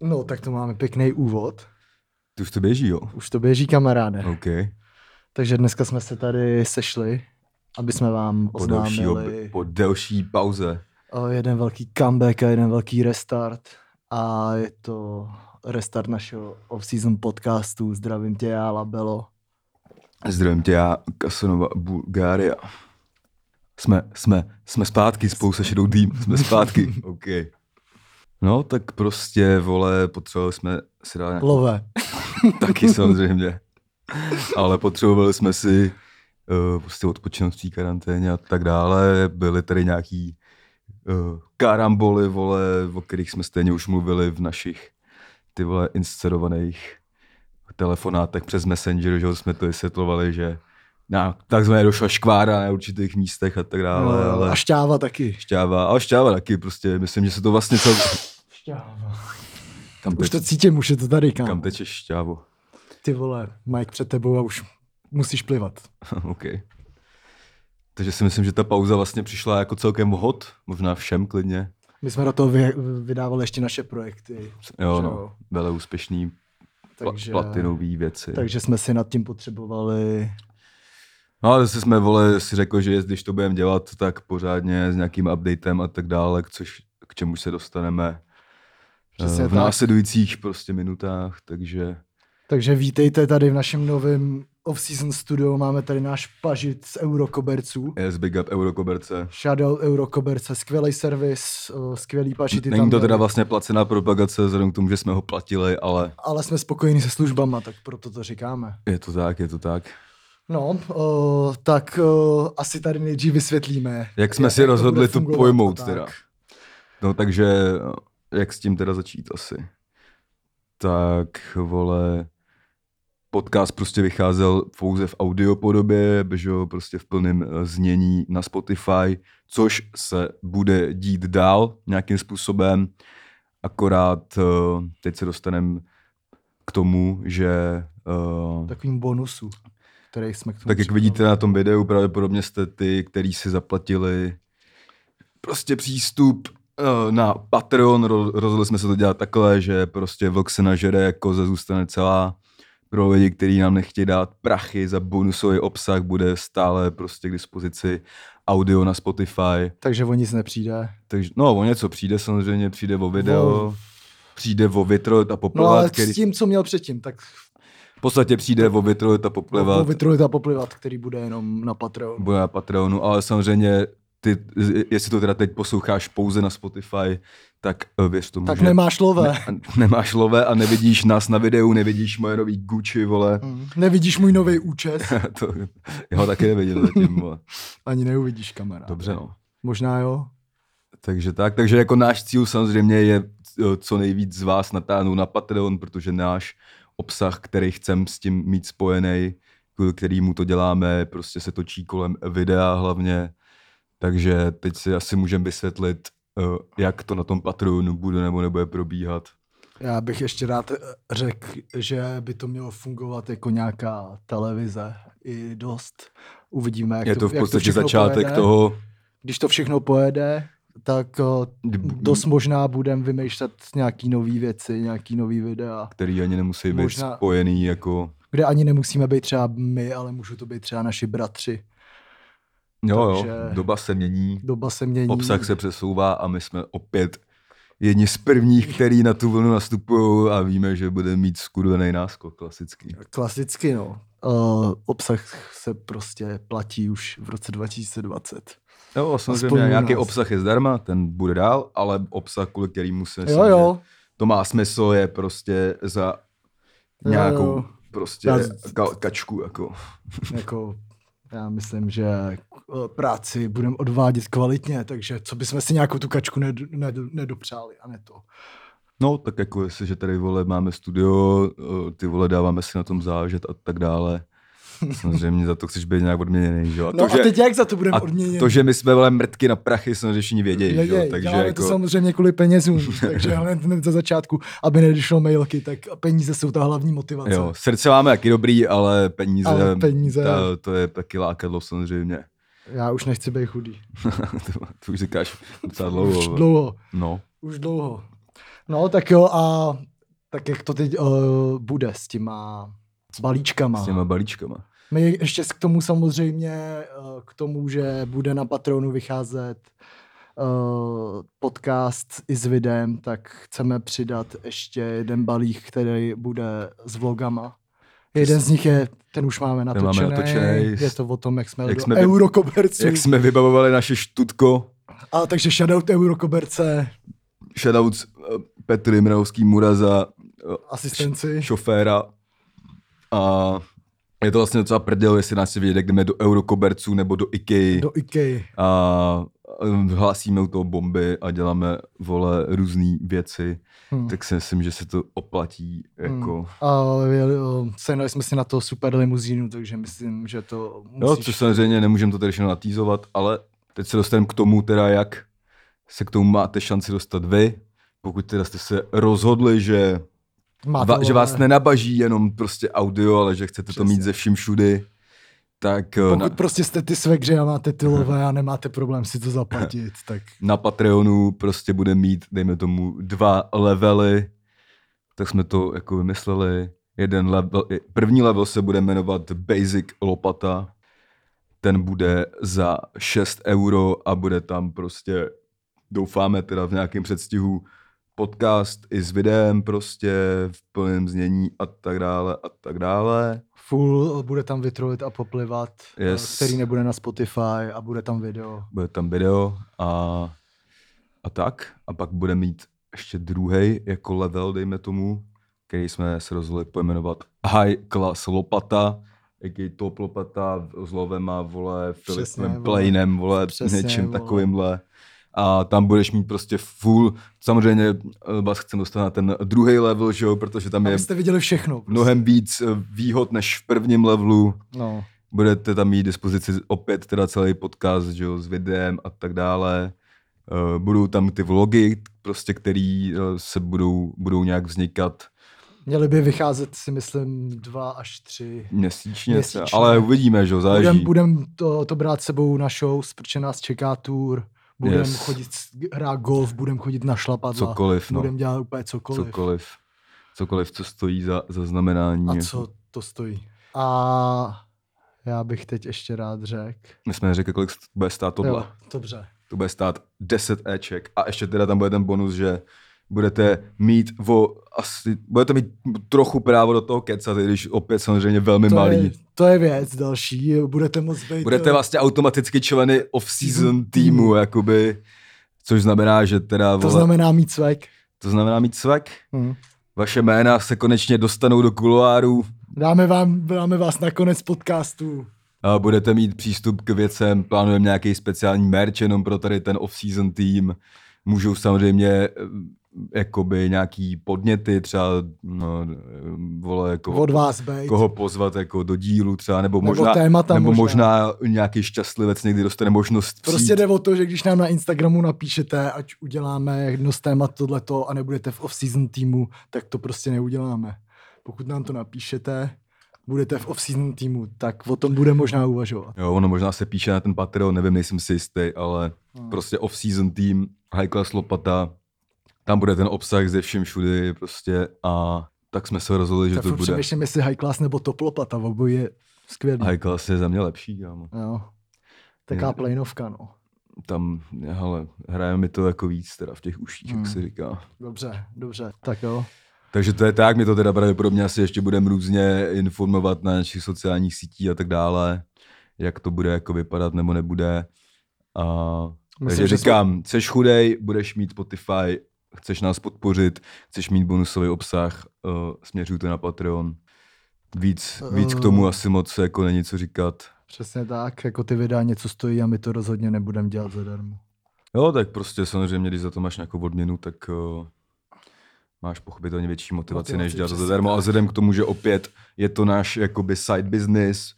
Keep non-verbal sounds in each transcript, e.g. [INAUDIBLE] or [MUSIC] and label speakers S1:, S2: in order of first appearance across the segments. S1: No, tak to máme pěkný úvod.
S2: Tu už to běží, jo?
S1: Už to běží, kamaráde.
S2: OK.
S1: Takže dneska jsme se tady sešli, aby jsme vám
S2: Po delší,
S1: oznámili
S2: ob- po delší pauze.
S1: o, jeden velký comeback a jeden velký restart. A je to restart našeho off-season podcastu. Zdravím tě, já, Labelo.
S2: Zdravím tě, já, Kasanova, Bulgária. Jsme, jsme, jsme zpátky spolu se Shadow Deem. Jsme zpátky. OK. No, tak prostě, vole, potřebovali jsme si dát nějakou
S1: Love.
S2: Taky samozřejmě. Ale potřebovali jsme si uh, prostě odpočinout v té karanténě a tak dále. Byly tady nějaký uh, karamboly, vole, o kterých jsme stejně už mluvili v našich ty vole inscenovaných telefonátech přes Messenger, že jo, jsme to vysvětlovali, že na takzvané došla škvára na určitých místech a tak dále,
S1: Ale,
S2: ale
S1: No, A šťáva taky.
S2: šťáva, ale šťáva taky prostě, myslím, že se to vlastně cel...
S1: Šťáva.
S2: Kam,
S1: Už
S2: teče,
S1: to cítím, už je to tady, kam.
S2: kam teče šťávo?
S1: Ty vole, Mike před tebou a už musíš plivat.
S2: [LAUGHS] OK. Takže si myslím, že ta pauza vlastně přišla jako celkem hot, možná všem klidně.
S1: My jsme do toho vy, vydávali ještě naše projekty.
S2: Jo,
S1: že
S2: no, vele úspěšný pla-
S1: Takže,
S2: platinový věci. Takže...
S1: takže jsme si nad tím potřebovali.
S2: No ale zase jsme, vole, si řekl, že když to budeme dělat, tak pořádně s nějakým updatem a tak dále, k což, k čemu se dostaneme
S1: Přesně
S2: eh, v
S1: tak.
S2: následujících prostě minutách, takže
S1: Takže vítejte tady v našem novém off-season studiu. Máme tady náš pažit z Eurokoberců.
S2: yes, big up Eurokoberce.
S1: Shoutout Eurokoberce, skvělý servis, o, skvělý pažity tam.
S2: Není to teda
S1: byly.
S2: vlastně placená propagace, vzhledem k tomu, že jsme ho platili, ale
S1: Ale jsme spokojeni se službama, tak proto to říkáme.
S2: je to tak, je to tak.
S1: No, o, tak o, asi tady nejdřív vysvětlíme.
S2: Jak jsme si
S1: to
S2: rozhodli
S1: bude
S2: tu
S1: fungovat a
S2: pojmout
S1: tak.
S2: teda. No takže jak s tím teda začít asi? Tak vole, podcast prostě vycházel pouze v audio podobě, běžel prostě v plném eh, znění na Spotify, což se bude dít dál nějakým způsobem, akorát eh, teď se dostaneme k tomu, že eh,
S1: Takovým bonusu, který jsme k tomu
S2: tak jak
S1: připravili.
S2: vidíte na tom videu, pravděpodobně jste ty, který si zaplatili prostě přístup eh, na Patreon. Ro- Rozhodli jsme se to dělat takhle, že prostě vlk se nažere, koza zůstane celá. Pro lidi, kteří nám nechtějí dát prachy za bonusový obsah, bude stále prostě k dispozici audio na Spotify.
S1: Takže o nic nepřijde.
S2: Takže, no, o něco přijde samozřejmě, přijde o video,
S1: O-
S2: přijde o Vitroid a
S1: No ale
S2: Poplevat, který...
S1: s tím, co měl předtím, tak
S2: V podstatě přijde o Vitroid a
S1: Plevat.
S2: Poplevat.
S1: vytrulit a poplivat, který bude jenom na Patreon.
S2: bude na Patreonu, ale samozřejmě ty, jestli to teda teď posloucháš pouze na Spotify, tak eh, věř tomu,
S1: tak
S2: že
S1: nemáš lové.
S2: ne- a- nemáš love a nevidíš nás na videu, nevidíš moje nový Gucci, vole. [LAUGHS]
S1: Ne. Nevidíš můj nový účes,
S2: to, já ho taky neviděl zatím, vole.
S1: ani neuvidíš kamarád.
S2: Dobře, no.
S1: Možná jo.
S2: Takže tak, takže jako náš cíl samozřejmě je eh, co nejvíc z vás natáhnout na Patreon, protože náš obsah, který chcem s tím mít spojený, kvůli kterýmu to děláme, prostě se točí kolem videa hlavně. Takže teď si asi můžeme vysvětlit, eh, jak to na tom Patreonu bude nebo nebude probíhat.
S1: Já bych ještě rád eh, řekl, že by to mělo fungovat jako nějaká televize. I dost. Uvidíme, jak
S2: je to v
S1: jak
S2: podstatě
S1: všechno
S2: začátek
S1: pojede.
S2: toho,
S1: Když to všechno pojede, tak o, dost možná budem vymýšlet nějaký nový věci, nějaký nový videa.
S2: který ani nemusí být
S1: Možná-
S2: spojený jako...
S1: kde ani nemusíme být třeba my, ale můžou to být třeba naši bratři.
S2: Jo, jo,
S1: Takže-
S2: doba se mění.
S1: Doba se mění.
S2: Obsah se přesouvá a my jsme opět jedni z prvních, který na tu vlnu nastupují a víme, že bude mít skurvený náskok klasický.
S1: Klasicky, no. Uh, obsah se prostě platí už v roce 2020.
S2: Jo, a samozřejmě
S1: Aspoň u
S2: nějaký
S1: nás.
S2: obsah je zdarma, ten bude dál, ale obsah, kvůli kterýmu se
S1: jo,
S2: že
S1: jo.
S2: to má smysl, je prostě za
S1: Jo,
S2: nějakou
S1: jo.
S2: prostě
S1: Já-
S2: ka- kačku. Jako.
S1: [LAUGHS] Jako, já myslím, že eh, práci budeme odvádět kvalitně, takže co bychom si nějakou tu kačku ned, ned, nedopřáli a ne to.
S2: No, tak jako jestli, že tady vole máme studio, eh, ty vole dáváme si na tom zážet a tak dále. Samozřejmě za to chceš být nějak odměněný, že? jo? A
S1: No
S2: to,
S1: a
S2: že-
S1: teď jak za to budeme
S2: A
S1: odměněni?
S2: to, že my jsme vole mrtky na prachy, jsme řešení vědějí,
S1: Věděj,
S2: že jo? takže
S1: děláme
S2: jako,
S1: to samozřejmě kvůli penězům, takže hned, hned za začátku, aby nedošlo mailky, tak peníze jsou ta hlavní motivace.
S2: jo, srdce máme taky dobrý, ale peníze,
S1: Ale peníze-
S2: Ta, to je taky lákadlo samozřejmě. [LAUGHS]
S1: Já už nechci být chudý.
S2: to, to už říkáš docela
S1: Už
S2: dlouho. vole.
S1: dlouho.
S2: No.
S1: Už dlouho. No, tak jo a tak jak to teď uh, bude s těma s balíčkama.
S2: S těma balíčkama.
S1: My ještě k tomu samozřejmě, eh, k tomu, že bude na Patronu vycházet eh, podcast i s videem, tak chceme přidat ještě jeden balík, který bude s vlogama. Jeden z nich je, ten už máme
S2: Ten máme
S1: natočený,
S2: natočenej.
S1: je to o tom, jak jsme,
S2: Jak
S1: do
S2: jsme vy-
S1: Eurokoberců.
S2: Jak jsme vybavovali naše štutko,
S1: A takže shoutout Eurokoberce,
S2: shoutouts eh, Petry Mravský Muraza, eh,
S1: asistenci.
S2: šoféra. A je to vlastně docela prdel, jestli nás si vidět, jdeme do Eurokoberců nebo do Ikei.
S1: do IKEA.
S2: A eh, hlásíme u toho bomby a děláme, vole, různé věci.
S1: Hm.
S2: Tak si myslím, že se to oplatí, jako...
S1: A jeli- eh, sehnali jsme si na to super limuzínu, takže myslím, že to
S2: Jo,
S1: musíš...
S2: což samozřejmě nemůžeme to tady všechno natýzovat, ale teď se dostaneme k tomu teda, jak se k tomu máte šanci dostat vy, pokud teda jste se rozhodli, že,
S1: máte
S2: va, že
S1: vole.
S2: vás nenabaží jenom prostě audio, ale že chcete to
S1: Přesně.
S2: mít ze vším všudy, tak eh, na,
S1: Pokud prostě jste ty svegře a máte ty lové a nemáte problém si to zaplatit, tak
S2: na Patreonu prostě bude mít, dejme tomu, dva levely, tak jsme to jako vymysleli. Jeden level, první level se bude jmenovat Basic Lopata. Ten bude za 6 euro a bude tam prostě, doufáme teda v nějakém předstihu, podcast i s videem prostě v plném znění a tak dále a tak dále.
S1: full bude tam vytrolit a poplivat,
S2: Yes.
S1: yes. který nebude na Spotify a bude tam video.
S2: bude tam video a, a tak. A pak bude mít ještě druhý jako level, dejme tomu, který jsme se rozhodli pojmenovat High Class Lopata, jaký top lopata s lovema, vole,
S1: Přesně,
S2: Filipem
S1: vole.
S2: Plainem, vole,
S1: Přesně,
S2: něčím
S1: vole.
S2: takovýmhle. A tam budeš mít prostě full, samozřejmě eh, vás chcem dostat na ten druhý level, že jo, protože tam je
S1: Abyste viděli všechno. Prostě.
S2: mnohem víc eh, výhod než v prvním levelu.
S1: No.
S2: Budete tam mít dispozici opět teda celý podcast že jo, s videem a tak dále. Eh, Budou tam ty vlogy, prostě, který eh, se budou, budou nějak vznikat
S1: Měli by vycházet si myslím dva až tři.
S2: měsíčně,
S1: Měsíčně.
S2: měsíčně. ale uvidíme, že jo, záleží.
S1: Budem, budem to, to brát sebou na show, protože nás čeká tour. Budem yes.
S2: Yes.
S1: chodit s- hrát golf, budem chodit na šlapadla.
S2: Cokoliv, no.
S1: Budem dělat úplně cokoliv.
S2: Cokoliv. Cokoliv, co stojí za, za znamenání.
S1: A
S2: jako.
S1: co to stojí. A já bych teď ještě rád řekl.
S2: My jsme neřekli, kolik st- bude stát tohle.
S1: Jo, dobře.
S2: To bude stát 10 Eček a ještě teda tam bude ten bonus, že budete mít o, asi, budete mít trochu právo do toho kecat, i když opět samozřejmě velmi
S1: To
S2: malý.
S1: je, to je věc další, budete moc být... eh,
S2: Budete vlastně automaticky členy off-season týmu, jakoby, což znamená, že teda,
S1: Mhm. To
S2: vole,
S1: znamená mít svek.
S2: to znamená mít svek,
S1: Hm.
S2: vaše jména se konečně dostanou do kuloárů,
S1: Dáme, vám, dáme vás na konec podcastu.
S2: a budete mít přístup k věcem, plánujeme nějaký speciální merch jenom pro tady ten off-season tým, můžou samozřejmě eh, jakoby nějaký podněty, třeba no, eh, vole, jako
S1: Od vás, bejt.
S2: koho pozvat jako do dílu třeba, nebo,
S1: Nebo
S2: možná,
S1: témata
S2: nebo
S1: možná.
S2: možná nějaký šťastlivec někdy dostane možnost přijít.
S1: Prostě jde o to, že když nám na Instagramu napíšete, ať uděláme jedno z témat tohleto a nebudete v off-season týmu, tak to prostě neuděláme. Pokud nám to napíšete, budete v off-season týmu, tak o tom bude možná uvažovat.
S2: Jo, ono možná se píše na ten Patreon, nevím, nejsem si jistý, ale hmm. prostě off-season tým, high class lopata, tam bude ten obsah ze všem všudy prostě a tak jsme se rozhodli, že
S1: Tak
S2: to
S1: furt
S2: bude.
S1: přemýšlím, jestli high class nebo top lopata, obojí je skvělý.
S2: High class je za mě lepší, kámo.
S1: Jo. Taká
S2: Je-
S1: plejnovka, no.
S2: Tam, hele, hraje mi to jako víc teda v těch uších,
S1: Hmm.
S2: jak se říká.
S1: Dobře, dobře. Tak jo.
S2: Takže to je tak, my to teda pravděpodobně asi ještě budeme různě informovat na našich sociálních sítích a tak dále, jak to bude jako vypadat nebo nebude. A
S1: Myslím,
S2: Myslím,
S1: že
S2: takže říkám, jsi chudej, budeš mít Spotify, chceš nás podpořit, chceš mít bonusový obsah, uh, směřuj to na Patreon. Víc, víc k tomu asi moc jako není co říkat.
S1: Přesně tak, jako ty videa něco stojí a my to rozhodně nebudeme dělat zadarmo.
S2: Jo, tak prostě samozřejmě, když za to máš nějakou odměnu, tak uh, máš pochopitelně větší motivaci,
S1: Motivaci,
S2: než dělat to
S1: přesně
S2: zadarmo. A
S1: tak.
S2: vzhledem k tomu, že opět je to náš jakoby side business,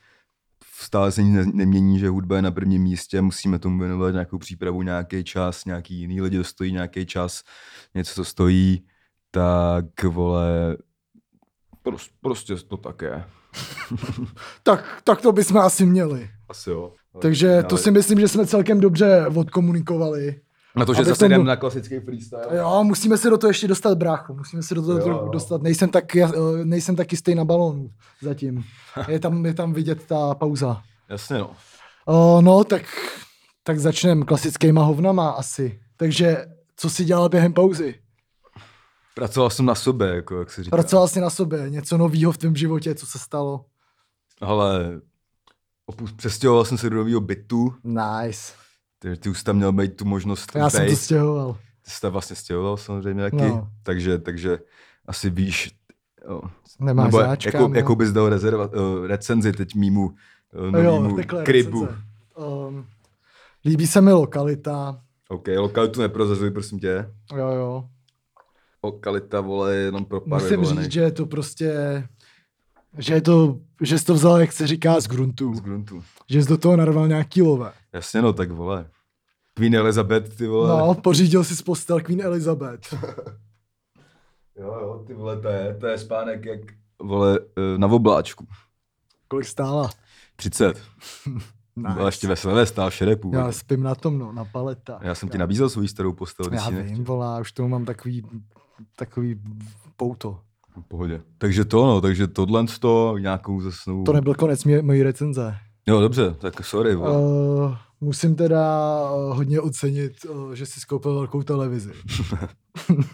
S2: stále se nic ne- nemění, že hudba je na prvním místě, musíme tomu věnovat nějakou přípravu, nějaký čas, nějaký jiný lidi to stojí nějaký čas, něco to stojí, tak vole, prost, prostě to tak je.
S1: Tak, tak to bychom asi měli.
S2: Asi jo.
S1: Takže to si myslím, že jsme celkem dobře odkomunikovali.
S2: Na to, že
S1: aby
S2: zase
S1: to
S2: jdem
S1: bylo-
S2: na klasický freestyle.
S1: Jo, musíme se do toho ještě dostat, brácho. Musíme se do toho
S2: Jo,
S1: trochu
S2: jo.
S1: dostat. Nejsem tak, jas- eh, nejsem tak jistý na balónu
S2: [LAUGHS]
S1: zatím. Je tam, je tam vidět ta pauza.
S2: Jasně no.
S1: O, no, tak, tak začneme klasickýma hovnama asi. Takže co si dělal během pauzy?
S2: Pracoval jsem na sobě, jako jak se říká.
S1: Pracoval jsi na sobě, něco nového v tvém životě, co se stalo?
S2: Ale opus, přestěhoval jsem se do nového bytu,
S1: Nice.
S2: takže ty už tam měl být tu možnost
S1: Já jsem to
S2: bejt.
S1: stěhoval.
S2: Ty jsi tam vlastně stěhoval samozřejmě taky,
S1: No.
S2: no. takže, takže asi víš, jo.
S1: Nemáš
S2: nebo
S1: záčka,
S2: jako,
S1: no.
S2: jako, bys dal rezerva, uh, recenzi teď mýmu uh,
S1: Jo, [LAUGHS]
S2: novýmu
S1: takhle
S2: krybu.
S1: recenze. Um, líbí se mi lokalita.
S2: OK, lokalitu neprozazuj, prosím tě.
S1: Jo, jo.
S2: Lokalita, vole, je jenom pro pár
S1: Musím říct, že je to prostě, že je to, že jsi to vzal, jak se říká, z gruntu.
S2: Z gruntu.
S1: Že jsi do toho narval nějaký lové.
S2: Jasně no, tak vole. Queen Elizabeth, ty vole.
S1: No, pořídil si z postel Queen Elizabeth.
S2: Jo, jo, ty vole, to je, to je spánek jak, vole, eh, na obláčku.
S1: Kolik stála?
S2: 30. Nice. Byla ještě ve své stál v šerepu.
S1: Já
S2: vole.
S1: spím na tom, no, na paleta.
S2: Já jsem ti nabízel svou starou postel, když
S1: Já
S2: jsi nechtěl.
S1: vím, volá, už tomu mám takový, takový pouto.
S2: V Pohodě. Takže to no, takže tohle to nějakou zasnou.
S1: To nebyl konec mě, mojí recenze.
S2: Jo, dobře, tak sorry, vole.
S1: Uh, musím teda eh, hodně ocenit, eh, že jsi skoupil velkou televizi.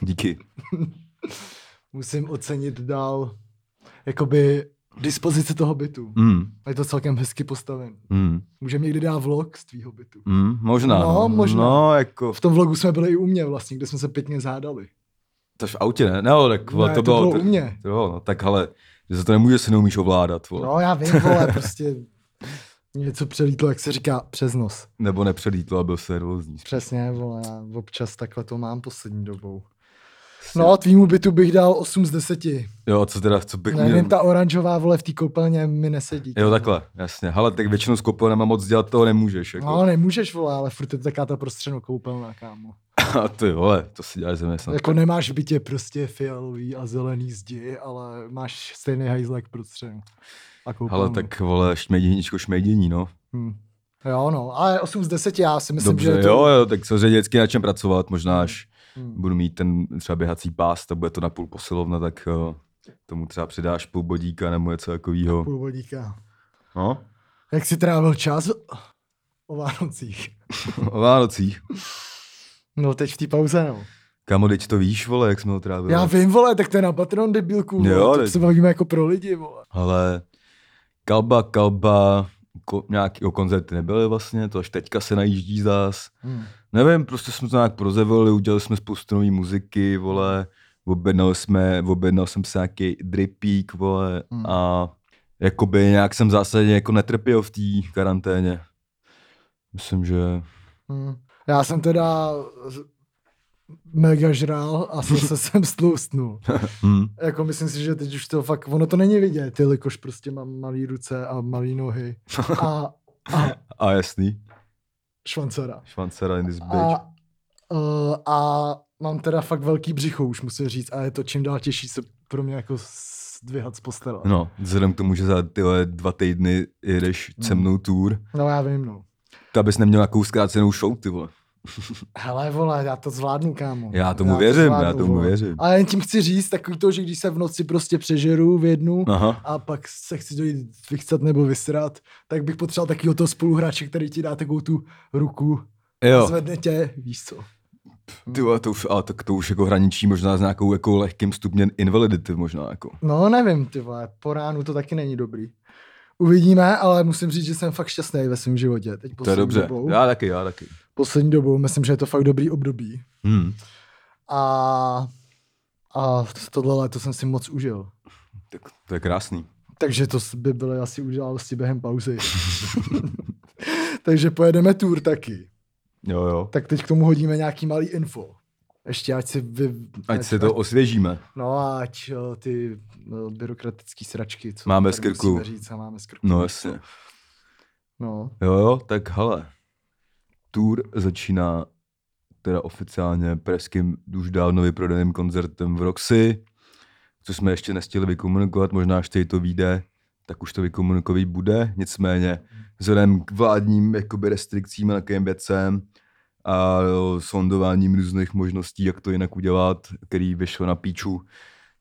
S2: díky.
S1: Musím ocenit dál jakoby dispozici toho bytu.
S2: Mm,
S1: Je to celkem hezky postaven.
S2: mm,
S1: Můžeme někdy dát vlog z tvýho bytu.
S2: mm, možná.
S1: No, možná.
S2: No, jako,
S1: V tom vlogu jsme byli i u mě vlastně, kde jsme se pěkně zádali.
S2: to v autě, ne? No, tak vole,
S1: Ne, to
S2: to,
S1: bylo
S2: to
S1: u mě.
S2: To, bylo, no, tak hele, že za to nemůže, že se neumíš ovládat, vole. No.
S1: No já vím, vole, prostě [LAUGHS] něco přelítlo, jak se říká, přes nos.
S2: Nebo nepřelítlo a byl se nervózní.
S1: Přesně, vole, já občas takhle to mám poslední dobou. No, tvýmu bytu bych dal 8 z 10.
S2: Jo, a co teda, co bych měl?
S1: Nevím, ta oranžová vole v té koupelně mi nesedí.
S2: Jo, takhle, jasně. Hele, tak většinou s koupelnama moc dělat toho nemůžeš, jako.
S1: No, nemůžeš vole, ale furt je to taká ta prostřeno koupelna, kámo.
S2: [LAUGHS] A ty vole, to si děláš ze mě snad.
S1: Jako nemáš v bytě prostě fialový a zelený zdi, ale máš stejný hajzl jak prostřeno. A koupelnu.
S2: Hele, tak vole, šmejděníčko šmejdění, no.
S1: Hm. Jo, no, ale 8 z 10 já si myslím,
S2: Dobře,
S1: že je to...
S2: jo, jo, tak samozřejmě vždycky na čem pracovat, možná až
S1: Hm.
S2: budu mít ten třeba běhací pás, to bude to na půl posilovna, tak jo, tomu třeba přidáš půl bodíka nebo něco takového.
S1: Půl vodíka.
S2: No,
S1: Jak jsi trávil čas o Vánocích?
S2: o Vánocích.
S1: No, teď v té pauze, no.
S2: Kámo, teď to víš, vole, jak jsme ho trávili.
S1: Já vím, vole, tak to je na Patreon debilku,
S2: Jo,
S1: jo, tak
S2: teď-
S1: se bavíme jako pro lidi, vole.
S2: Ale kalba, kalba, ko, nějaký o koncerty nebyly vlastně, to až teďka se najíždí zás.
S1: Hmm.
S2: Nevím, prostě jsme to nějak prozevili, udělali jsme spoustu nový muziky, vole, objednal, jsme, objednal jsem si nějaký dripík, vole,
S1: Hmm.
S2: hmm. a jakoby nějak jsem zásadně jako netrpěl v té karanténě. Myslím, že...
S1: Hmm. Já jsem teda z- mega žral a [LAUGHS] zase jsem stloustnul.
S2: Hmm.
S1: Jako myslím si, že teď už to fakt, ono to není vidět, jelikož prostě mám malý ruce a malý nohy a, a
S2: A jasný,
S1: švancera.
S2: švancera in this bitch.
S1: A, uh, a mám teda fakt velký břicho už, musím říct, a je to čím dál těžší se pro mě jako zdvihat z postele.
S2: No, vzhledem k tomu, že za tyhle dva týdny jedeš se
S1: Hmm.
S2: mnou tour,
S1: no já vím, no.
S2: to abys neměl nějakou zkrácenou show, ty vole.
S1: Hele, vole, já to zvládnu, kámo.
S2: Já tomu věřím,
S1: zvládnu,
S2: já tomu
S1: vole.
S2: věřím.
S1: A jen tím chci říct takový to, že když se v noci prostě přežeru v jednu
S2: Aha.
S1: a pak se chci dojít vychcat nebo vysrat, tak bych potřeboval takového toho spoluhráče, který ti dá takovou tu ruku,
S2: Jo,
S1: zvedne tě, víš co.
S2: ty vole, to už, a tak to už jako hraničí možná s nějakou jako lehkým stupněm invalidity možná jako.
S1: No nevím, ty vole, po ránu to taky není dobrý. Uvidíme, ale musím říct, že jsem fakt šťastný ve svém životě. Teď
S2: To je
S1: poslední
S2: dobře.
S1: Dobou,
S2: Já taky, já taky.
S1: Poslední dobou, myslím, že je to fakt dobrý období.
S2: Hmm.
S1: A, a tohle léto jsem si moc užil.
S2: Tak to je krásný.
S1: Takže to s- by byly asi události během pauzy. [LAUGHS] Takže pojedeme tour taky.
S2: Jo, jo.
S1: Tak teď k tomu hodíme nějaký malý info. Ještě ať si vy...
S2: Ať se to osvěžíme.
S1: No a ať jo, ty no, byrokratický sračky, co
S2: Máme
S1: tady
S2: z krku.
S1: musíme říct a máme z krku.
S2: No jasně.
S1: No,
S2: Jo, jo, tak hele. Tour začíná teda oficiálně pražským už dávno vyprodaným koncertem v Roxy, co jsme ještě nestihli vykomunikovat, možná až teď to vyjde, tak už to vykomunikovat bude. Nicméně vzhledem k vládním jakoby, restrikcím a takovým věcem a sondováním různých možností, jak to jinak udělat, který vyšlo na píču,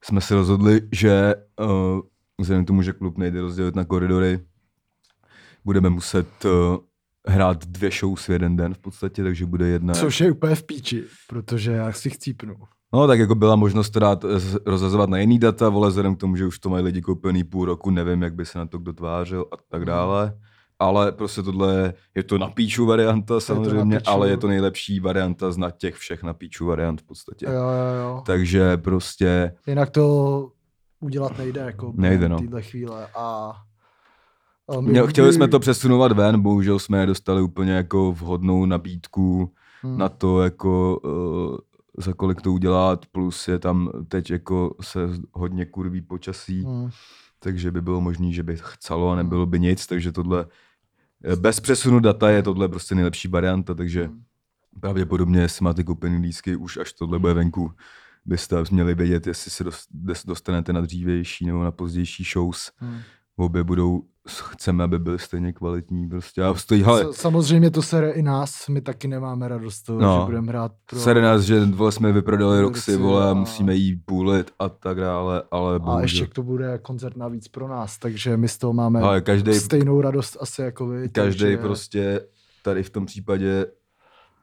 S2: jsme se rozhodli, že uh, vzhledem k tomu, že klub nejde rozdělit na koridory, budeme muset uh, hrát dvě show s jeden den v podstatě, takže bude jedna.
S1: Což je úplně v píči, protože já si chcípnu.
S2: No, tak jako byla možnost to dát eh, rozhazovat na jiný data, vole, vzhledem k tomu, že už to mají lidi koupený půl roku, nevím, jak by se na to kdo tvářil a tak dále. Ale prostě tohle je- je to na píču varianta samozřejmě,
S1: píču.
S2: ale je to nejlepší varianta z na těch všech na píču variant v podstatě.
S1: Jo, jo, jo.
S2: Takže prostě
S1: Jinak to udělat nejde, jako
S2: Nejde, no.
S1: v této chvíle. A, a my-
S2: Měl, chtěli
S1: my-
S2: jsme to přesunovat ven, bohužel jsme nedostali úplně jako vhodnou nabídku
S1: Hmm.
S2: na to, jako uh, za kolik to udělat, plus je tam teď jako se hodně kurví počasí,
S1: Hmm.
S2: takže by bylo možné, že by chcelo a nebylo by nic, takže tohle eh, bez přesunu data je tohle prostě nejlepší varianta, takže
S1: Hmm.
S2: pravděpodobně, jestli máte koupený lísky, už až tohle bude venku, byste měli vědět, jestli se dos- des- dostanete na dřívější nebo na pozdější shows.
S1: Hmm.
S2: Obě budou, s- chceme, aby byly stejně kvalitní prostě. A stojí, hele,
S1: S- Samozřejmě to sere i nás, my taky nemáme radost z toho,
S2: No.
S1: že budeme hrát pro...
S2: sere nás, že vole, jsme vyprodali
S1: Roxy,
S2: Roxy, vole,
S1: a-
S2: a... musíme jí půlit a tak dále, ale bohužel.
S1: a ještě k to bude koncert navíc pro nás, takže my z toho máme
S2: Hele, každej,
S1: stejnou radost asi jako vy.
S2: každý
S1: takže-
S2: prostě tady v tom případě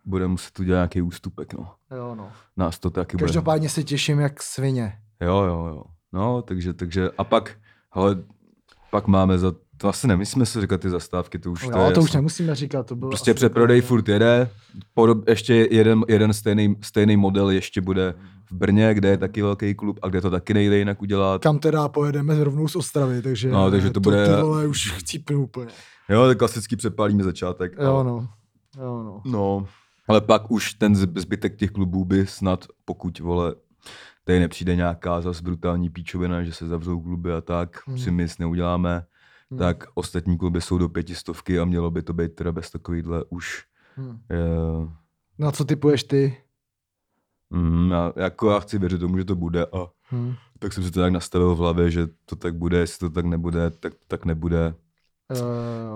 S2: bude muset udělat nějaký ústupek, no.
S1: Jo, no.
S2: Nás to taky bude.
S1: Každopádně se těším jak svině.
S2: Jo, jo, jo. No, takže, takže, a pak, hele, pak máme za, to asi nemyslíme si říkat ty zastávky, to už
S1: Jo,
S2: to je
S1: to už
S2: jasný.
S1: nemusíme říkat, to bylo
S2: Prostě
S1: asi
S2: přeprodej
S1: tak-
S2: furt jede, podob, ještě jeden, jeden stejný, stejný model ještě bude v Brně, kde je taky velký klub a kde to taky nejde jinak udělat.
S1: Kam teda pojedeme rovnou z Ostravy, takže,
S2: No, takže to bude-
S1: ty vole, už chcípnu úplně.
S2: Jo, tak klasicky přepálíme začátek.
S1: Jo,
S2: ale-
S1: no. Jo, no.
S2: no. Ale pak už ten zb- zbytek těch klubů by snad, pokud vole, tady nepřijde nějaká zas brutální píčovina, že se zavřou kluby a tak,
S1: Hmm.
S2: hmm. si my nic neuděláme,
S1: Hm.
S2: hmm. tak ostatní kluby jsou do pětistovky a mělo by to být teda bez takovýhle už.
S1: Hm.
S2: Eh,
S1: Na co typuješ ty?
S2: mm, já, jako já chci věřit tomu, že to bude a
S1: Hm.
S2: tak jsem si to tak nastavil v hlavě, že to tak bude, jestli to tak nebude, tak, tak nebude.
S1: Jo,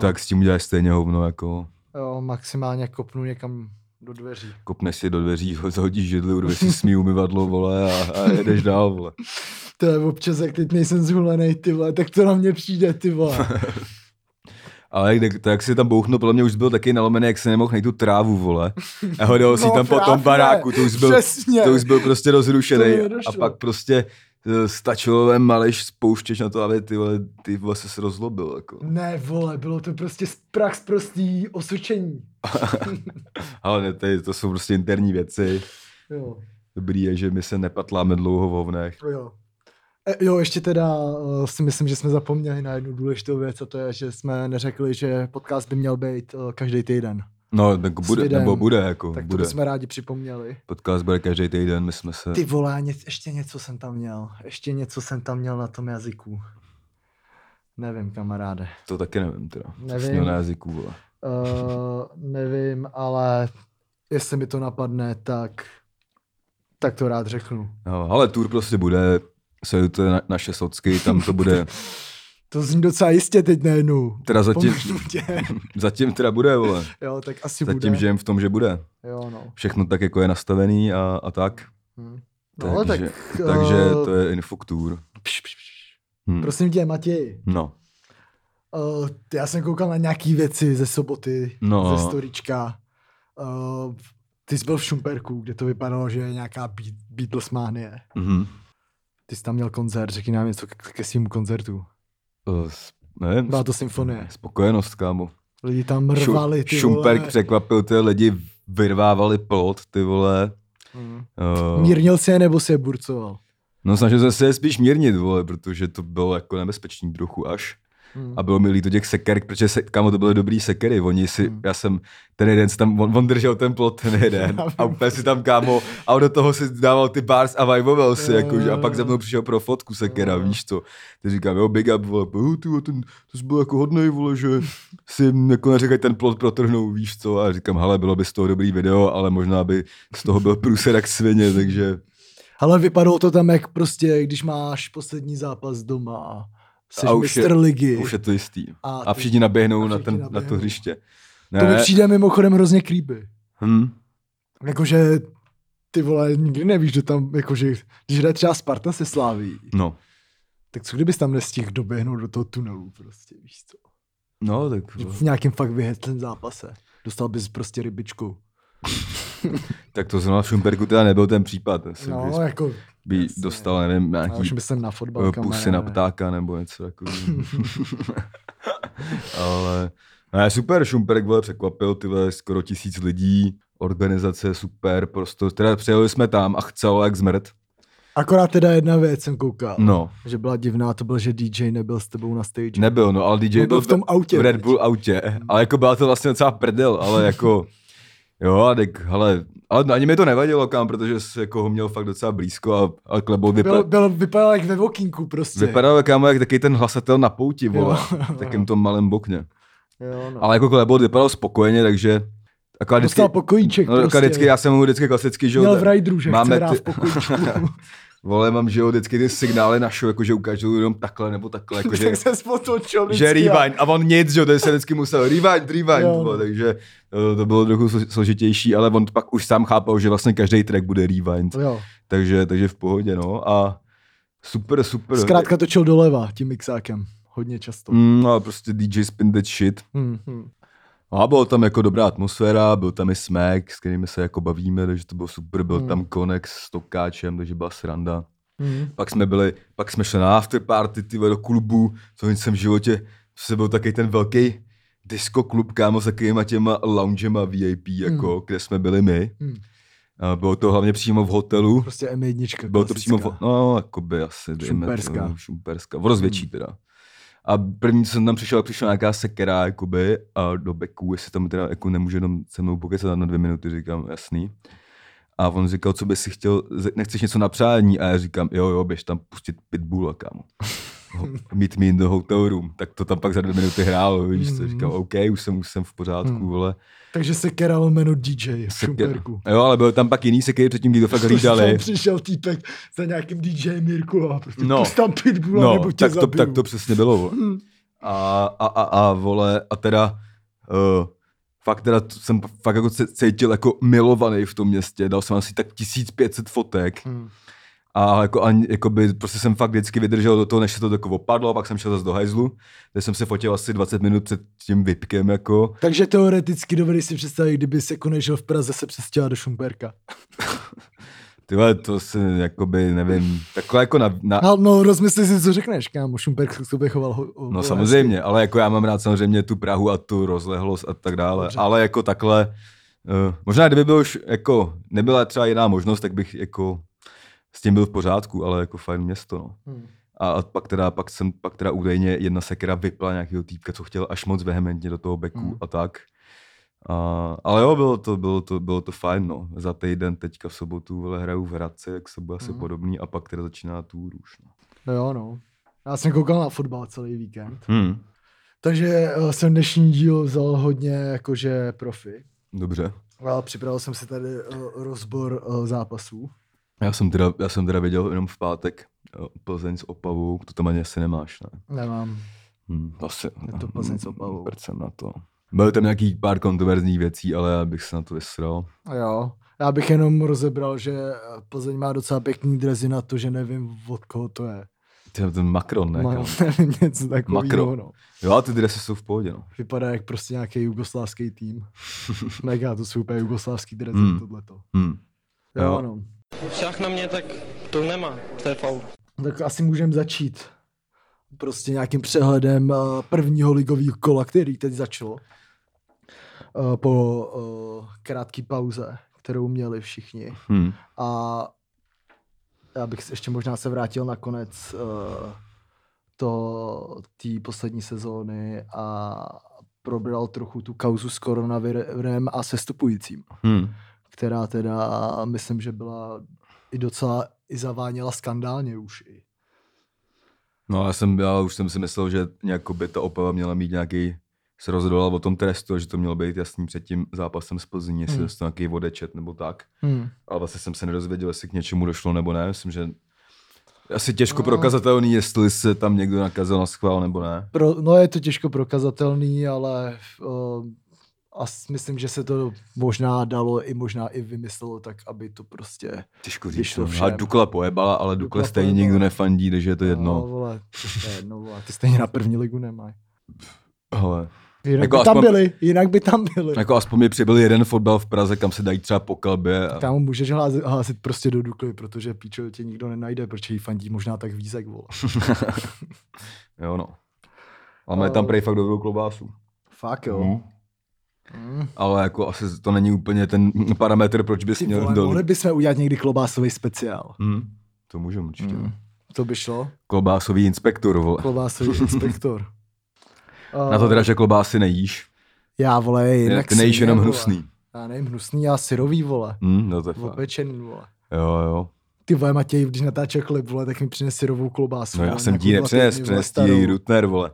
S2: Tak s tím uděláš stejně hovno, jako
S1: Eh, jo, maximálně kopnu někam do dveří.
S2: kopneš si do dveří, [LAUGHS] ho- zahodíš židli, urveš si smí umyvadlo, vole, a, a jedeš dál, vole.
S1: To je občas, jak teď nejsem zhulenej, ty vole, tak to na mě přijde, ty vole.
S2: Ale jak, tak si tam bouchnul, podle mě už byl taky nalomený, jak se nemohl najít tu trávu, vole. A hodil si
S1: No,
S2: tam po tom
S1: právě,
S2: baráku, to [LAUGHS] už byl,
S1: Přesně.
S2: to už byl prostě
S1: To
S2: rozrušený.
S1: mi nedošlo.
S2: A pak prostě eh, stačilo, vem, maleš, spouštěš na to, aby ty vole, ty vole se, se rozlobil, jako.
S1: Ne, vole, bylo to prostě z prach z prostý osočení.
S2: Ale ne, tady, to jsou prostě interní věci.
S1: Jo,
S2: Dobrý je, že my se nepatláme dlouho v hovnech.
S1: jo. E, jo, ještě teda eh, si myslím, že jsme zapomněli na jednu důležitou věc a to je, že jsme neřekli, že podcast by měl být eh, každý týden.
S2: No, tak bude,
S1: videem.
S2: nebo bude, jako,
S1: Tak to
S2: bude.
S1: bychom rádi připomněli.
S2: Podcast bude každý týden, my jsme se...
S1: Ty vole, já ně- ještě něco jsem tam měl. Ještě něco jsem tam měl na tom jazyku. Nevím, kamaráde.
S2: To taky nevím teda.
S1: Nevím.
S2: Nevím. Jsi měl na jazyku, vole.
S1: Uh, nevím, ale jestli mi to napadne, tak, tak to rád řeknu.
S2: No, ale tour prostě bude, sledujte na, naše socky, tam to bude,
S1: To zní docela jistě teď najednou.
S2: teda zatím,
S1: Pomůžu tě. [LAUGHS]
S2: zatím teda bude, vole.
S1: Jo, tak asi
S2: Zatím
S1: [LAUGHS] bude.
S2: žijem v tom, že bude.
S1: Jo, no.
S2: Všechno tak, jako je nastavený a, a tak.
S1: Hm. No,
S2: Takže,
S1: tak,
S2: takže
S1: eh, prostě
S2: to je infoktur.
S1: pš, pš, pš.
S2: Hm.
S1: Prosím tě, Matěj,
S2: No,
S1: uh, já jsem koukal na nějaký věci ze soboty,
S2: No.
S1: ze storička. Uh, ty jsi byl v Šumperku, kde to vypadalo, že je nějaká Be- Beatlesmanie.
S2: mhm.
S1: Ty jsi tam měl koncert, řekni nám něco ke, ke svým koncertu.
S2: Eh, s- nevím,
S1: Byla to symfonie.
S2: spokojenost, kámo.
S1: Lidi tam
S2: Šu-
S1: rvali, ty
S2: Šumperk
S1: vole.
S2: překvapil, ty lidi vyrvávali plot, ty vole.
S1: Mm.
S2: Eh,
S1: Mírnil si je nebo si je burcoval?
S2: No snažil jsem se je spíš mírnit, vole, protože to bylo jako nebezpečný trochu až.
S1: Mm.
S2: A bylo mi líto těch seker, protože se, kamo to byly dobrý sekery, oni si,
S1: Hmm.
S2: já jsem, ten jeden si tam, on, on držel ten plot ten jeden
S1: [LAUGHS] Já
S2: a
S1: vím.
S2: úplně si tam kámo, a on do toho si dával ty bars a vajboval si,
S1: Jo,
S2: jako, že, a
S1: jo,
S2: pak za
S1: jo.
S2: mnou přišel pro fotku sekera,
S1: Jo.
S2: víš co. Ty říkám, jo, big up, vole, jo, ty, vole, ten, to jsi byl jako hodnej, vole, že si jim jako neříkají ten plot protrhnou, víš co. A říkám, hele, bylo by z toho dobrý video, ale možná by z toho byl průser jak svině, takže
S1: Ale vypadalo to tam jak prostě, když máš poslední zápas doma a Jsi
S2: A už je-
S1: mistr ligy.
S2: Už je to jistý.
S1: a,
S2: A všichni naběhnou,
S1: a
S2: na,
S1: všichni
S2: ten, na to
S1: naběhnou.
S2: hřiště.
S1: to mi přijde mimochodem hrozně creepy.
S2: Hm.
S1: Jakože ty vole, nikdy nevíš, kdo tam, jakože, když hraje třeba Sparta se Sláví,
S2: No.
S1: tak co kdybys tam nestihl doběhnout do toho tunelu prostě, víš co?
S2: No, tak
S1: Že V nějakém fakt vyhetlém zápase. Dostal bys prostě rybičku.
S2: Tak to zrovna v Šumperku teda nebyl ten případ. Asi
S1: No,
S2: no,
S1: jako,
S2: by
S1: jasně.
S2: dostal, nevím,
S1: já už
S2: nějaký
S1: myslím na
S2: eh,
S1: fotbal,
S2: pusy na
S1: kamaráde.
S2: ptáka nebo něco takového. [LAUGHS] Ale ne, super, Šumperk vole, překvapil, ty vole, skoro tisíc lidí, organizace super, prostě, teda přijeli jsme tam a chcelo jak zmrt.
S1: Akorát teda jedna věc jsem koukal, no.
S2: No,
S1: že byla divná, to byl, že DJ nebyl s tebou na stage.
S2: nebyl, no, ale DJ
S1: On byl v tom autě.
S2: v Red
S1: teď.
S2: Bull autě, ale jako byla to vlastně docela prdel, ale jako, [LAUGHS] jo, a tak, hele, ale ani mi to nevadilo kam, protože jsi jako ho měl fakt docela blízko a, a klebou vypadal.
S1: Byl, byl, vypadal jak ve vokínku prostě.
S2: Vypadal kámo jak taky ten hlasatel na pouti, vole,
S1: [LAUGHS] Jo.
S2: v takém tom malém bokně.
S1: Jo, no.
S2: Ale jako Klebot vypadal spokojeně, takže akorát vždycky,
S1: Dostal pokojíček
S2: no,
S1: no,
S2: akorát
S1: prostě.
S2: vždycky, já jsem mu vždycky klasicky, že jo,
S1: Měl v rajdru, že
S2: Máme
S1: chce hrát
S2: ty-
S1: v
S2: [LAUGHS]
S1: pokojíčku. [LAUGHS]
S2: vole, mám, že jo, vždycky ty signály na show, jakože ukážu jenom takhle nebo
S1: [LAUGHS]
S2: takhle, jakože,
S1: tak se spotočil
S2: že
S1: vždycky a-
S2: rewind, a on nic, že jo, ten se vždycky musel rewind, rewind,
S1: Jo, no.
S2: vole, takže eh, to, to bylo trochu slo- složitější, ale on pak už sám chápal, že vlastně každý track bude rewind,
S1: Jo.
S2: takže, takže v pohodě, no, a super, super.
S1: Zkrátka točil doleva tím mixákem. Hodně často.
S2: Prostě- Mm, ale prostě DJ spin that shit.
S1: Hmm, hmm.
S2: A byla tam jako dobrá atmosféra, byl tam i smek, s kterými se jako bavíme, takže to bylo super, byl
S1: Hmm.
S2: tam Konex s Tokáčem, takže byla sranda.
S1: Hmm.
S2: Pak jsme byli, pak jsme šli na afterparty, ty vole, do klubu, co nic jsem v životě, se byl taky ten velký disco klub, kámo, s takovýma těma loungema VIP, jako, kde jsme byli my.
S1: Hmm.
S2: A bylo to hlavně přímo v hotelu.
S1: Prostě M1.
S2: Bylo to přímo, v,
S1: klasická.
S2: no, jakoby asi. dejme
S1: Šumperská. Hmm.
S2: tomu, Šumperská, v rozvětší teda. A první, co jsem tam přišel, přišla nějaká sekera, jakoby, a do beku, jestli tam teda jako nemůže jenom se mnou pokecat na dvě minuty, říkám, jasný. A on říkal, co by si chtěl, ze- nechceš něco na přání? A já říkám, jo, jo, běž tam pustit pitbulla, kámo. Ho- Meet me in the hotel room. Tak to tam pak za dvě minuty hrálo, víš co?
S1: Mhm.
S2: Říkám, OK, už jsem, už jsem v pořádku,
S1: Mhm.
S2: vole.
S1: Takže se keral jméno DJ v
S2: Seker-
S1: Šumperku.
S2: Jo, ale byl tam pak jiný sekery předtím, kdy to fakt
S1: Tam
S2: hlídali.
S1: přišel týpek za nějakým DJ Mirku a prostě
S2: No.
S1: no. tam pitbulla
S2: No,
S1: nebo tě
S2: tak to,
S1: zabiju.
S2: tak to přesně bylo. vole.
S1: Hmm.
S2: A, a, a, a vole, a teda uh, fakt teda t- jsem fakt jako se cítil jako milovaný v tom městě, dal jsem asi tak 1500 fotek
S1: Hmm.
S2: a jako, ani, jako by, prostě jsem fakt vždycky vydržel do toho, než se to jako opadlo, a pak jsem šel zase do hajzlu, kde jsem se fotil asi 20 minut před tím vypkem, jako.
S1: Takže teoreticky dovedeš si představit, kdyby se konečil v Praze, se přestěhoval do Šumperka.
S2: Tyhle, to si, jakoby, nevím, takhle jako na, na
S1: A no, rozmysli si, co řekneš, kámo. Šumperk se k sobě choval ho, ho,
S2: No
S1: ho
S2: samozřejmě, ale jako já mám rád samozřejmě tu Prahu a tu rozlehlost a tak dále, Dobře.
S1: Dobře.
S2: ale jako takhle, uh, možná kdyby byl už jako, nebyla třeba jiná možnost, tak bych jako s tím byl v pořádku, ale jako fajn město, no.
S1: hezky. Hmm.
S2: A, a pak, teda, pak, jsem, pak teda údajně jedna sekera vypla nějakého týpka, co chtěl až moc vehementně do toho beku
S1: Mm.
S2: a tak. A, ale jo, bylo to, bylo, to, bylo to fajn, no. Za týden teďka v sobotu vole, hraju v Hradci, jak se bude asi
S1: Mm.
S2: podobný, a pak teda začíná tour už, no.
S1: No jo, no. Já jsem koukal na fotbal celý víkend.
S2: Hmm.
S1: Takže eh, jsem dnešní díl vzal hodně jakože profi.
S2: Dobře.
S1: A připravil jsem si tady eh, rozbor eh, zápasů.
S2: Já jsem teda, já jsem teda viděl jenom v pátek eh, Plzeň s Opavou, to tam ani asi nemáš, ne?
S1: Nemám.
S2: Hmm, asi,
S1: Je to Plzeň s Opavou.
S2: Prd jsem na to. Byly tam nějaký pár kontroverzních věcí, ale já bych se na to vysral.
S1: Jo. Já bych jenom rozebral, že eh, Plzeň má docela pěkný drezy na to, že nevím, od koho to je.
S2: Ty, ten Macron, ne?
S1: Má,
S2: kámo?
S1: nevím, [LAUGHS] něco
S2: Makro.
S1: takového. No.
S2: Jo, a ty dresy jsou v pohodě, no.
S1: Vypadá jak prostě nějaký jugoslávský tým.
S2: [LAUGHS]
S1: Mega, to jsou úplně jugoslávský drezy,
S2: Hmm.
S1: mm. tohleto.
S2: Hmm.
S1: Jo,
S2: Jo.
S1: jo. No.
S3: Šach na mě, tak to nemá, to je faul.
S1: Tak asi můžeme začít prostě nějakým přehledem eh, prvního ligového kola, který teď začalo. Eh, Po eh, krátké pauze, kterou měli všichni.
S2: Hmm.
S1: A já bych se ještě možná se vrátil na konec eh, to té poslední sezóny a probral trochu tu kauzu s koronavirem a sestupujícím,
S2: Hmm.
S1: která teda myslím, že byla i docela i zaváněla skandálně už i.
S2: No já jsem, já už jsem si myslel, že nějak by ta Opava měla mít nějaký se rozhodovala o tom trestu, a že to mělo být jasný před tím zápasem s Plzní, jestli
S1: Hmm.
S2: hmm. to nějaký vodečet nebo tak.
S1: Hmm.
S2: ale vlastně jsem se nedozvěděl, jestli k něčemu došlo nebo ne. Myslím, že Asi těžko
S1: No.
S2: prokazatelný, jestli se tam někdo nakazil na schvál nebo ne.
S1: Pro, no je to těžko prokazatelný, ale uh, a s- myslím, že se to možná dalo i možná i vymyslelo tak, aby to prostě...
S2: Těžko
S1: Když
S2: říct.
S1: to
S2: no.
S1: všem.
S2: Ale Dukla pojebala, ale Dukle
S1: Dukla
S2: stejně
S1: pojebala.
S2: nikdo nefandí, takže je to
S1: No,
S2: jedno.
S1: vole, to je jedno, vole, ty stejně na první ligu nemají.
S2: Ale
S1: Jinak
S2: Jako
S1: by tam
S2: aspoň-
S1: byli, jinak by tam byli.
S2: jako aspoň mi přibyl jeden fotbal v Praze, kam se dají třeba po kalbě. A...
S1: Kámo, můžeš hlásit, hlásit prostě do Dukly, protože píčo tě nikdo nenajde, protože jí fandí možná tak vízek, vole.
S2: [LAUGHS] Jo no. A mají tam prej fakt dobrou klobásu.
S1: Fakt jo.
S2: Mhm.
S1: Mm.
S2: Ale jako asi to není úplně ten parametr, proč bys
S1: Ty
S2: měl
S1: vole, mohli
S2: dolů.
S1: bychom udělat někdy klobásový speciál.
S2: Hm, To můžeme určitě.
S1: Mm. To by šlo.
S2: Klobásový inspektor, vole. [LAUGHS]
S1: Klobásový inspektor.
S2: Na to teda, že klobásy nejíš.
S1: Eh, Já vole, jinak
S2: Ty nejíš
S1: svině,
S2: jenom
S1: vole.
S2: hnusný.
S1: Já nejím hnusný, já syrový, vole.
S2: Hm, no to je fakt.
S1: Opečený, vole.
S2: Jo, No, jo.
S1: Ty vole, Matěj, když natáčel klip, vole, tak mi přines syrovou klobásu.
S2: No já
S1: vole,
S2: jsem
S1: nějakou
S2: ti nepřines,
S1: relativně, vole,
S2: přines
S1: starou.
S2: ti Rutner, vole.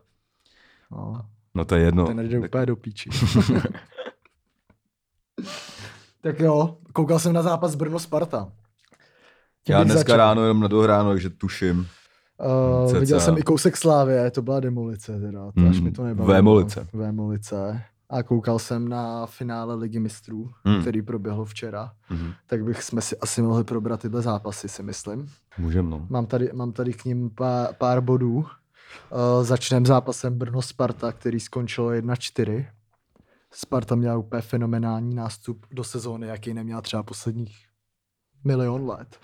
S1: No,
S2: No to je jedno.
S1: ten jde
S2: Tak-
S1: úplně do
S2: [LAUGHS]
S1: píči. tak jo, koukal jsem na zápas Brno-Sparta. Tím
S2: Já
S1: bych
S2: dneska
S1: začal.
S2: ráno jenom nadohráno, takže tuším.
S1: Uh,
S2: Cca.
S1: viděl jsem i kousek Slávě, to byla demolice teda, to
S2: Mm,
S1: až mi to nebavilo.
S2: Vémolice.
S1: Vémolice. A koukal jsem na finále Ligy mistrů,
S2: Mm.
S1: který proběhl včera.
S2: Mhm.
S1: Tak bych jsme si asi mohli probrat tyhle zápasy, si myslím.
S2: Můžem, no.
S1: Mám tady, mám tady k ním pár, pár bodů. Uh, začneme zápasem Brno-Sparta, který skončilo 1-4. Sparta měla úplně fenomenální nástup do sezóny, jaký neměla třeba posledních milion let.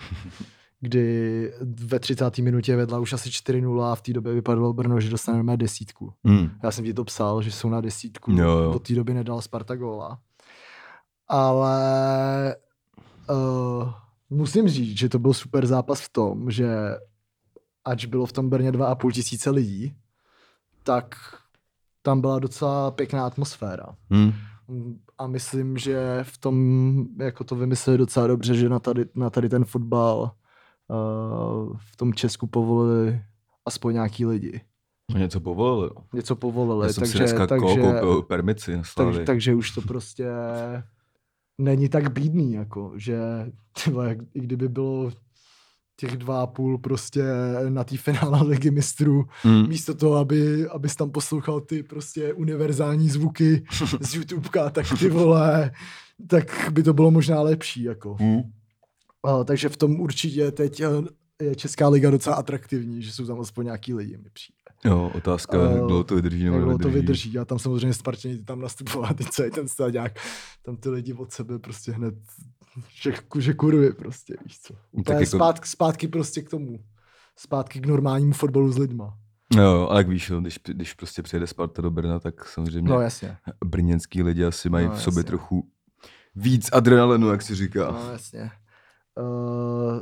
S1: Kdy ve 30. minutě vedla už asi 4-0 a v té době vypadalo Brno, že dostaneme desítku.
S2: Hm.
S1: Já jsem ti to psal, že jsou na desítku.
S2: Jo, jo.
S1: Do té doby nedal Sparta góla. Ale uh, musím říct, že to byl super zápas v tom, že ač bylo v tom Brně 2,5 tisíce lidí, tak tam byla docela pěkná atmosféra.
S2: Hm.
S1: A myslím, že v tom jako to vymysleli docela dobře, že na tady, na tady ten fotbal uh, v tom Česku povolili aspoň nějaký lidi.
S2: No Něco povolili, no.
S1: Něco povolili.
S2: Já jsem si
S1: takže,
S2: dneska
S1: takže,
S2: ko- koupil permici na
S1: takže,
S2: Slavy.
S1: takže už to prostě není tak bídný, jako, že tyhle, jak, i kdyby bylo těch dva a půl prostě na té finále ligy mistrů,
S2: Hm.
S1: místo toho, aby, abys tam poslouchal ty prostě univerzální zvuky z YouTubeka, tak ty vole, tak by to bylo možná lepší, jako.
S2: Hm.
S1: A, takže v tom určitě teď eh, je Česká liga docela atraktivní, že jsou tam aspoň nějaký lidi, mi přijde.
S2: Jo, otázka, jak
S1: Eh,
S2: dlouho to vydrží nebo
S1: Jak dlouho
S2: nevydrží.
S1: to vydrží. A tam samozřejmě Spartěni ty tam nastupovali, ty celý ten staďák. Tam ty lidi od sebe prostě hned, že, že kurvy prostě, víš co. Úplně
S2: jako-
S1: zpátky, zpátky prostě k tomu. Zpátky k normálnímu fotbalu s lidma.
S2: Jo, ale jak víš, jo, když, když prostě přijede Sparta do Brna, tak samozřejmě
S1: No
S2: no,
S1: jasně.
S2: brněnský lidi asi mají
S1: No,
S2: v sobě
S1: jasně.
S2: trochu víc adrenalinu, jak si říká.
S1: No jasně. Uh,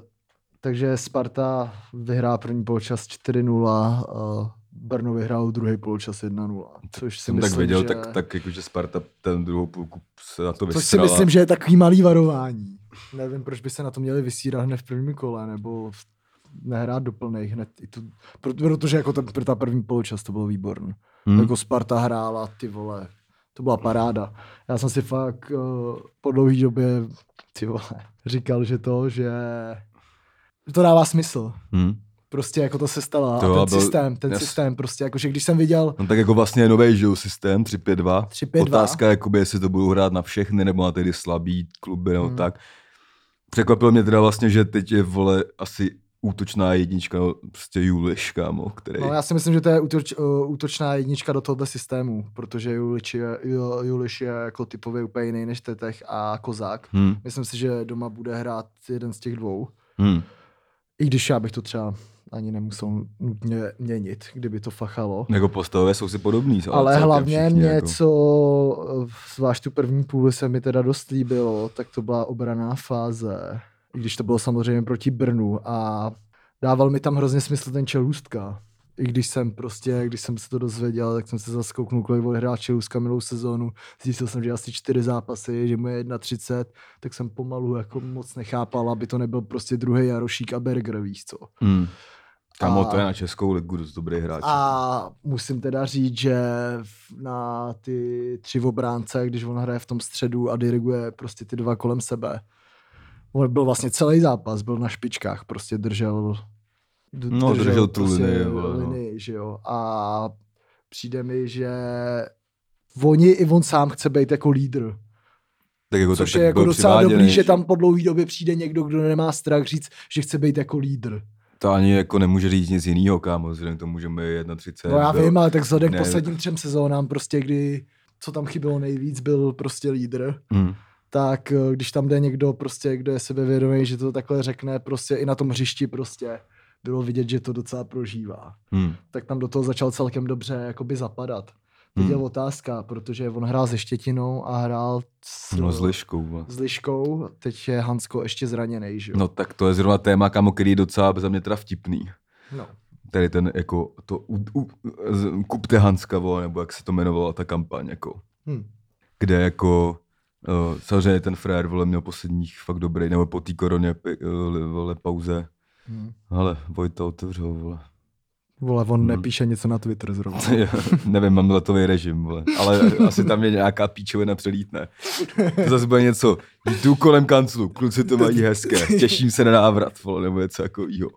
S1: takže Sparta vyhrá první poločas 4-0, uh, Brno vyhrál druhý poločas 1-0, což si
S2: jsem
S1: myslím,
S2: tak viděl,
S1: že...
S2: tak, tak jakože Sparta ten druhou půlku se na to
S1: což si
S2: vystrala.
S1: myslím, že je takový malý varování. Nevím, proč by se na to měli vysírat hned v prvním kole, nebo v- nehrát do plných hned. I tu, pro- protože jako ten, ta první poločas to bylo výborný.
S2: Hm?
S1: Hmm. Jako Sparta hrála, ty vole. To byla paráda. Já jsem si fakt uh, po dlouhý době, ty vole, říkal, že to, že že to dává smysl.
S2: Hmm.
S1: Prostě jako to se stalo.
S2: To
S1: a ten
S2: byl-
S1: systém, ten
S2: jas-
S1: systém, prostě jako, že když jsem viděl
S2: No tak jako vlastně nový žil systém 3-5-2.
S1: 3-5-2.
S2: Otázka, jakoby, jestli to budou hrát na všechny nebo na tedy slabý kluby nebo
S1: Hmm.
S2: hmm. tak. Překvapilo mě teda vlastně, že teď je vole asi útočná jednička, no, prostě Juliš, kámo, který...
S1: No, já si myslím, že to je útoč, uh, útočná jednička do tohohle systému, protože Juliš je, Ju- Juliš je jako typově úplně jiný než Tetech a Kozák.
S2: Hmm.
S1: Myslím si, že doma bude hrát jeden z těch dvou,
S2: Hmm.
S1: i když já bych to třeba ani nemusel nutně měnit, kdyby to fachalo.
S2: Jako postavové jsou si podobný.
S1: Ale
S2: celkem
S1: hlavně
S2: všichni
S1: mě,
S2: jako-
S1: co eh, zvlášť tu první půli se mi teda dost líbilo, tak to byla obraná fáze, i když to bylo samozřejmě proti Brnu a dával mi tam hrozně smysl ten Čelůstka. I když jsem prostě, když jsem se to dozvěděl, tak jsem se zaskouknul, kolik odehrál Čelůstka minulou sezónu. Zjistil jsem, že asi čtyři zápasy, že mu je 31, tak jsem pomalu jako moc nechápal, aby to nebyl prostě druhý Jarošík a Berger, víš co.
S2: Hmm. Kamo,
S1: A-
S2: to je na Českou ligu dost dobrý hráč.
S1: A musím teda říct, že v- na ty tři obránce, když on hraje v tom středu a diriguje prostě ty dva kolem sebe, on byl vlastně celý zápas, byl na špičkách, prostě držel d-
S2: No, držel tu
S1: prostě
S2: linii, vole, no.
S1: linii, že jo. A přijde mi, že oni i on sám chce být jako lídr.
S2: Tak jako
S1: Což
S2: tak,
S1: je
S2: tak
S1: jako
S2: byl
S1: docela
S2: přiváděný,
S1: dobrý, že tam po dlouhý době přijde někdo, kdo nemá strach říct, že chce být jako lídr.
S2: To ani jako nemůže říct nic jiného, kámo, vzhledem k tomu, že my 31.
S1: No já
S2: byl-
S1: vím, ale tak vzhledem k
S2: ne.
S1: posledním třem sezónám, prostě kdy, co tam chybělo nejvíc, byl prostě lídr,
S2: Hmm.
S1: tak eh, když tam jde někdo prostě, kdo je sebevědomý, že to takhle řekne, prostě i na tom hřišti prostě bylo vidět, že to docela prožívá.
S2: Hmm.
S1: Tak tam do toho začal celkem dobře jakoby zapadat. Teď
S2: Hmm.
S1: je otázka, protože on hrál se Štětinou a hrál s,
S2: No s liškou. vole.
S1: s Liškou, teď je Hansko ještě zraněný, že jo?
S2: No tak to je zrovna téma, kámo, který je docela za mě teda vtipný.
S1: no.
S2: Tady ten jako to u, u, z- kupte Hanska, vole, nebo jak se to jmenovala ta kampaň, jako,
S1: Hm.
S2: kde jako uh, samozřejmě ten frajer, vole, měl posledních fakt dobrý, nebo po té koroně, pi- eh, vole, pauze.
S1: Hm.
S2: Hele, Vojta otevřel, vole.
S1: Vole, on
S2: Hmm.
S1: nepíše něco na Twitter zrovna. [LAUGHS]
S2: [LAUGHS] Jo, Nevím, mám letový režim, vole. ale asi tam je nějaká píčovina přelítne. To zase bude něco, jdu kolem kanclu, kluci to mají hezké, těším se na návrat, vole, nebo něco takovýho.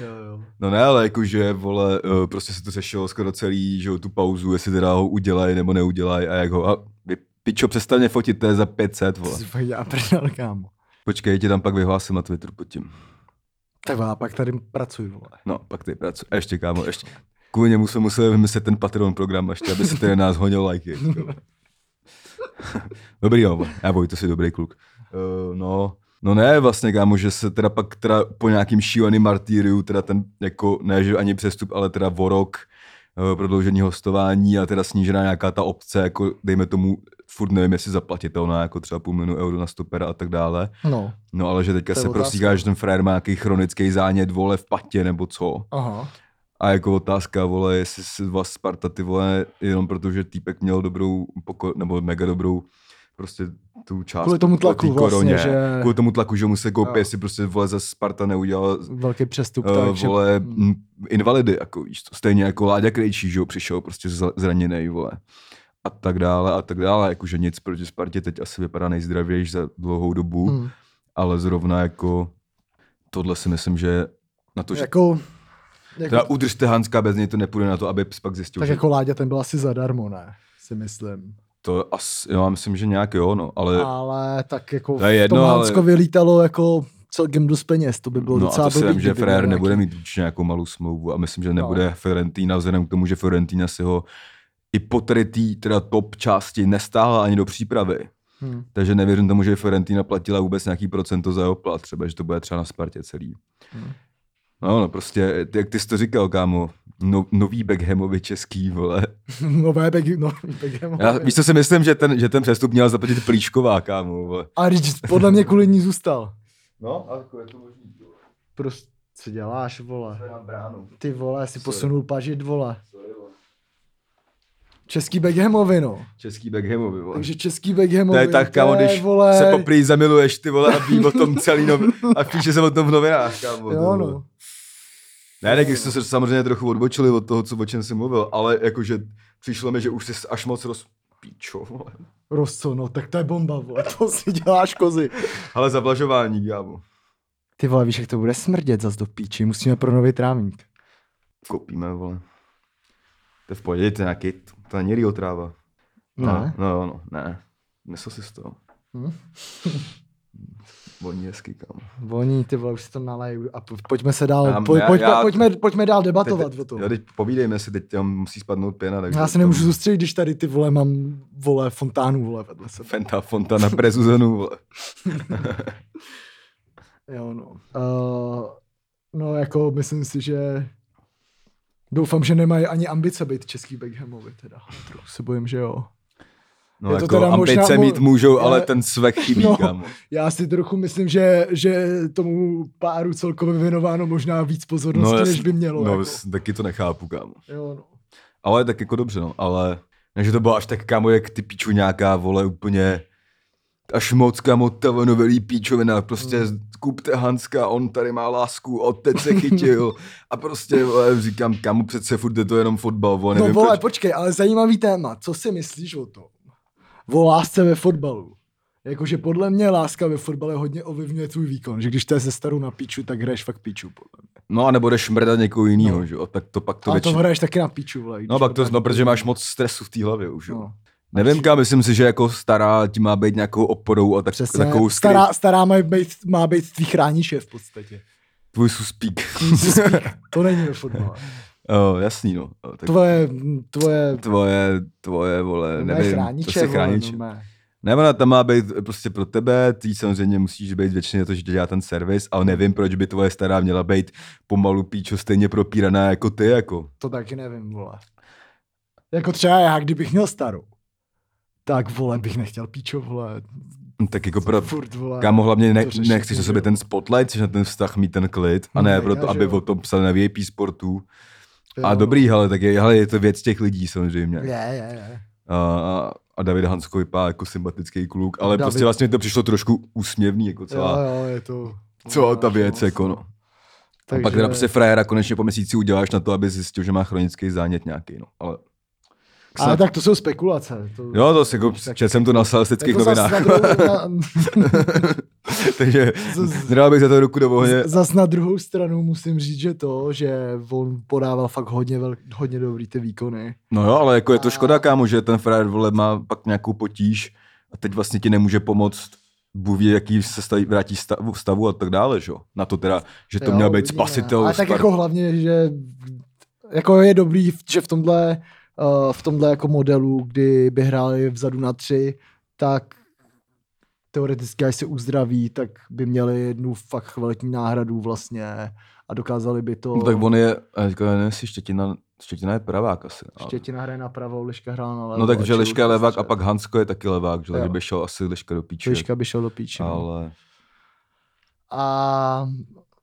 S1: jo, jo.
S2: No ne, ale jakože, vole, eh, prostě se to řešilo skoro celý, že jo, tu pauzu, jestli teda ho udělají nebo neudělají a jak ho, a vy, pičo, přestaň fotit, to je za 500,
S1: To
S2: vole.
S1: si fakt dělá prdel, kámo.
S2: Počkej, tě tam pak vyhlásím na Twitteru pod tím.
S1: Tak já pak tady pracuji, vole.
S2: No, pak ty pracu. A ještě, kámo, ještě. Kvůli němu jsem musel vymyslet ten Patreon program, ještě, aby se tady nás honil lajky. [LAUGHS] dobrý, jo, já Vojto si dobrý kluk. Uh, no, no ne, vlastně, kámo, že se teda pak teda po nějakým šíleným martýriu, teda ten, jako, ne, že ani přestup, ale teda vorok, eh, prodloužení hostování a teda snížená nějaká ta obce, jako dejme tomu, furt nevím, jestli zaplatitelná, jako třeba půl milionu euro na stopera a tak dále.
S1: No,
S2: No ale že teďka
S1: To je
S2: se
S1: otázka.
S2: prosíká, že ten frajer má nějaký chronický zánět, vole, v patě nebo co.
S1: aha.
S2: A jako otázka, vole, jestli se vás Sparta, ty vole, jenom protože týpek měl dobrou, poko- nebo mega dobrou prostě tu část.
S1: Kvůli tomu
S2: po
S1: tlaku
S2: té
S1: vlastně, že-
S2: Kvůli tomu tlaku, že mu se koupí,
S1: Jo.
S2: jestli prostě, vole, za Sparta neudělal
S1: Velký přestup, uh,
S2: uh,
S1: takže...
S2: vole,
S1: Mm.
S2: m, invalidy, jako víš, to stejně jako Láďa Krejčí, že jo, přišel prostě zra- zraněný, vole. A tak dále, a tak dále, jakože nic proti Spartě teď asi vypadá nejzdravější za dlouhou dobu
S1: Mm.
S2: ale zrovna jako tohle si myslím, že na to, že
S1: Jako,
S2: teda
S1: jako,
S2: udržte Hanska, bez něj to nepůjde na to, aby pak zjistil,
S1: tak
S2: že
S1: jako Láďa, ten byl asi zadarmo, ne? Si myslím.
S2: to asi, já myslím, že nějak jo, no, ale
S1: Ale tak jako
S2: To je
S1: v
S2: jedno,
S1: tom
S2: ale-
S1: Hanskovi lítalo jako celkem dost peněz, to by bylo
S2: no a
S1: docela
S2: to si vím, že
S1: kdyby
S2: Frér
S1: byl
S2: nebude
S1: nějaký-
S2: mít určitě nějakou malou smlouvu a myslím, že nebude no. Fiorentina, vzhledem k tomu, že Fiorentina si ho i po tady tý, teda top části nestáhla ani do přípravy.
S1: Hm.
S2: Takže nevěřím tomu, že Fiorentina platila vůbec nějaký procento za jeho plat, třeba, že to bude třeba na Spartě celý.
S1: Hmm.
S2: No, no, prostě, jak ty jsi to říkal, kámo, no, nový Beckhamovi český, vole.
S1: [LAUGHS] No, Bebek, no, Bebek je [LAUGHS]
S2: Já, víš, co si myslím, že ten, že ten přestup měl zaplatit Plíšková, kámo. vole.
S1: A když podle mě kvůli ní zůstal.
S2: No, ale jako je to možný, jo.
S1: Prostě, co děláš, vole?
S2: na bránu.
S1: Ty vole, si
S2: Sorry.
S1: posunul pažit, vole. Český Beckhamovi, no.
S2: Český Beckhamovi, vole.
S1: Takže český Beckhamovi,
S2: to je Jako- tak, kámo, když
S1: vole,
S2: se poprý zamiluješ, ty vole, a ví o tom celý nov... a píše se o tom v novinách, kámo. ty
S1: Jo,
S2: vole.
S1: no.
S2: Ne, tak jsme se samozřejmě trochu odbočili od toho, co, o čem jsem mluvil, ale jakože přišlo mi, že už jsi až moc roz... Píčo, vole.
S1: Rosso, no, tak to je bomba, vole, to si děláš kozy.
S2: Ale zavlažování, kámo.
S1: Ty vole, víš, jak to bude smrdět zas do píči, musíme pronovit trávník.
S2: Koupíme, vole. To je v pohodě, to je nějaký, to není Rio tráva.
S1: Ne?
S2: No, no, no, ne. Nesl si z toho.
S1: Hm?
S2: Voní hezky, kámo.
S1: Voní, ty vole, už si to naleju a po, pojďme se dál,
S2: Já-
S1: poj,
S2: já-
S1: pojďme,
S2: já-
S1: pojďme, pojďme dál debatovat o tom.
S2: Jo, teď povídejme si, teď tam musí spadnout pěna. Takže
S1: Já se nemůžu soustředit, když tady ty vole mám, vole, fontánu, vole, vedle sebe.
S2: Fenta, Fontana, Prezuzanu, vole.
S1: Jo, no. Uh, no, jako myslím si, že doufám, že nemají ani ambice být český Beckhamovi teda. Trochu se bojím, že jo.
S2: No
S1: Je to
S2: jako
S1: teda
S2: ambice
S1: možná mu-
S2: mít můžou, ale
S1: ale-
S2: ten svek chybí,
S1: No.
S2: no. kámo.
S1: Já si trochu myslím, že, že tomu páru celkově věnováno možná víc pozornosti, no, než
S2: jasně,
S1: by mělo.
S2: No,
S1: jako.
S2: s- taky to nechápu, kámo.
S1: Jo, no.
S2: Ale tak jako dobře, no, ale... Ne, že to bylo až tak, kámo, jak ty píču nějaká, vole, úplně... Až moc, kámo, telenovelí píčovina, prostě mm.
S1: Hmm.
S2: kupte Hanska, on tady má lásku, otec se chytil. a prostě, vole, říkám, kámo, přece furt je to jenom fotbal, vole,
S1: no
S2: nevím,
S1: vole,
S2: proč-
S1: počkej, ale zajímavý téma. Co si myslíš o tom? O lásce ve fotbalu. Jakože podle mě láska ve fotbale hodně ovlivňuje tvůj výkon. Že když to je ze staru na piču, tak hraješ fakt piču, podle mě.
S2: No a nebo jdeš mrdat někoho jiného, no. že jo? Tak to pak to
S1: To Ale
S2: většinou.
S1: to hraješ taky na piču, vole.
S2: No
S1: když
S2: pak to,
S1: dáš
S2: no,
S1: do
S2: protože
S1: toho.
S2: máš moc stresu v té hlavě už, jo.
S1: No.
S2: Nevím, kam, myslím si, že jako stará ti má být nějakou oporou a tak,
S1: Přesně,
S2: takovou skry-
S1: stará, stará má být, má být tvý chrániče v podstatě.
S2: tvůj suspík.
S1: To není do fotbale.
S2: [LAUGHS] jo, jasný, no. Jo, tak
S1: Tvoje, tvoje,
S2: tvoje, tvoje, vole,
S1: tvoje
S2: nevím,
S1: chrániče,
S2: prostě
S1: vole, no,
S2: chrániče.
S1: normálně.
S2: Ne, ona tam má být prostě pro tebe, ty samozřejmě musíš být většině to, že dělá ten servis, ale nevím, proč by tvoje stará měla být pomalu píčo stejně propíraná jako ty, jako.
S1: To taky nevím, vole. Jako třeba já, kdybych měl starou, tak vole, bych nechtěl píčo, vole.
S2: Tak jako pro,
S1: Furt, vole.
S2: Kámo, hlavně ne,
S1: to řešit,
S2: nechceš na
S1: že
S2: sobě
S1: jo.
S2: ten spotlight, chceš na ten vztah mít ten klid,
S1: No,
S2: a ne
S1: tak já,
S2: proto,
S1: že
S2: aby
S1: jo.
S2: o tom psali na VIP sportu.
S1: Jo,
S2: A
S1: no.
S2: dobrý, hele, tak je, hele, je to věc těch lidí samozřejmě.
S1: Je, je, je.
S2: A, a- a David Hansko vypadá jako sympatický kluk, ale
S1: David-
S2: David. prostě vlastně mi to přišlo trošku úsměvný, jako
S1: Jo,
S2: celá,
S1: jo, je to...
S2: celá ta
S1: máš
S2: věc,
S1: moc,
S2: jako no. Takže... A pak teda prostě frajera konečně po měsíci uděláš na to, aby zjistil, že má chronický zánět nějaký, no. Ale...
S1: Ale tak to jsou spekulace. To...
S2: Jo, to si jako, četl jsem to na salistických
S1: Jako zas
S2: novinách,
S1: na, druhou, na,
S2: [LAUGHS] takže
S1: z-
S2: nedal bych za to ruku do ohně.
S1: zas na druhou stranu musím říct, že to, že on podával fakt hodně, velk, hodně dobrý ty výkony.
S2: No jo, ale jako je to
S1: A-
S2: škoda, kámo, že ten frajer vole má pak nějakou potíž a teď vlastně ti nemůže pomoct buví, jaký se staví, vrátí stavu, stavu a tak dále, že jo? Na to teda, že to
S1: Jo,
S2: měl být
S1: uvidíme.
S2: spasitel.
S1: Ale tak
S2: Spar-
S1: jako hlavně, že jako je dobrý, že v tomhle, eh, v tomhle jako modelu, kdy by hráli vzadu na tři, tak teoreticky, až se uzdraví, tak by měli jednu fakt kvalitní náhradu vlastně a dokázali by to...
S2: No, tak on je, a teďka nevím, jestli Štětina, Štětina je pravák asi. ale-
S1: Štětina hraje na pravou, Liška hrála na levou.
S2: No
S1: a
S2: takže
S1: Čilus
S2: Liška je
S1: na
S2: levák a
S1: střed.
S2: pak Hansko je taky levák, že
S1: Jo.
S2: jo? by šel asi Liška do píče.
S1: Liška by šel do píči. no.
S2: Ale
S1: A,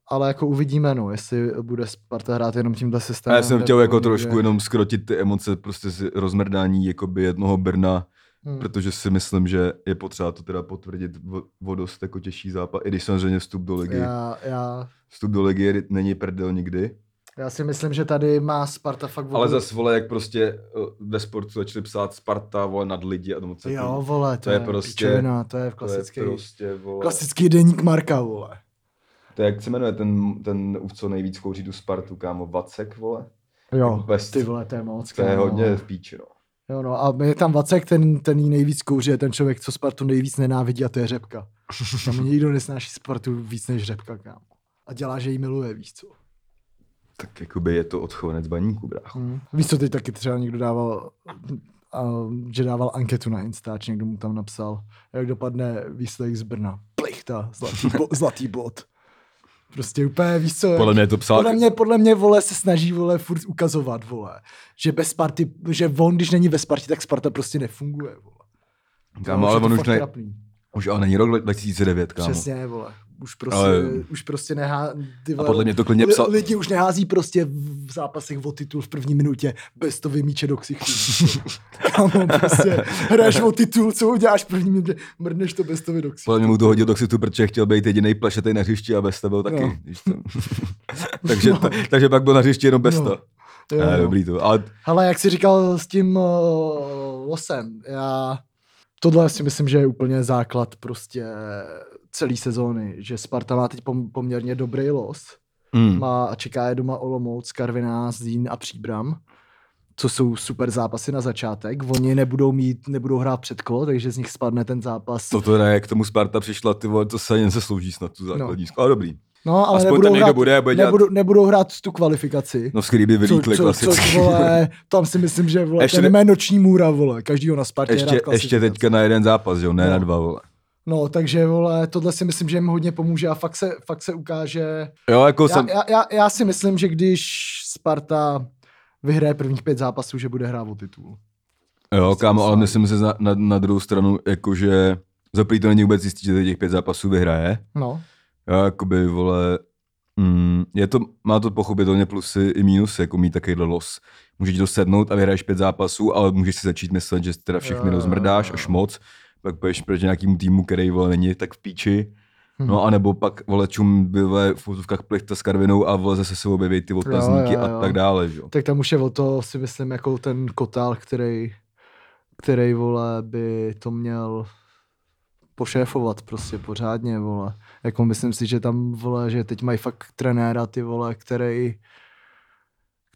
S1: ale jako uvidíme, no, jestli bude Sparta hrát jenom tímhle
S2: a
S1: systémem.
S2: já jsem
S1: nebo
S2: chtěl jako
S1: někde-
S2: trošku jenom skrotit ty emoce prostě z rozmrdání jakoby jednoho Brna,
S1: Hmm.
S2: protože si myslím, že je potřeba to teda potvrdit v- o dost jako těžší zápas, i když samozřejmě vstup do ligy.
S1: Já, já,
S2: Vstup do ligy je- není prdel nikdy.
S1: já si myslím, že tady má Sparta fakt...
S2: Ale zas vole, jak prostě eh, ve sportu začali psát Sparta, vole, nad lidi a tomu co
S1: Jo, vole, to,
S2: To
S1: je,
S2: je
S1: prostě...
S2: prostě-
S1: Pičovina, to je
S2: to je
S1: klasický,
S2: prostě, vole,
S1: klasický deník Marka, vole.
S2: to je, jak se jmenuje ten, ten co nejvíc kouří tu Spartu, kámo, Vacek, vole,
S1: Jo,
S2: Pest.
S1: ty vole, to je moc.
S2: Jako to je
S1: kámo.
S2: hodně v píči, no.
S1: Jo, no, a je tam Vacek, ten, ten jí nejvíc kouří, je ten člověk, co Spartu nejvíc nenávidí a to je Řepka.
S2: [LAUGHS]
S1: Tam nikdo nesnáší Spartu víc než Řepka, kámo. A dělá, že jí miluje, víš co.
S2: Tak jakoby je to odchovanec baníku, brácho.
S1: Hmm. Víš, co teď taky třeba někdo dával, a, že dával anketu na Instač, někdo mu tam napsal, jak dopadne výsledek z Brna. Plichta, zlatý,
S2: [LAUGHS]
S1: bo, zlatý bod. Prostě úplně, víš co,
S2: Podle mě to psal,
S1: podle mě, podle mě, vole, se snaží, vole, furt ukazovat, vole, že bez Sparty, že on, když není ve Spartě, tak Sparta prostě nefunguje, vole.
S2: kámo,
S1: je
S2: ale
S1: to
S2: on už,
S1: fakt
S2: ne,
S1: trapný.
S2: už ale není rok 2009, kámo.
S1: Přesně, vole. Už prostě, ale...
S2: Ale-
S1: už prostě nehá... Ty
S2: A
S1: vole,
S2: podle mě to klidně
S1: li-
S2: psal,
S1: Lidi už nehází prostě v zápasech o titul v první minutě bez to vymíče do
S2: [LAUGHS]
S1: ksichtu. Kámo, prostě hraješ o titul, co uděláš v první minutě, mrneš to bez toho do ksichtu.
S2: podle mě mu to hodil do ksitu, protože chtěl být jediný plešetej na hřišti a bez byl taky.
S1: No.
S2: víš co.
S1: [LAUGHS]
S2: takže, ta, takže pak byl na hřišti jenom bez
S1: No.
S2: to.
S1: Jo,
S2: Eh,
S1: no.
S2: dobrý to, ale
S1: Hele, jak jsi říkal s tím uh, losem, já tohle si myslím, že je úplně základ prostě celý sezóny, že Sparta má teď pom- poměrně dobrý los.
S2: mm,
S1: Má a čeká je doma Olomouc, Karviná, Zlín a Příbram, co jsou super zápasy na začátek. Oni nebudou mít, nebudou hrát předkolo, takže z nich spadne ten zápas.
S2: to to ne, jak tomu Sparta přišla, ty vole, to se jen se slouží snad tu základní no. Ale dobrý.
S1: No, ale
S2: Aspoň
S1: nebudou
S2: tam někdo
S1: hrát,
S2: bude a bude dělat,
S1: nebudou, nebudou hrát tu kvalifikaci.
S2: no skvělý by vylítli
S1: co, co,
S2: klasicky.
S1: vole, tam si myslím, že vole,
S2: Ještě
S1: ten
S2: ne-
S1: jmen noční můra, vole, každýho na Spartě hrát
S2: [LAUGHS] ještě, ještě
S1: klasifikaci.
S2: teďka na jeden zápas, jo, ne
S1: No.
S2: na dva, vole.
S1: No, takže vole, tohle si myslím, že jim hodně pomůže a fakt se, fakt se ukáže.
S2: Jo, jako
S1: Já,
S2: jsem,
S1: já, já, já si myslím, že když Sparta vyhraje prvních pět zápasů, že bude hrát o titul.
S2: Jo,
S1: Prostě
S2: kámo, ale
S1: musel.
S2: myslím si na, na, na druhou stranu, jakože za prvý to není vůbec jistý, že těch pět zápasů vyhraje.
S1: No.
S2: Jo, jakoby, vole, mm, je to, má to pochopitelně plusy i mínusy, jako mít takovýhle los. Můžeš ti to sednout a vyhraješ pět zápasů, ale můžeš si začít myslet, že teda
S1: Jo, jo,
S2: všechny
S1: jo,
S2: rozmrdáš
S1: jo.
S2: až moc, pak půjdeš proti nějakému týmu, který vole není tak v píči.
S1: Hm.
S2: No a nebo pak vole čum byle v fotovkách plechta s Karvinou a vole zase se objeví ty otazníky
S1: jo, jo.
S2: a tak dále, že jo.
S1: Tak tam už je o to, si myslím, jako ten kotál, který, který vole, by to měl pošéfovat prostě pořádně, vole. Jako myslím si, že tam, vole, že teď mají fakt trenéra, ty vole, který,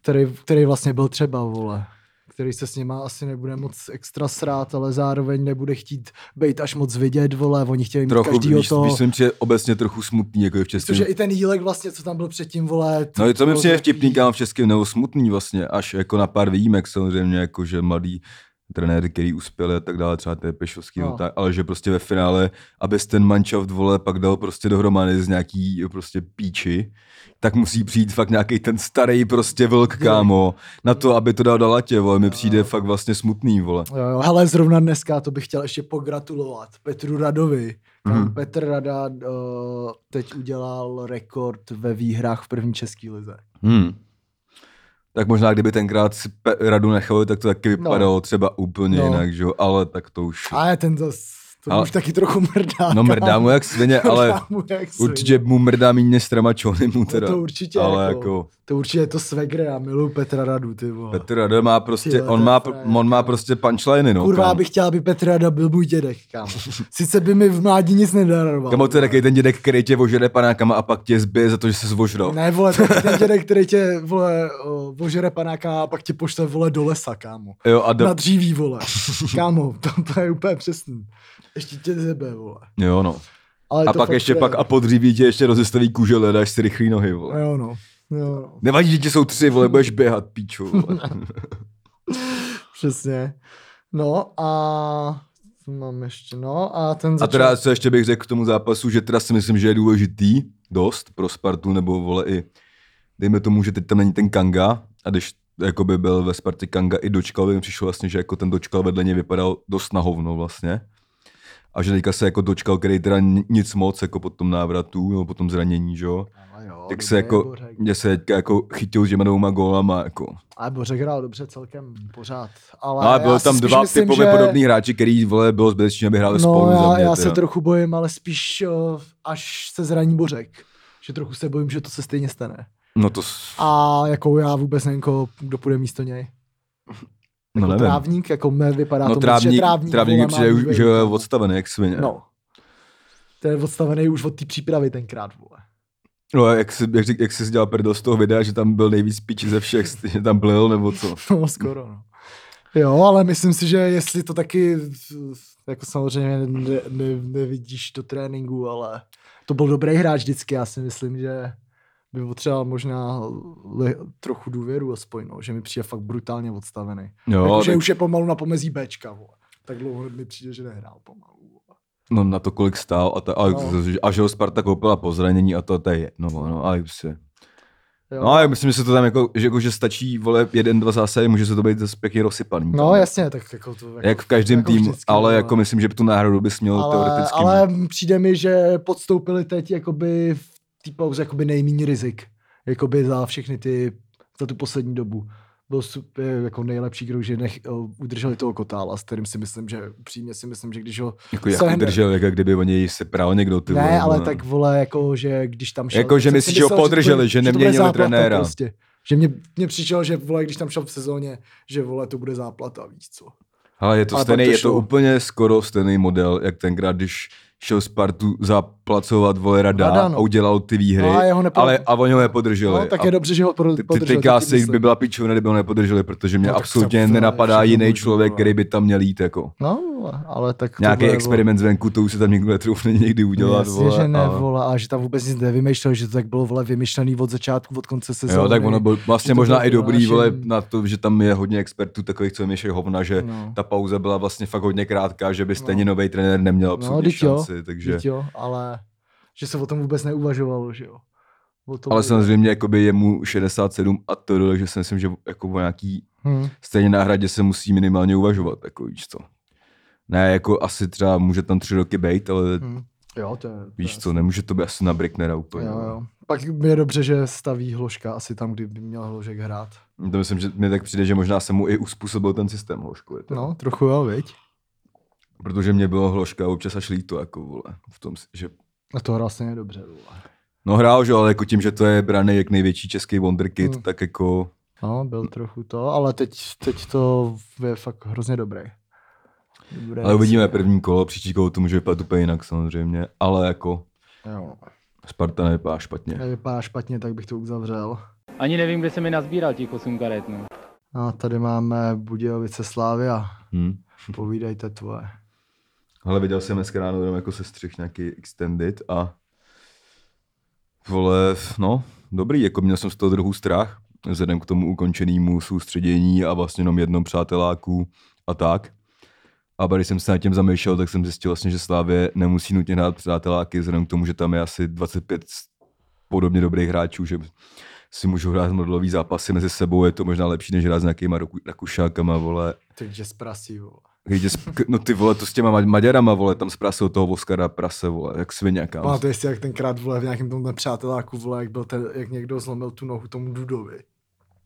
S1: který, který vlastně byl třeba, vole který se s nima asi nebude moc extra srát, ale zároveň nebude chtít být až moc vidět, vole, oni chtěli mít
S2: Trochu,
S1: každýho
S2: víš,
S1: to.
S2: víš, jsem přijde obecně trochu smutný, jako je v českém.
S1: Což je i ten jílek vlastně, co tam byl předtím, vole.
S2: No, to mi
S1: bylo
S2: přijde
S1: takový-
S2: vtipný, kámo, v českém, nebo smutný vlastně, až jako na pár výjimek samozřejmě, jako že mladý trenéry, který uspěli a tak dále, třeba to je Pešovský, no.
S1: No.
S2: tak, ale že prostě ve finále, abys ten manšaft vole pak dal prostě dohromady z nějaký prostě píči, tak musí přijít fakt nějaký ten starý prostě vlk, kámo, na to, aby to dal do latě, vole, mi přijde fakt vlastně smutný, vole.
S1: Jo, jo, Eh, hele, zrovna dneska to bych chtěl ještě pogratulovat Petru Radovi.
S2: Mhm.
S1: Mm. Petr Rada uh, teď udělal rekord ve výhrách v první české lize.
S2: Hmm. Tak možná, kdyby tenkrát si Pe- radu nechali, tak to taky vypadalo no. třeba úplně no.
S1: No.
S2: jinak, že jo, ale tak to už...
S1: A ten zas, to
S2: Ale-
S1: ale... už taky trochu mrdá.
S2: No mrdá mu
S1: [LAUGHS]
S2: jak svině, ale
S1: Mrdá mu jak svině.
S2: určitě mu mrdá méně s trama mu
S1: No
S2: teda.
S1: to určitě,
S2: ale
S1: jako,
S2: jako,
S1: to určitě je to svegre, já miluju Petra Radu, ty vole.
S2: Petr Rada má prostě,
S1: Tyhle, to
S2: on
S1: je
S2: má,
S1: frajer,
S2: pr- on má
S1: kámo.
S2: prostě punchliny, no.
S1: Kurva,
S2: kámo.
S1: bych chtěl, aby Petr Rada byl můj dědek,
S2: [LAUGHS]
S1: kámo. Sice by mi v mládí nic nedaroval.
S2: Kamo, to je takový ten dědek, který tě ožere panákama a pak tě zbije za to, že se zvožral.
S1: Ne, vole, to je ten dědek, který tě, vole, o, ožere panáka a pak tě pošle, vole, do lesa, kámo.
S2: Jo, a do...
S1: Na dříví, vole. Kámo, to, to je úplně přesný. Ještě tě zebe, vole.
S2: Jo, no.
S1: Ale
S2: A
S1: to
S2: pak
S1: fakt
S2: ještě
S1: je-
S2: pak a podříví tě ještě rozestaví kůže leda, až si rychlý nohy, vole.
S1: Jo, no. Jo, no.
S2: Nevadí, že ti jsou tři, vole, budeš běhat, píču, vole.
S1: [LAUGHS] Přesně. No a... co Mám ještě, no a ten
S2: A
S1: začal...
S2: teda, co ještě bych řekl k tomu zápasu, že teda si myslím, že je důležitý dost pro Spartu, nebo vole i, dejme tomu, že teď tam není ten Kanga, a když jakoby byl ve Spartě Kanga i dočkal, mi přišlo vlastně, že jako ten dočkal vedle něj vypadal dost na hovno vlastně. A že teďka se jako dočkal, který teda ni- nic moc jako po tom návratu, nebo po tom zranění, že jo.
S1: Ale jo, No,
S2: tak
S1: dobrý
S2: se jako,
S1: Bořek.
S2: mě se teďka jako chytil s těma dvouma gólama, jako.
S1: Ale Bořek hrál dobře celkem pořád. No, Ale,
S2: Ale, ale
S1: já
S2: bylo
S1: si
S2: tam
S1: spíš
S2: dva
S1: myslím,
S2: typově
S1: že...
S2: že... podobný hráči, který vole, bylo zbytečně, aby hráli
S1: no,
S2: spolu
S1: já,
S2: za mě.
S1: já se
S2: teda.
S1: trochu bojím, ale spíš uh, až se zraní Bořek. Že trochu se bojím, že to se stejně stane.
S2: No to, s-
S1: A jako já vůbec nevím, koho- kdo půjde místo něj.
S2: no
S1: Jako
S2: nevím.
S1: trávník, jako mě vypadá
S2: No
S1: to
S2: trávník,
S1: moc, že trávník,
S2: trávník mi
S1: vole, má
S2: přijde, už,
S1: výběr.
S2: že je odstavený jak svině.
S1: No. To je odstavený už od té přípravy tenkrát, vole. [LAUGHS]
S2: no jak, jsi, jak, řík- jak jsi dělal prdel z toho videa, že tam byl nejvíc piči ze všech, [LAUGHS] že tam blil nebo co.
S1: No, skoro, no. Jo, ale myslím si, že jestli to taky, jako samozřejmě ne, ne, nevidíš do tréninku, ale to byl dobrý hráč vždycky, já si myslím, že by potřeboval možná li, trochu důvěru aspoň, no, že mi přijde fakt brutálně odstavený.
S2: Jo,
S1: Jako, že
S2: tak-
S1: už je pomalu na pomezí Bčka, vole. Tak dlouho mi přijde, že nehrál pomalu. Vole.
S2: No na to kolik stál a, ta, a,
S1: No.
S2: a že ho Sparta koupila po zranění a to, to je jedno, vole, no a se.
S1: Jo.
S2: No a já myslím, že se to tam jako, že, jako, že stačí, vole, jeden, dva zásahy, může se to být zase pěkně rozsypaný.
S1: No jasně, tak jako to... Jako,
S2: Jak v každém
S1: jako
S2: týmu,
S1: vždycky,
S2: ale
S1: vole.
S2: jako myslím, že by tu náhradu bys měl
S1: ale,
S2: teoreticky. mít.
S1: ale přijde mi, že podstoupili teď jakoby v té pauze jakoby nejméně rizik. Jakoby za všechny ty, za tu poslední dobu. Byl super, jako nejlepší kdo, že nech, o, udrželi toho kotála, s kterým si myslím, že upřímně si myslím, že když ho...
S2: Jako jak
S1: Sehne.
S2: udržel, jako kdyby o něj se prál někdo. Ty vole,
S1: ne, ale
S2: vole.
S1: tak vole, jako, že když tam šel...
S2: Jako, že
S1: jsem si
S2: myslíš, že ho
S1: myslel, to
S2: podrželi,
S1: bude-
S2: že
S1: to bude
S2: neměnili
S1: záplata
S2: trenéra.
S1: Prostě. Že mě, mě přišel, že vole, když tam šel v sezóně, že vole, to bude záplata, víš co.
S2: Ale je to
S1: Ale pak
S2: stejný,
S1: to
S2: je to
S1: šlo.
S2: úplně skoro stejný model, jak tenkrát, když šel Spartu zaplacovat vole rada
S1: Rada, no.
S2: a udělal ty výhry,
S1: No a jeho nepod-
S2: ale a oni ho nepodrželi.
S1: No, tak
S2: a
S1: je dobře, že ho pro-
S2: ty, ty,
S1: podrželi,
S2: ty
S1: tak
S2: kásy
S1: myslím.
S2: by byla pičovina, kdyby ho nepodrželi, protože mě
S1: No, tak
S2: absolutně
S1: to-
S2: nenapadá
S1: všechno
S2: jiný
S1: možný,
S2: člověk,
S1: vole.
S2: který by tam měl jít. Jako.
S1: No, ale tak... to
S2: Nějaký
S1: bude, vole.
S2: experiment zvenku, to už se tam nikdo netroufne někdy udělat.
S1: Jasně,
S2: vole,
S1: že ne,
S2: ale-
S1: vole, a že tam vůbec nic nevymýšlel, že to tak bylo vole vymyšlený od začátku, od konce sezóny.
S2: Jo, tak ono bylo vlastně
S1: že to
S2: možná
S1: bylo
S2: i dobrý, vole,
S1: vyhlášený.
S2: na to, že tam je hodně expertů takových, co měšej hovna, že
S1: No.
S2: ta pauza byla vlastně fakt hodně krátká, že by stejně nový trenér neměl absolutně
S1: No, vždyť jo,
S2: šanci, takže...
S1: Vždyť jo, ale že se o tom vůbec neuvažovalo, že jo. O tom
S2: Ale
S1: bylo-
S2: samozřejmě jakoby je mu 67 a to dole, že si myslím, že jako o nějaký
S1: Hm.
S2: stejně náhradě se musí minimálně uvažovat, jako víš co. Ne, jako asi třeba může tam tři roky být, ale
S1: Hm. Jo, to je... to
S2: víš
S1: je-
S2: co, nemůže to být asi na Bricknera úplně.
S1: Jo, jo. Pak je dobře, že staví hložka asi tam, kdy by měl hložek hrát.
S2: To myslím, že mi tak přijde, že možná se mu i uspůsobil ten systém hložku. Je to.
S1: No, trochu jo, viď?
S2: Protože mě bylo hložka občas až líto, jako vole, v tom, že
S1: A to hrál stejně dobře, vole.
S2: No hrál, že jo, ale jako tím, že to je braný jak největší český wonderkid,
S1: Hmm.
S2: tak jako
S1: No, byl trochu to, ale teď, teď to je fakt hrozně dobrý. Dobré,
S2: Ale uvidíme první kolo, příští kolo to může vypadat úplně jinak samozřejmě, ale jako
S1: Jo.
S2: Sparta nevypadá špatně.
S1: Vypadá špatně, tak bych to uzavřel.
S4: Ani nevím, kde se mi nazbíral těch 8 karet, no.
S1: A tady máme Budějovice Slávia.
S2: Hm.
S1: Povídejte tvoje.
S2: Ale viděl jsem dneska ráno jenom jako se střih nějaký extended a vole, no, dobrý, jako měl jsem z toho druhou strach, vzhledem k tomu ukončenému soustředění a vlastně jenom jednom přáteláku a tak. A když jsem se nad tím zamýšlel, tak jsem zjistil vlastně, že Slávě nemusí nutně hrát přáteláky, vzhledem k tomu, že tam je asi 25 podobně dobrých hráčů, že si můžou hrát modlový zápasy mezi sebou, je to možná lepší, než hrát s nějakýma roku- rakušákama, vole,
S1: Takže z prasí, vole.
S2: Jde s, k- no ty vole, to s těma Ma- Maďarama, vole, tam zprasil toho Voskara prase, vole, jak sviňáka.
S1: Pamatuješ si, jak tenkrát vole v nějakém tom nepřáteláku vole, jak, byl ten, jak někdo zlomil tu nohu tomu Dudovi.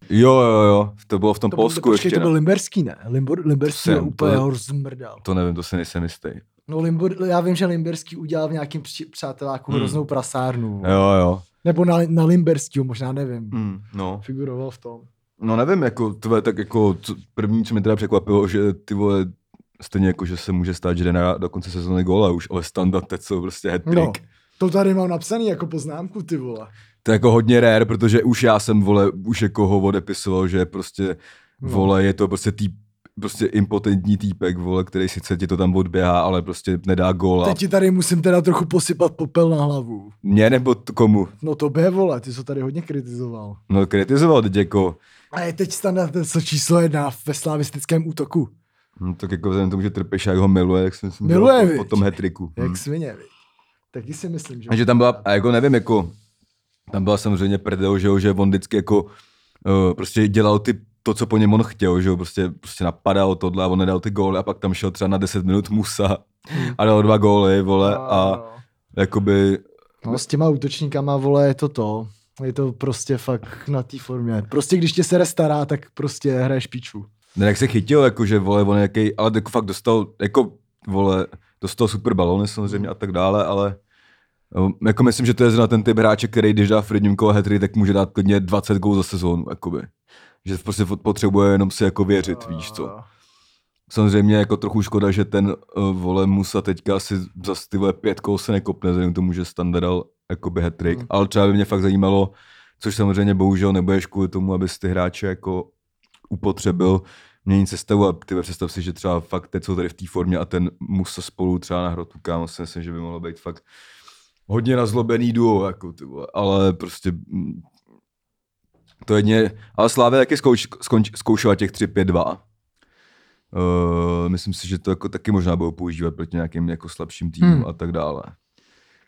S2: Jo, jo, jo, to bylo v tom to No, Polsku
S1: byl,
S2: ještě.
S1: to
S2: To,
S1: byl Limberský, ne? Limbor, Limberský
S2: Jsem,
S1: ho úplně
S2: to-
S1: ho rozmrdal.
S2: to nevím, to se nejsem jistý.
S1: No Limbor, já vím, že Limberský udělal v nějakém při- přáteláku
S2: Hmm.
S1: hroznou prasárnu. vole.
S2: Jo, jo.
S1: Nebo na, na Limberskýho, možná nevím.
S2: Mm, no.
S1: Figuroval v tom.
S2: no nevím, jako, tvé, tak jako, co, první, co mě teda překvapilo, že ty vole, stejně jako, že se může stát, že jde na, do konce sezóny góla už, ale standard teď jsou prostě hat
S1: No,
S2: no.
S1: to tady mám napsaný jako poznámku, ty vole.
S2: To je jako hodně rare, protože už já jsem, vole, už jako ho odepisoval, že prostě
S1: No.
S2: Vole, je to prostě týp, prostě impotentní týpek, vole, který sice ti to tam odběhá, ale prostě nedá góla.
S1: Teď ti tady musím teda trochu posypat popel na hlavu.
S2: Mně nebo t- komu?
S1: No to B, vole, ty jsi ho tady hodně kritizoval.
S2: No kritizoval teď jako,
S1: A je teď standard co číslo jedna ve slavistickém útoku.
S2: no, tak jako vzhledem k tomu, že trpeš a jak ho miluje, jak jsem si
S1: Miluje,
S2: dělal po,
S1: viď?
S2: po tom hm. hetriku.
S1: Jak hmm. svině, viď? Taky si myslím, že...
S2: A že tam byla, a jako nevím, jako, tam byla samozřejmě prdel, že, jo, že on vždycky jako uh, prostě dělal ty, to, co po něm on chtěl, že jo, prostě, prostě napadal tohle a on nedal ty góly a pak tam šel třeba na 10 minut Musa a dal dva góly, vole, a
S1: no.
S2: jakoby
S1: no s těma útočníkama, vole, je to to. Je to prostě fakt na té formě. Prostě když tě se restará, tak prostě hraješ píču.
S2: Ne, jak se chytil, jakože, vole, on jaký, ale jako fakt dostal, jako, vole, dostal super balony samozřejmě a tak dále, ale um, jako myslím, že to je zrovna ten typ hráče, který když dá v prvním kole hetry, tak může dát klidně 20 gólů za sezónu, jakoby. Že prostě fot- potřebuje jenom si jako věřit, víš co. Samozřejmě jako trochu škoda, že ten uh, vole Musa teďka asi za ty vole pět kol se nekopne, vzhledem k tomu, že standardal jakoby hat-trick.
S1: Hmm.
S2: Hmm. Ale třeba by mě fakt zajímalo, což samozřejmě bohužel nebudeš kvůli tomu, abys ty hráče jako upotřebil měnit sestavu a ty vole, představ si, že třeba fakt teď jsou tady v té formě a ten Musa spolu třeba na hrotu, kámo, si myslím, že by mohlo být fakt hodně nazlobený duo, jako ty vole, ale prostě mm, to jedně, ale Slávě taky zkouš, skonč, zkoušela těch 3-5-2. Uh, myslím si, že to jako taky možná budou používat proti nějakým jako slabším týmům
S1: Hmm.
S2: hmm. a tak dále.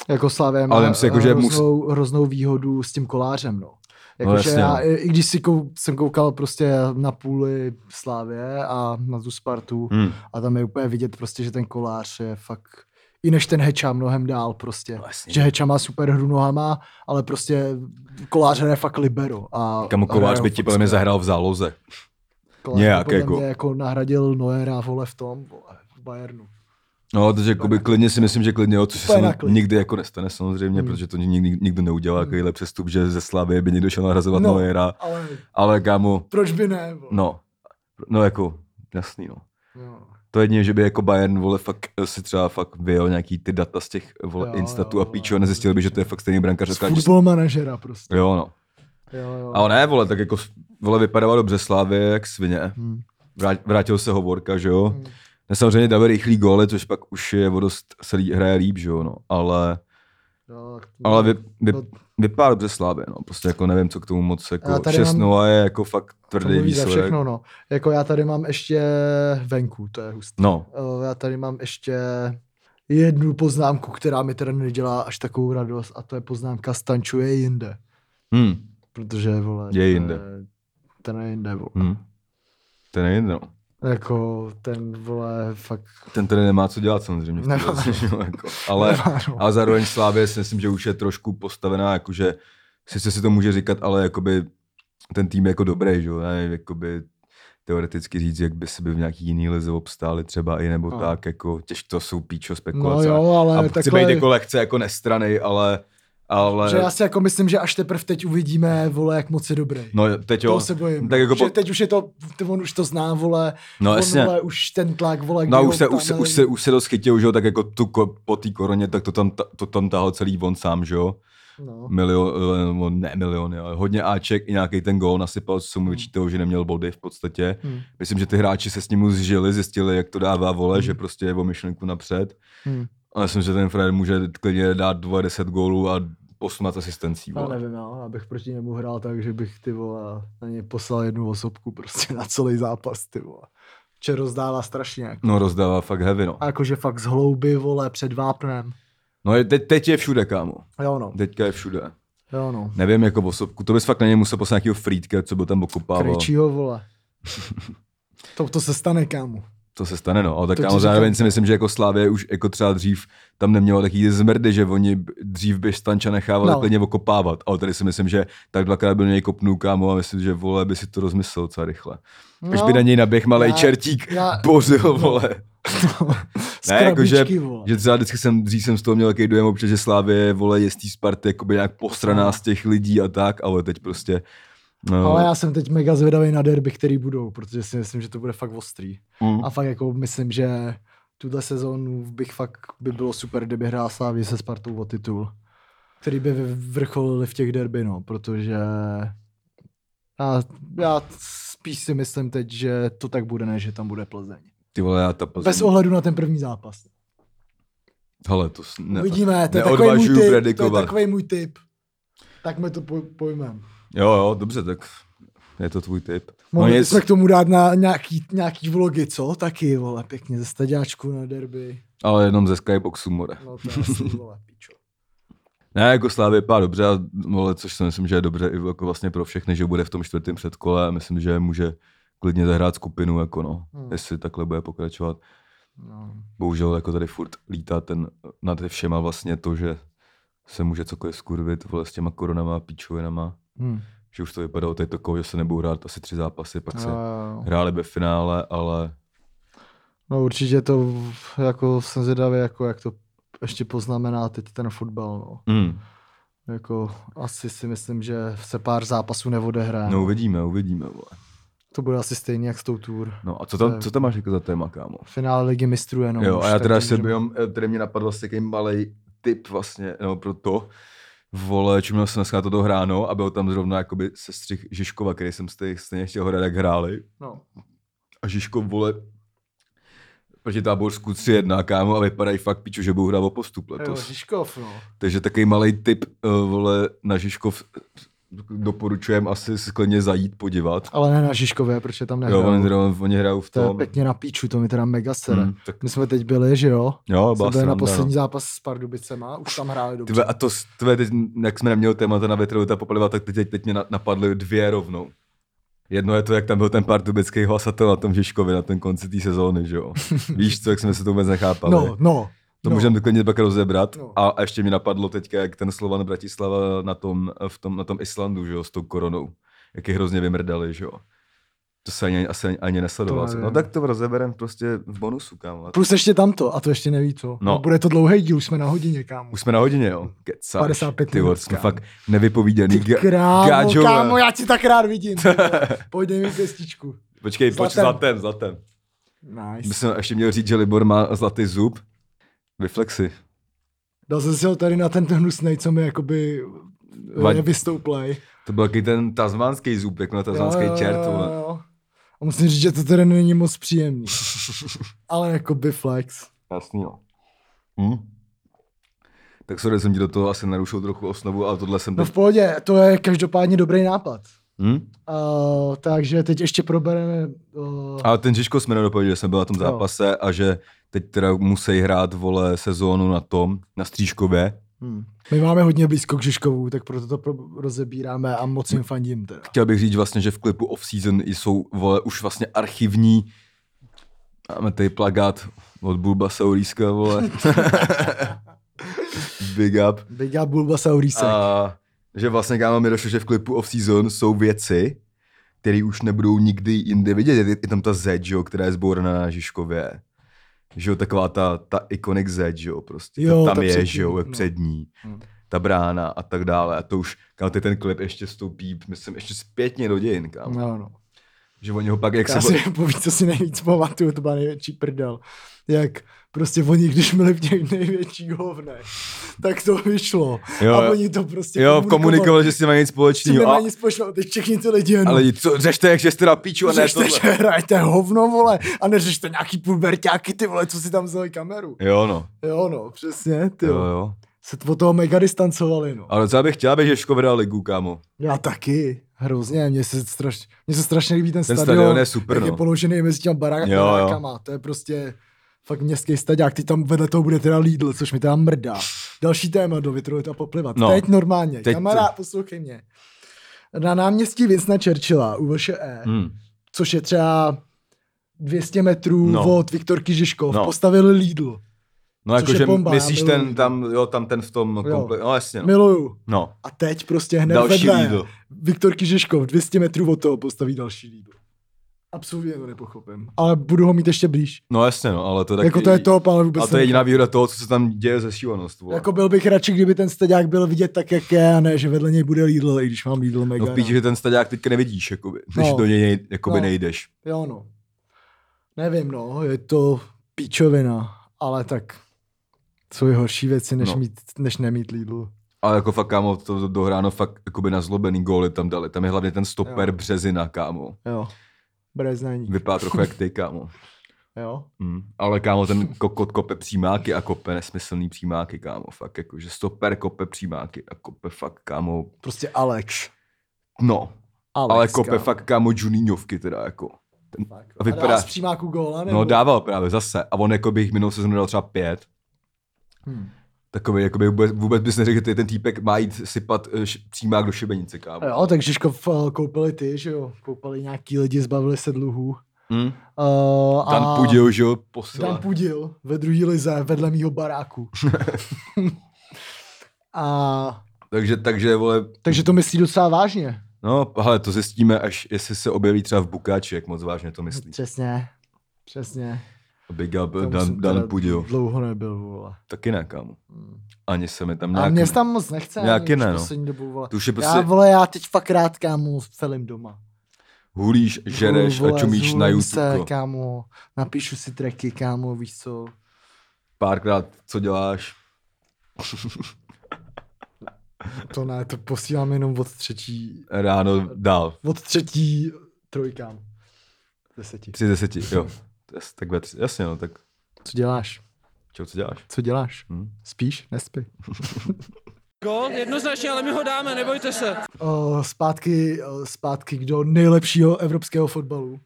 S1: Jako Slavě má
S2: Ale myslím, jako, že mus-
S1: hroznou, hroznou výhodu s tím kolářem, no. Jako,
S2: No,
S1: že
S2: jasně,
S1: já,
S2: no.
S1: i i když si kou, jsem koukal prostě na půli Slávě a na tu Spartu
S2: Hmm.
S1: a tam je úplně vidět prostě, že ten kolář je fakt i než ten Heča mnohem dál prostě.
S2: Vlastně.
S1: Že Heča má super hru nohama, ale prostě kolář hraje fakt libero. A
S2: Kamu
S1: a
S2: Kovář
S1: hraje ho
S2: by ti
S1: fakt
S2: podle mě
S1: skvěle.
S2: zahrál v záloze.
S1: Kolář by
S2: nějak
S1: podle
S2: jako.
S1: Mě jako nahradil Noera vole v tom, vole, v Bayernu.
S2: No, takže jakoby klidně si myslím, že klidně, jo, což se
S1: Úplně na
S2: sam,
S1: klid.
S2: nikdy jako nestane samozřejmě,
S1: Hmm.
S2: hmm. protože to nikdy, nikdo neudělá
S1: Hmm.
S2: takovýhle přestup, že ze Slavy by někdo šel nahrazovat
S1: No.
S2: no. Neuera,
S1: Ale
S2: ale kámo,
S1: proč by ne? Vole?
S2: no, no jako, jasný no.
S1: Jo.
S2: To jedině, že by jako Bayern, vole, fakt eh, si třeba fakt vyjel nějaký ty data z těch, vole,
S1: Jo,
S2: jo, instatu
S1: jo,
S2: a
S1: jo,
S2: píčo a nezjistil by, že to je fakt stejný brankář.
S1: Z
S2: akorát, že-
S1: football manažera prostě.
S2: Jo, no.
S1: Jo, jo.
S2: Ale ne, vole, tak jako, vole, vypadala dobře Slávě, jak svině.
S1: Hmm.
S2: Vrát, vrátil se Hovorka, že jo.
S1: Hmm.
S2: Ne, samozřejmě dává rychlý góly, což pak už je o dost, se lí, hraje líp, že jo, no. Ale,
S1: Jo, No, tak to-
S2: ale vy, vy,
S1: to-
S2: vypadá dobře Slávě, no. Prostě jako nevím, co k tomu moc, jako
S1: No. Já tady mám-
S2: 6 mám... je jako fakt
S1: to
S2: tvrdý
S1: mluví za
S2: výsledek.
S1: všechno, no. Jako já tady mám ještě venku, to je hustý.
S2: No,
S1: Eh, Já tady mám ještě jednu poznámku, která mi teda nedělá až takovou radost a to je poznámka Stanču je jinde.
S2: hm,
S1: Protože, vole,
S2: Je jinde.
S1: Ten je jinde, vole.
S2: hm. Ten je jedno.
S1: Jako ten, vole, fakt...
S2: Ten tady nemá co dělat samozřejmě. V té
S1: Nemá.
S2: lize, [LAUGHS] že jo, jako. Ale,
S1: Nemá, [LAUGHS] no.
S2: A zároveň Slávě si myslím, že už je trošku postavená, jakože sice si to může říkat, ale jakoby ten tým je jako dobrý, že jo, ne, jakoby teoreticky říct, jak by si by v nějaký jiný lize obstáli třeba i nebo
S1: No.
S2: no. tak, jako těžko to jsou píčo
S1: No
S2: spekulace.
S1: jo, ale
S2: a chci
S1: takhle...
S2: být jako lehce jako nestranej, jako ale ale...
S1: Že já si jako myslím, že až teprve teď uvidíme, vole, jak moc je dobrý.
S2: No teď jo.
S1: Toho se bojím. no.
S2: Tak jako
S1: že
S2: po...
S1: teď už je to, t- on už to zná, vole,
S2: No
S1: on,
S2: jasně.
S1: vole, už ten tlak, vole,
S2: No a
S1: kdy
S2: už
S1: ho
S2: se,
S1: jako tam,
S2: už, se,
S1: nevím.
S2: už, se, už se dost chytil, že jo, tak jako tu ko, po té koroně, tak to tam, ta- to tam tahal celý on sám, že jo.
S1: No.
S2: Milion, eh, ne miliony, ale hodně Aček i nějaký ten gól nasypal, co mu
S1: Hmm.
S2: vyčítal, že neměl body v podstatě.
S1: Hmm.
S2: Myslím, že ty hráči se s ním už zžili, zjistili, jak to dává vole,
S1: Hmm.
S2: že prostě je o myšlenku napřed.
S1: Hmm.
S2: A myslím, že ten Fred může klidně dát 20 gólů a 18 asistencí.
S1: Já
S2: Vole.
S1: No, nevím, já abych proti němu hrál tak, že bych ty vole na ně poslal jednu osobku prostě na celý zápas, ty vole. Če rozdála strašně. Jako.
S2: No rozdává fakt heavy, no.
S1: A jakože fakt z hlouby, vole, před vápnem.
S2: No je- teď, teď je všude, kámo.
S1: Jo no,
S2: Teďka je všude.
S1: jo no.
S2: Nevím, jako osobku. To bys fakt na něj musel poslat nějakého frýdka, co byl tam okupával.
S1: Krejčího, vole. to, to se stane, kámo.
S2: To se stane, no. Ale tak
S1: To
S2: kámo,
S1: ti
S2: zároveň
S1: říkám.
S2: si myslím, že jako Slávě už jako třeba dřív tam nemělo takový ty zmrdy, že oni b- dřív by Stanča nechávali no.
S1: No.
S2: klidně okopávat. Ale tady si myslím, že tak dvakrát by do něj kopnul kámo a myslím, že vole by si to rozmyslel co rychle. Až by na něj naběh malej
S1: No. já-
S2: čertík,
S1: já-
S2: bořil, vole.
S1: Z
S2: [LAUGHS] Ne, jako, že-
S1: krabičky, vole.
S2: Že třeba vždycky jsem, dřív jsem z toho měl takový dojem občas, že Slávě vole je z té Sparty jakoby nějak posraná z těch lidí a tak, ale teď prostě No,
S1: No. Ale já jsem teď mega zvědavý na derby, který budou, protože si myslím, že to bude fakt ostrý.
S2: Mm.
S1: A fakt jako myslím, že tuhle sezónu bych fakt by bylo super, kdyby hrál Slávě se Spartou o titul, který by vrcholili v těch derby, no, protože já, já spíš si myslím teď, že to tak bude, než že tam bude Plzeň.
S2: Ty vole, já ta Plzeň.
S1: Bez ohledu na ten první zápas.
S2: Hele, to s- ne,
S1: Uvidíme, to je takový můj
S2: neodvažuju
S1: typ. To je
S2: predikovat.
S1: takový můj typ. Tak mi to poj- pojmem.
S2: Jo, jo, dobře, tak je to tvůj typ. No
S1: Mohli no
S2: nic,
S1: jsme k tomu dát na nějaký, nějaký vlogy, co? Taky, vole, pěkně ze staďáčku na derby.
S2: ale jenom ze Skyboxu, more.
S1: No to je asi, vole, pičo.
S2: Ne, jako Slávě vypadá dobře, a- ale což si myslím, že je dobře i jako vlastně pro všechny, že bude v tom čtvrtém předkole a myslím, že může klidně zahrát skupinu, jako no,
S1: Hmm.
S2: jestli takhle bude pokračovat.
S1: No.
S2: Bohužel jako tady furt lítá ten, nad všema vlastně to, že se může cokoliv skurvit vole, s těma koronama a píčovinama.
S1: Hmm.
S2: Že už to vypadalo teď takovou, že se nebudou hrát asi tři zápasy, pak se
S1: No,
S2: hráli ve finále, ale
S1: no určitě to v- jako jsem zvědavý, jako jak to ještě poznamená teď ten fotbal. No.
S2: mm,
S1: Jako, asi si myslím, že se pár zápasů neodehraje.
S2: no uvidíme, uvidíme. Vole.
S1: To bude asi stejný jak s tou tour.
S2: No a co
S1: To
S2: tam,
S1: je-
S2: co tam máš jako za téma, kámo?
S1: Finále ligy mistrů jenom.
S2: No, jo,
S1: už,
S2: a já
S1: tak
S2: teda
S1: to
S2: se
S1: můžeme-
S2: bym, tady mě napadl vlastně takový malý tip vlastně, no pro to, vole, čím měl jsem dneska na toto hráno a byl tam zrovna jakoby sestřih Žižkova, který jsem stejně, stejně chtěl hrát, jak hráli.
S1: No.
S2: A Žižkov, vole, proti táborsku 3-1, kámo, a vypadají fakt piču, že budou hrát o postup
S1: Jo,
S2: letos.
S1: Žižkov, no.
S2: Takže takový malý tip, eh, vole, na Žižkov doporučujem asi sklidně zajít podívat.
S1: Ale ne na Žižkově, protože tam
S2: Jo,
S1: nehrál.
S2: oni, zrovna- oni hrajou v
S1: to je
S2: tom.
S1: pěkně na píču, to mi teda mega sere.
S2: Hm, tak,
S1: My jsme teď byli, že jo?
S2: jo,
S1: Jsme
S2: byla
S1: byli na
S2: sranda, no.
S1: poslední zápas s Pardubicema, už tam hráli dobře.
S2: Tve, a to, s- tve, teď, jak jsme neměli témata na větru, ta popaliva, tak teď, teď mě na- napadly dvě rovnou. Jedno je to, jak tam byl ten pár tubeckých hlasatel na tom Žižkovi na ten konci té sezóny,
S1: [LAUGHS]
S2: že jo. Víš co, jak jsme se to vůbec nechápali.
S1: No, no.
S2: to
S1: no.
S2: můžeme klidně pak rozebrat.
S1: No.
S2: A, a, ještě mi napadlo teďka, jak ten Slovan Bratislava na tom, v tom, na tom Islandu, že jo, s tou koronou. Jak je hrozně vymrdali, že jo. To se ani, asi ani, ani nesledoval.
S1: To
S2: jsem.
S1: nevím.
S2: No tak to rozeberem prostě v bonusu, kámo.
S1: Plus ještě tamto, a to ještě neví co.
S2: No.
S1: No. Bude to dlouhý díl, už jsme na hodině, kámo.
S2: Už jsme na hodině, jo. Kecáš.
S1: 55
S2: Ty vole,
S1: minut,
S2: jsme
S1: kámo.
S2: fakt nevypovídaný.
S1: Ty
S2: Ga-
S1: krámo,
S2: gáďové.
S1: kámo, já ti tak rád
S2: [LAUGHS]
S1: vidím. ty vole. Pojď dej mi pěstičku.
S2: Počkej,
S1: Zlatem.
S2: počkej, zlatem, zlatem.
S1: Nice.
S2: Myslím, ještě měl říct, že Libor má zlatý zub. Vyflexy.
S1: Dal jsem si ho tady na ten hnusnej, co mi jakoby
S2: Vaň-
S1: Vaň... vystouplej.
S2: To byl taky ten tazmánský zub, jako na tazmánský čert. vole.
S1: A musím říct, že to tady není moc
S2: [LAUGHS]
S1: příjemný. Ale jakoby flex.
S2: Jasný, jo. Hm? Tak sorry, jsem ti do toho asi narušil trochu osnovu, ale tohle jsem
S1: No
S2: teď...
S1: v pohodě, to je každopádně dobrý nápad.
S2: Hm?
S1: Uh, takže teď ještě probereme... Uh,
S2: Ale ten Žižko jsme nedopověděli, že jsem byl na tom
S1: Jo.
S2: zápase a že teď teda musí hrát, vole, sezónu na tom, na Střížkově.
S1: hmm. My máme hodně blízko k Žižkovu, tak proto to pro- rozebíráme a moc jim fandím teda.
S2: Chtěl bych říct vlastně, že v klipu off-season jsou, vole, už vlastně archivní. Máme tady plagát od Bulba Sauríska, vole. Big up.
S1: Big up Bulbasaurisek. A...
S2: A že vlastně kámo mi došlo, že v klipu off-season jsou věci, které už nebudou nikdy jinde vidět. Je, je tam ta Z, že jo, která je zbouraná na Žižkově. Že jo, taková ta, ta ikonik Z, že jo, prostě.
S1: Jo,
S2: Jo, tam
S1: ta
S2: je,
S1: přední,
S2: že jo, je
S1: no.
S2: přední.
S1: Hmm.
S2: ta brána a tak dále. A to už, kámo, ty ten klip ještě stoupí, myslím, ještě zpětně do dějin, kámo.
S1: No, no.
S2: Že oni ho pak, jak
S1: Já [LAUGHS]
S2: se...
S1: si poví, co si nejvíc pamatuju, to byla největší prdel. Jak prostě oni, když byli v těch největších hovnech, tak to vyšlo. Jo,
S2: Jo, jo.
S1: a oni to prostě
S2: Jo, komunikoval, že si mají nic
S1: že
S2: společného.
S1: nemají
S2: A,
S1: nic společného, teď všichni ty lidi jenom.
S2: ale co, řešte, jak že jste na píču a ne
S1: Řešte, že
S2: tohle.
S1: hrajete hovno, vole, a neřešte nějaký puberťáky, ty vole, co si tam vzali kameru.
S2: Jo, no.
S1: Jo, no, přesně, ty
S2: Jo,
S1: jo.
S2: jo.
S1: Se t- od toho mega distancovali, no.
S2: Ale co bych chtěl, aby Žeško vydal ligu, kámo.
S1: Já taky, hrozně, mně se, straš, mně se strašně líbí ten,
S2: Ten
S1: stadion,
S2: stadion je super,
S1: jak je
S2: no.
S1: položený mezi těma barák,
S2: Jo, jo.
S1: barákama, to je prostě fakt městský stadiák, ty tam vedle toho bude teda Lidl, což mi teda mrdá. Další téma do vytrojit a poplivat.
S2: No.
S1: No, teď normálně,
S2: Teď
S1: teď kamará, poslouchej mě. Na náměstí Vincenta Churchilla u VŠE,
S2: Hmm.
S1: což je třeba 200 metrů
S2: No.
S1: od Viktorky Žižkov,
S2: No.
S1: postavili Lidl.
S2: No
S1: Což je
S2: jakože
S1: bomba, já
S2: myslíš
S1: miluju
S2: ten
S1: Lidl.
S2: tam, jo, tam ten v tom komple... No jasně, no.
S1: Miluju.
S2: no.
S1: A teď prostě hned
S2: Další
S1: vedle.
S2: Lidl.
S1: Viktorky Žižkov, 200 metrů od toho postaví další Lidl. Absolutně to nepochopím. Ale budu ho mít ještě blíž.
S2: No jasně, no, ale to
S1: Tak
S2: tak...
S1: jako to je top, ale vůbec
S2: A to je
S1: ne-
S2: jediná výhoda toho, co se tam děje ze šílenost. vole.
S1: Jako byl bych radši, kdyby ten staďák byl vidět tak, jak je, a ne, že vedle něj bude Lidl, i když mám Lidl mega.
S2: No v píči,
S1: rád.
S2: že ten staďák teďka nevidíš, jakoby, [LAUGHS] než
S1: No.
S2: do něj jakoby
S1: No.
S2: nejdeš.
S1: Jo, no. Nevím, no, je to píčovina, ale tak jsou i horší věci, než,
S2: No.
S1: no. mít, než nemít Lidl.
S2: Ale jako fakt, kámo, to to dohráno fakt jakoby na zlobený góly tam dali. Tam je hlavně ten stoper
S1: Jo.
S2: Březina, kámo.
S1: Jo. Breznaní.
S2: Vypadá trochu jak ty, kámo.
S1: Jo.
S2: Mm. Ale kámo, ten kokot kope přímáky a kope nesmyslný přímáky, kámo. Fakt jako, že stoper kope přímáky a kope fakt, kámo.
S1: Prostě Alex.
S2: No,
S1: Alex
S2: ale kope
S1: kámo.
S2: fakt, kámo, Juninhovky teda, jako.
S1: Fakt.
S2: a vypadá-
S1: dá z přímáku góla, nebo?
S2: No dával právě zase. A on jako by jich minulou sezónu dal třeba pět.
S1: Hm.
S2: Takový, jakoby vůbec, vůbec bys neřekl, že ten týpek má jít sypat eh, š- přímák do šibenice, kámo.
S1: Jo, tak Žižkov eh, koupili ty, že jo, koupili nějaký lidi, zbavili se dluhů.
S2: Mm.
S1: Uh,
S2: Dan a... Pudil, že jo, posila.
S1: Dan Pudil ve druhý lize, vedle mýho baráku. [LAUGHS] a
S2: Takže, takže, vole,
S1: takže to myslí docela vážně.
S2: no, ale to zjistíme, až jestli se objeví třeba v Bukáči, jak moc vážně to myslí.
S1: Přesně, přesně.
S2: Big up
S1: To
S2: Dan,
S1: jsem
S2: Dan
S1: teda
S2: Pudil.
S1: Dlouho nebyl, vole.
S2: Taky ne, kámo.
S1: Hmm.
S2: Ani se mi tam
S1: A
S2: nějak...
S1: mě se tam moc nechce.
S2: No,
S1: ani
S2: Nějaký
S1: už
S2: ne, no.
S1: Poslední dobou, vole.
S2: To už je prostě
S1: Já, vole, já teď fakt rád, kámo, film doma.
S2: hulíš, žereš
S1: Vole,
S2: a čumíš na
S1: zhulím
S2: YouTube.
S1: Se, kámo, napíšu si tracky, kámo, víš co.
S2: Párkrát, co děláš?
S1: To ne, to posílám jenom od třetí,
S2: Ráno dál.
S1: od třetí trojkám. Deseti.
S2: Tři z deseti, jo. [LAUGHS] To je- Tak ve tři, jasně, no, tak
S1: Co děláš?
S2: čo, co děláš?
S1: Co děláš?
S2: Hm.
S1: Spíš?
S3: [LAUGHS]
S1: Nespí.
S3: Gol, jednoznačně, ale my ho dáme, nebojte se.
S1: O, zpátky, o, zpátky k do nejlepšího evropského fotbalu.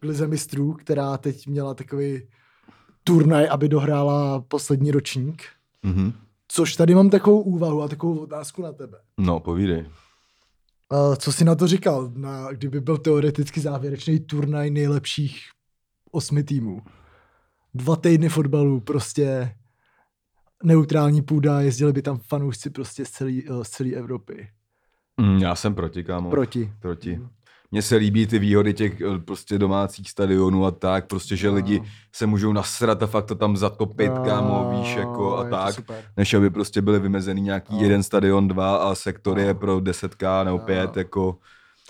S1: K lize mistrů, která teď měla takový turnaj, aby dohrála poslední ročník.
S2: Mhm.
S1: Což tady mám takovou úvahu a takovou otázku na tebe.
S2: No, povídej.
S1: Eh, Co jsi na to říkal, na, kdyby byl teoreticky závěrečný turnaj nejlepších osmi týmů? Dva týdny fotbalu, prostě neutrální půda, jezdili by tam fanoušci prostě z celé, z celé Evropy.
S2: Mm, já jsem proti, kámo.
S1: Proti. Mhm.
S2: Proti. Mně se líbí ty výhody těch eh, prostě domácích stadionů a tak, prostě, že
S1: No.
S2: lidi se můžou nasrat a fakt to tam zatopit,
S1: No,
S2: kámo, víš, jako
S1: je
S2: a
S1: to
S2: tak.
S1: Super.
S2: Než aby prostě byly vymezený nějaký
S1: No.
S2: jeden stadion, dva a sektor je
S1: No.
S2: pro 10k nebo
S1: No.
S2: pět, jako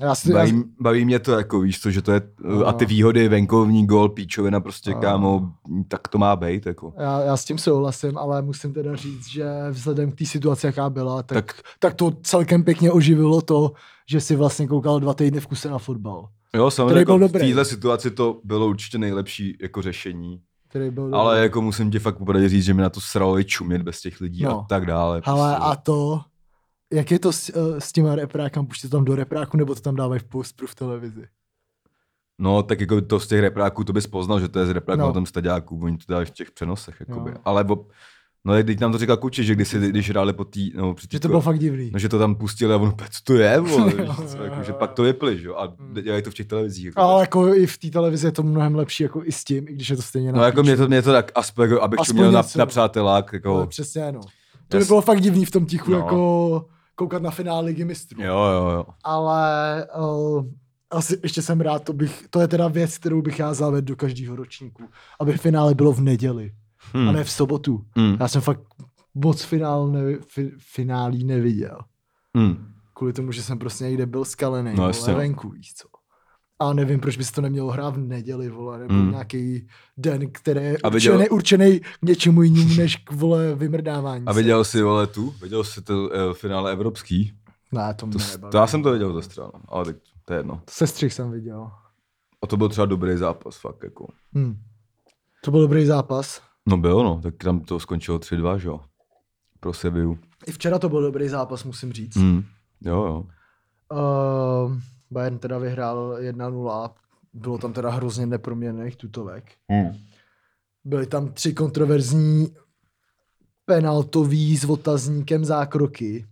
S1: Já si, já,
S2: baví, baví mě to, jako víš co, že to je, eh,
S1: No.
S2: a ty výhody, venkovní gol, píčovina, prostě
S1: No.
S2: kámo, tak to má být, jako.
S1: já, já s tím souhlasím, ale musím teda říct, že vzhledem k té situaci, jaká byla, tak,
S2: Tak-
S1: tak, tak to celkem pěkně oživilo to, že si vlastně koukal dva týdny v kuse na fotbal.
S2: Jo, samozřejmě,
S1: Který byl
S2: jako v
S1: dobrý.
S2: téhle situaci to bylo určitě nejlepší jako řešení,
S1: Který byl
S2: ale jako musím ti fakt popravdě říct, že mi na to sralo i čumět bez těch lidí
S1: No.
S2: a tak dále.
S1: Ale
S2: prostě.
S1: a to, jak je to s, eh, s těma reprákama, puštěte to tam do repráku, nebo to tam dávají v postpru v televizi?
S2: No, tak jako to z těch repráků, to bys poznal, že to je z repráků no.
S1: No.
S2: na tom staďáku, oni to dávají v těch přenosech, jakoby.
S1: Jo.
S2: Ale bo, no, jak teď nám to říkal Kuči, že když, si, když hráli po tý, no, při tý,
S1: Že to bylo fakt divný.
S2: no, že to tam pustili a on, "Pe, co to
S1: [LAUGHS]
S2: je, vole,
S1: Jo,
S2: víš co,
S1: jo,
S2: jako, že
S1: jo.
S2: pak to vypli, že jo, a
S1: Hmm.
S2: dělají to v těch televizích. Jako,
S1: Ale jako i v té televizi je to mnohem lepší, jako i s tím, i když je to stejně
S2: no,
S1: na
S2: jako
S1: píču.
S2: mě to, mě to tak, aspoň, jako, abych
S1: Aspoň
S2: měl na,
S1: něco.
S2: na přátelák,
S1: Ale
S2: jako,
S1: Přesně, no. To by
S2: Jas-
S1: bylo fakt divný v tom tichu,
S2: No.
S1: jako koukat na finále Ligy mistrů.
S2: jo, jo, jo.
S1: Ale uh, asi ještě jsem rád, to, bych, to je teda věc, kterou bych já zavedl do každého ročníku, aby finále bylo v neděli
S2: Hmm.
S1: a ne v sobotu.
S2: Hmm.
S1: Já jsem fakt moc finál ne, fi, finálí neviděl.
S2: Hmm.
S1: Kvůli tomu, že jsem prostě někde byl skalený,
S2: No,
S1: no, vole,
S2: jasně, no.
S1: venku, víš co. A nevím, proč by se to nemělo hrát v neděli, vole, nebo
S2: Mm.
S1: mm. nějaký den, který je
S2: A viděl-
S1: určený, určený k něčemu jinému, než k, vole, vymrdávání.
S2: A
S1: se.
S2: viděl jsi, vole, tu? Viděl jsi to uh, finále evropský?
S1: Ne, to, mě
S2: To, s-
S1: nebaví.
S2: to, já jsem to viděl ze stran, ale tak to je jedno.
S1: Sestřih jsem viděl.
S2: A to byl třeba dobrý zápas, fakt jako.
S1: Hm. To byl dobrý zápas.
S2: No byl, no, tak tam to skončilo 3-2, že jo? Pro Seviu.
S1: I včera to byl dobrý zápas, musím říct.
S2: Hmm. Jo, jo.
S1: Uh, Bayern teda vyhrál 1-0. Bylo tam teda hrozně neproměrných tutovek.
S2: Hmm.
S1: Byly tam tři kontroverzní penaltový s otazníkem zákroky.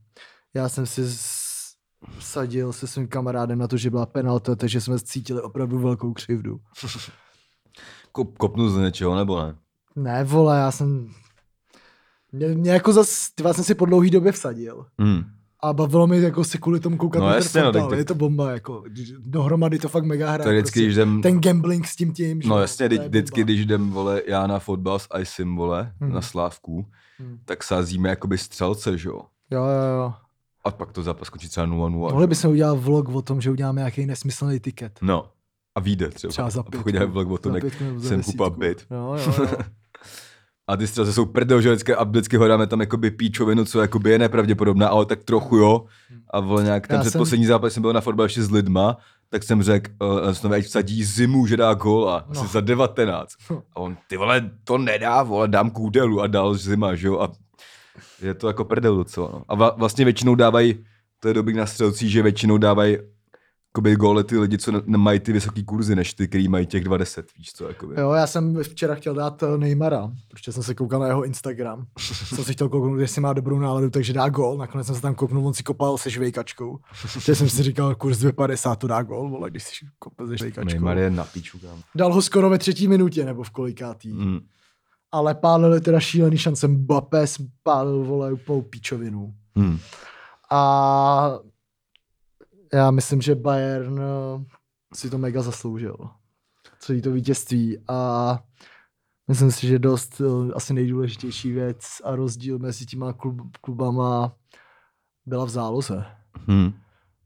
S1: Já jsem si s- sadil se svým kamarádem na to, že byla penalta, takže jsme cítili opravdu velkou křivdu.
S2: Kop, kopnu z něčeho, nebo ne?
S1: Ne, vole, já jsem... Mě, mě jako zas, ty vás jsem si po dlouhý době vsadil.
S2: Hmm.
S1: A bavilo mi jako si kvůli tomu koukat
S2: No
S1: na ten
S2: jasně, no, tak
S1: fotbal.
S2: to-
S1: Je to bomba, jako. když- Dohromady to fakt mega hraje.
S2: To je vždycky, když jdem...
S1: prostě ten gambling s tím tím. že
S2: No
S1: jo,
S2: jasně,
S1: to je
S2: vždy- vždycky,
S1: bomba.
S2: když jdem, vole, já na fotbal s Icem, vole,
S1: Mhm.
S2: na Slávku,
S1: Hmm.
S2: tak sázíme jakoby střelce, že jo?
S1: Jo, jo, jo.
S2: A pak to zápas skončí třeba 0-0.
S1: Mohli
S2: že jo?
S1: bychom udělat vlog o tom, že uděláme nějaký nesmyslný tiket.
S2: No. A vyjde třeba.
S1: Třeba za
S2: A
S1: pět.
S2: [LAUGHS] pokud dělají vlog o tom, jak jsem kupa byt.
S1: Jo, jo,
S2: [LAUGHS]
S1: jo.
S2: A ty střelce jsou prdel, že vždycky, a vždycky hledáme tam jakoby píčovinu, co jakoby je nepravděpodobná, ale tak trochu jo. A vole nějak ten
S1: Já
S2: předposlední zápas jsem byl na fotbal ještě s lidma, tak jsem řekl, uh, znovu, ať vsadí zimu, že dá góla, no.
S1: No.
S2: asi za 19.
S1: No.
S2: A on, ty vole, to nedá, vole, dám kůdelu a dal zima, že jo. A je to jako prdel docela, no. A va- vlastně většinou dávají, to je dobrý na střelcí, že většinou dávají jakoby góly ty lidi, co ne- nemají ty vysoký kurzy, než ty, který mají těch 20, víš co, jakoby.
S1: jo, já jsem včera chtěl dát eh, Neymara, protože jsem se koukal na jeho
S2: [LAUGHS]
S1: Instagram. jsem si chtěl kouknout, jestli má dobrou náladu, takže dá gol. Nakonec jsem se tam kouknul, on si kopal se
S2: [LAUGHS]
S1: žvejkačkou. Takže jsem si říkal, kurz 2,50 to dá gol, vole, když si kope se žvejkačkou.
S2: Neymar je na píču, kam.
S1: Dal ho skoro ve třetí minutě, nebo v kolikátý.
S2: Mm.
S1: ale pálili teda šílený šance. Mbappé spálil, vole, úplnou píčovinu.
S2: Mm.
S1: A já myslím, že Bayern eh, si to mega zasloužil. Celý to vítězství a myslím si, že dost eh, asi nejdůležitější věc a rozdíl mezi těma klub, klubama byla v záloze.
S2: Mm.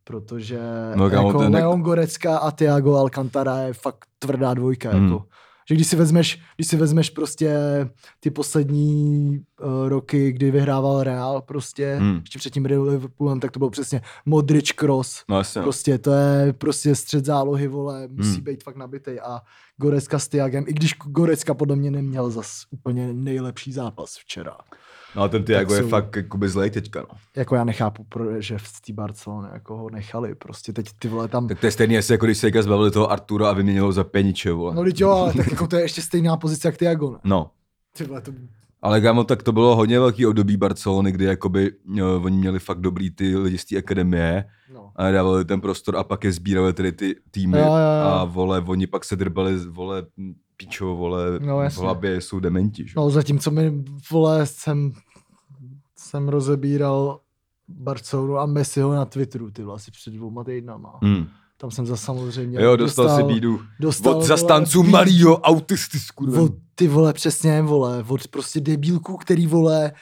S1: Protože
S2: No,
S1: no,
S2: kámo,
S1: jako
S2: ten-
S1: Leon Gorecka a Thiago Alcantara je fakt tvrdá dvojka.
S2: Hmm.
S1: Hmm. Jako. Že když si, vezmeš, když si vezmeš prostě ty poslední uh, roky, kdy vyhrával Real prostě,
S2: Hmm.
S1: hmm. ještě předtím Liverpoolem, tak to bylo přesně Modric Cross.
S2: No jasně. no.
S1: Prostě to je prostě střed zálohy, vole, musí
S2: Hmm.
S1: být fakt nabitej a Gorecka s Tiagem, i když Gorecka podle mě neměl zas úplně nejlepší zápas včera.
S2: No a ten Tiago
S1: Tak
S2: je
S1: jsou-
S2: fakt jakoby zlej teďka, no.
S1: Jako já nechápu, pro- že v té Barcelony jako ho nechali, prostě teď ty vole tam...
S2: Tak to je stejný, jestli jako když se zbavili toho Artura a vyměnili ho za peniče, vole.
S1: No teď jo, ale tak jako to je ještě stejná pozice jak Tiago, ne?
S2: No.
S1: Ty vole, to...
S2: Ale kámo, tak to bylo hodně velký období Barcelony, kdy jakoby jo, oni měli fakt dobrý ty lidi z té akademie
S1: No.
S2: a dávali ten prostor a pak je sbírali tedy ty týmy
S1: Jo, jo, jo.
S2: a vole, oni pak se drbali, vole, pičo, vole,
S1: No,
S2: v
S1: jasně.
S2: hlavě jsou dementi, že?
S1: no zatímco mi, vole, jsem, jsem rozebíral Barcelonu a Messiho na Twitteru, ty vole, asi před dvouma týdnama.
S2: Hmm.
S1: Tam jsem za samozřejmě
S2: Jo, dostal, si bídu
S1: dostal,
S2: od
S1: vole,
S2: zastánců
S1: bídu.
S2: malýho autisty, skurven.
S1: Od, ty vole, přesně, vole, od prostě debílků, který, vole,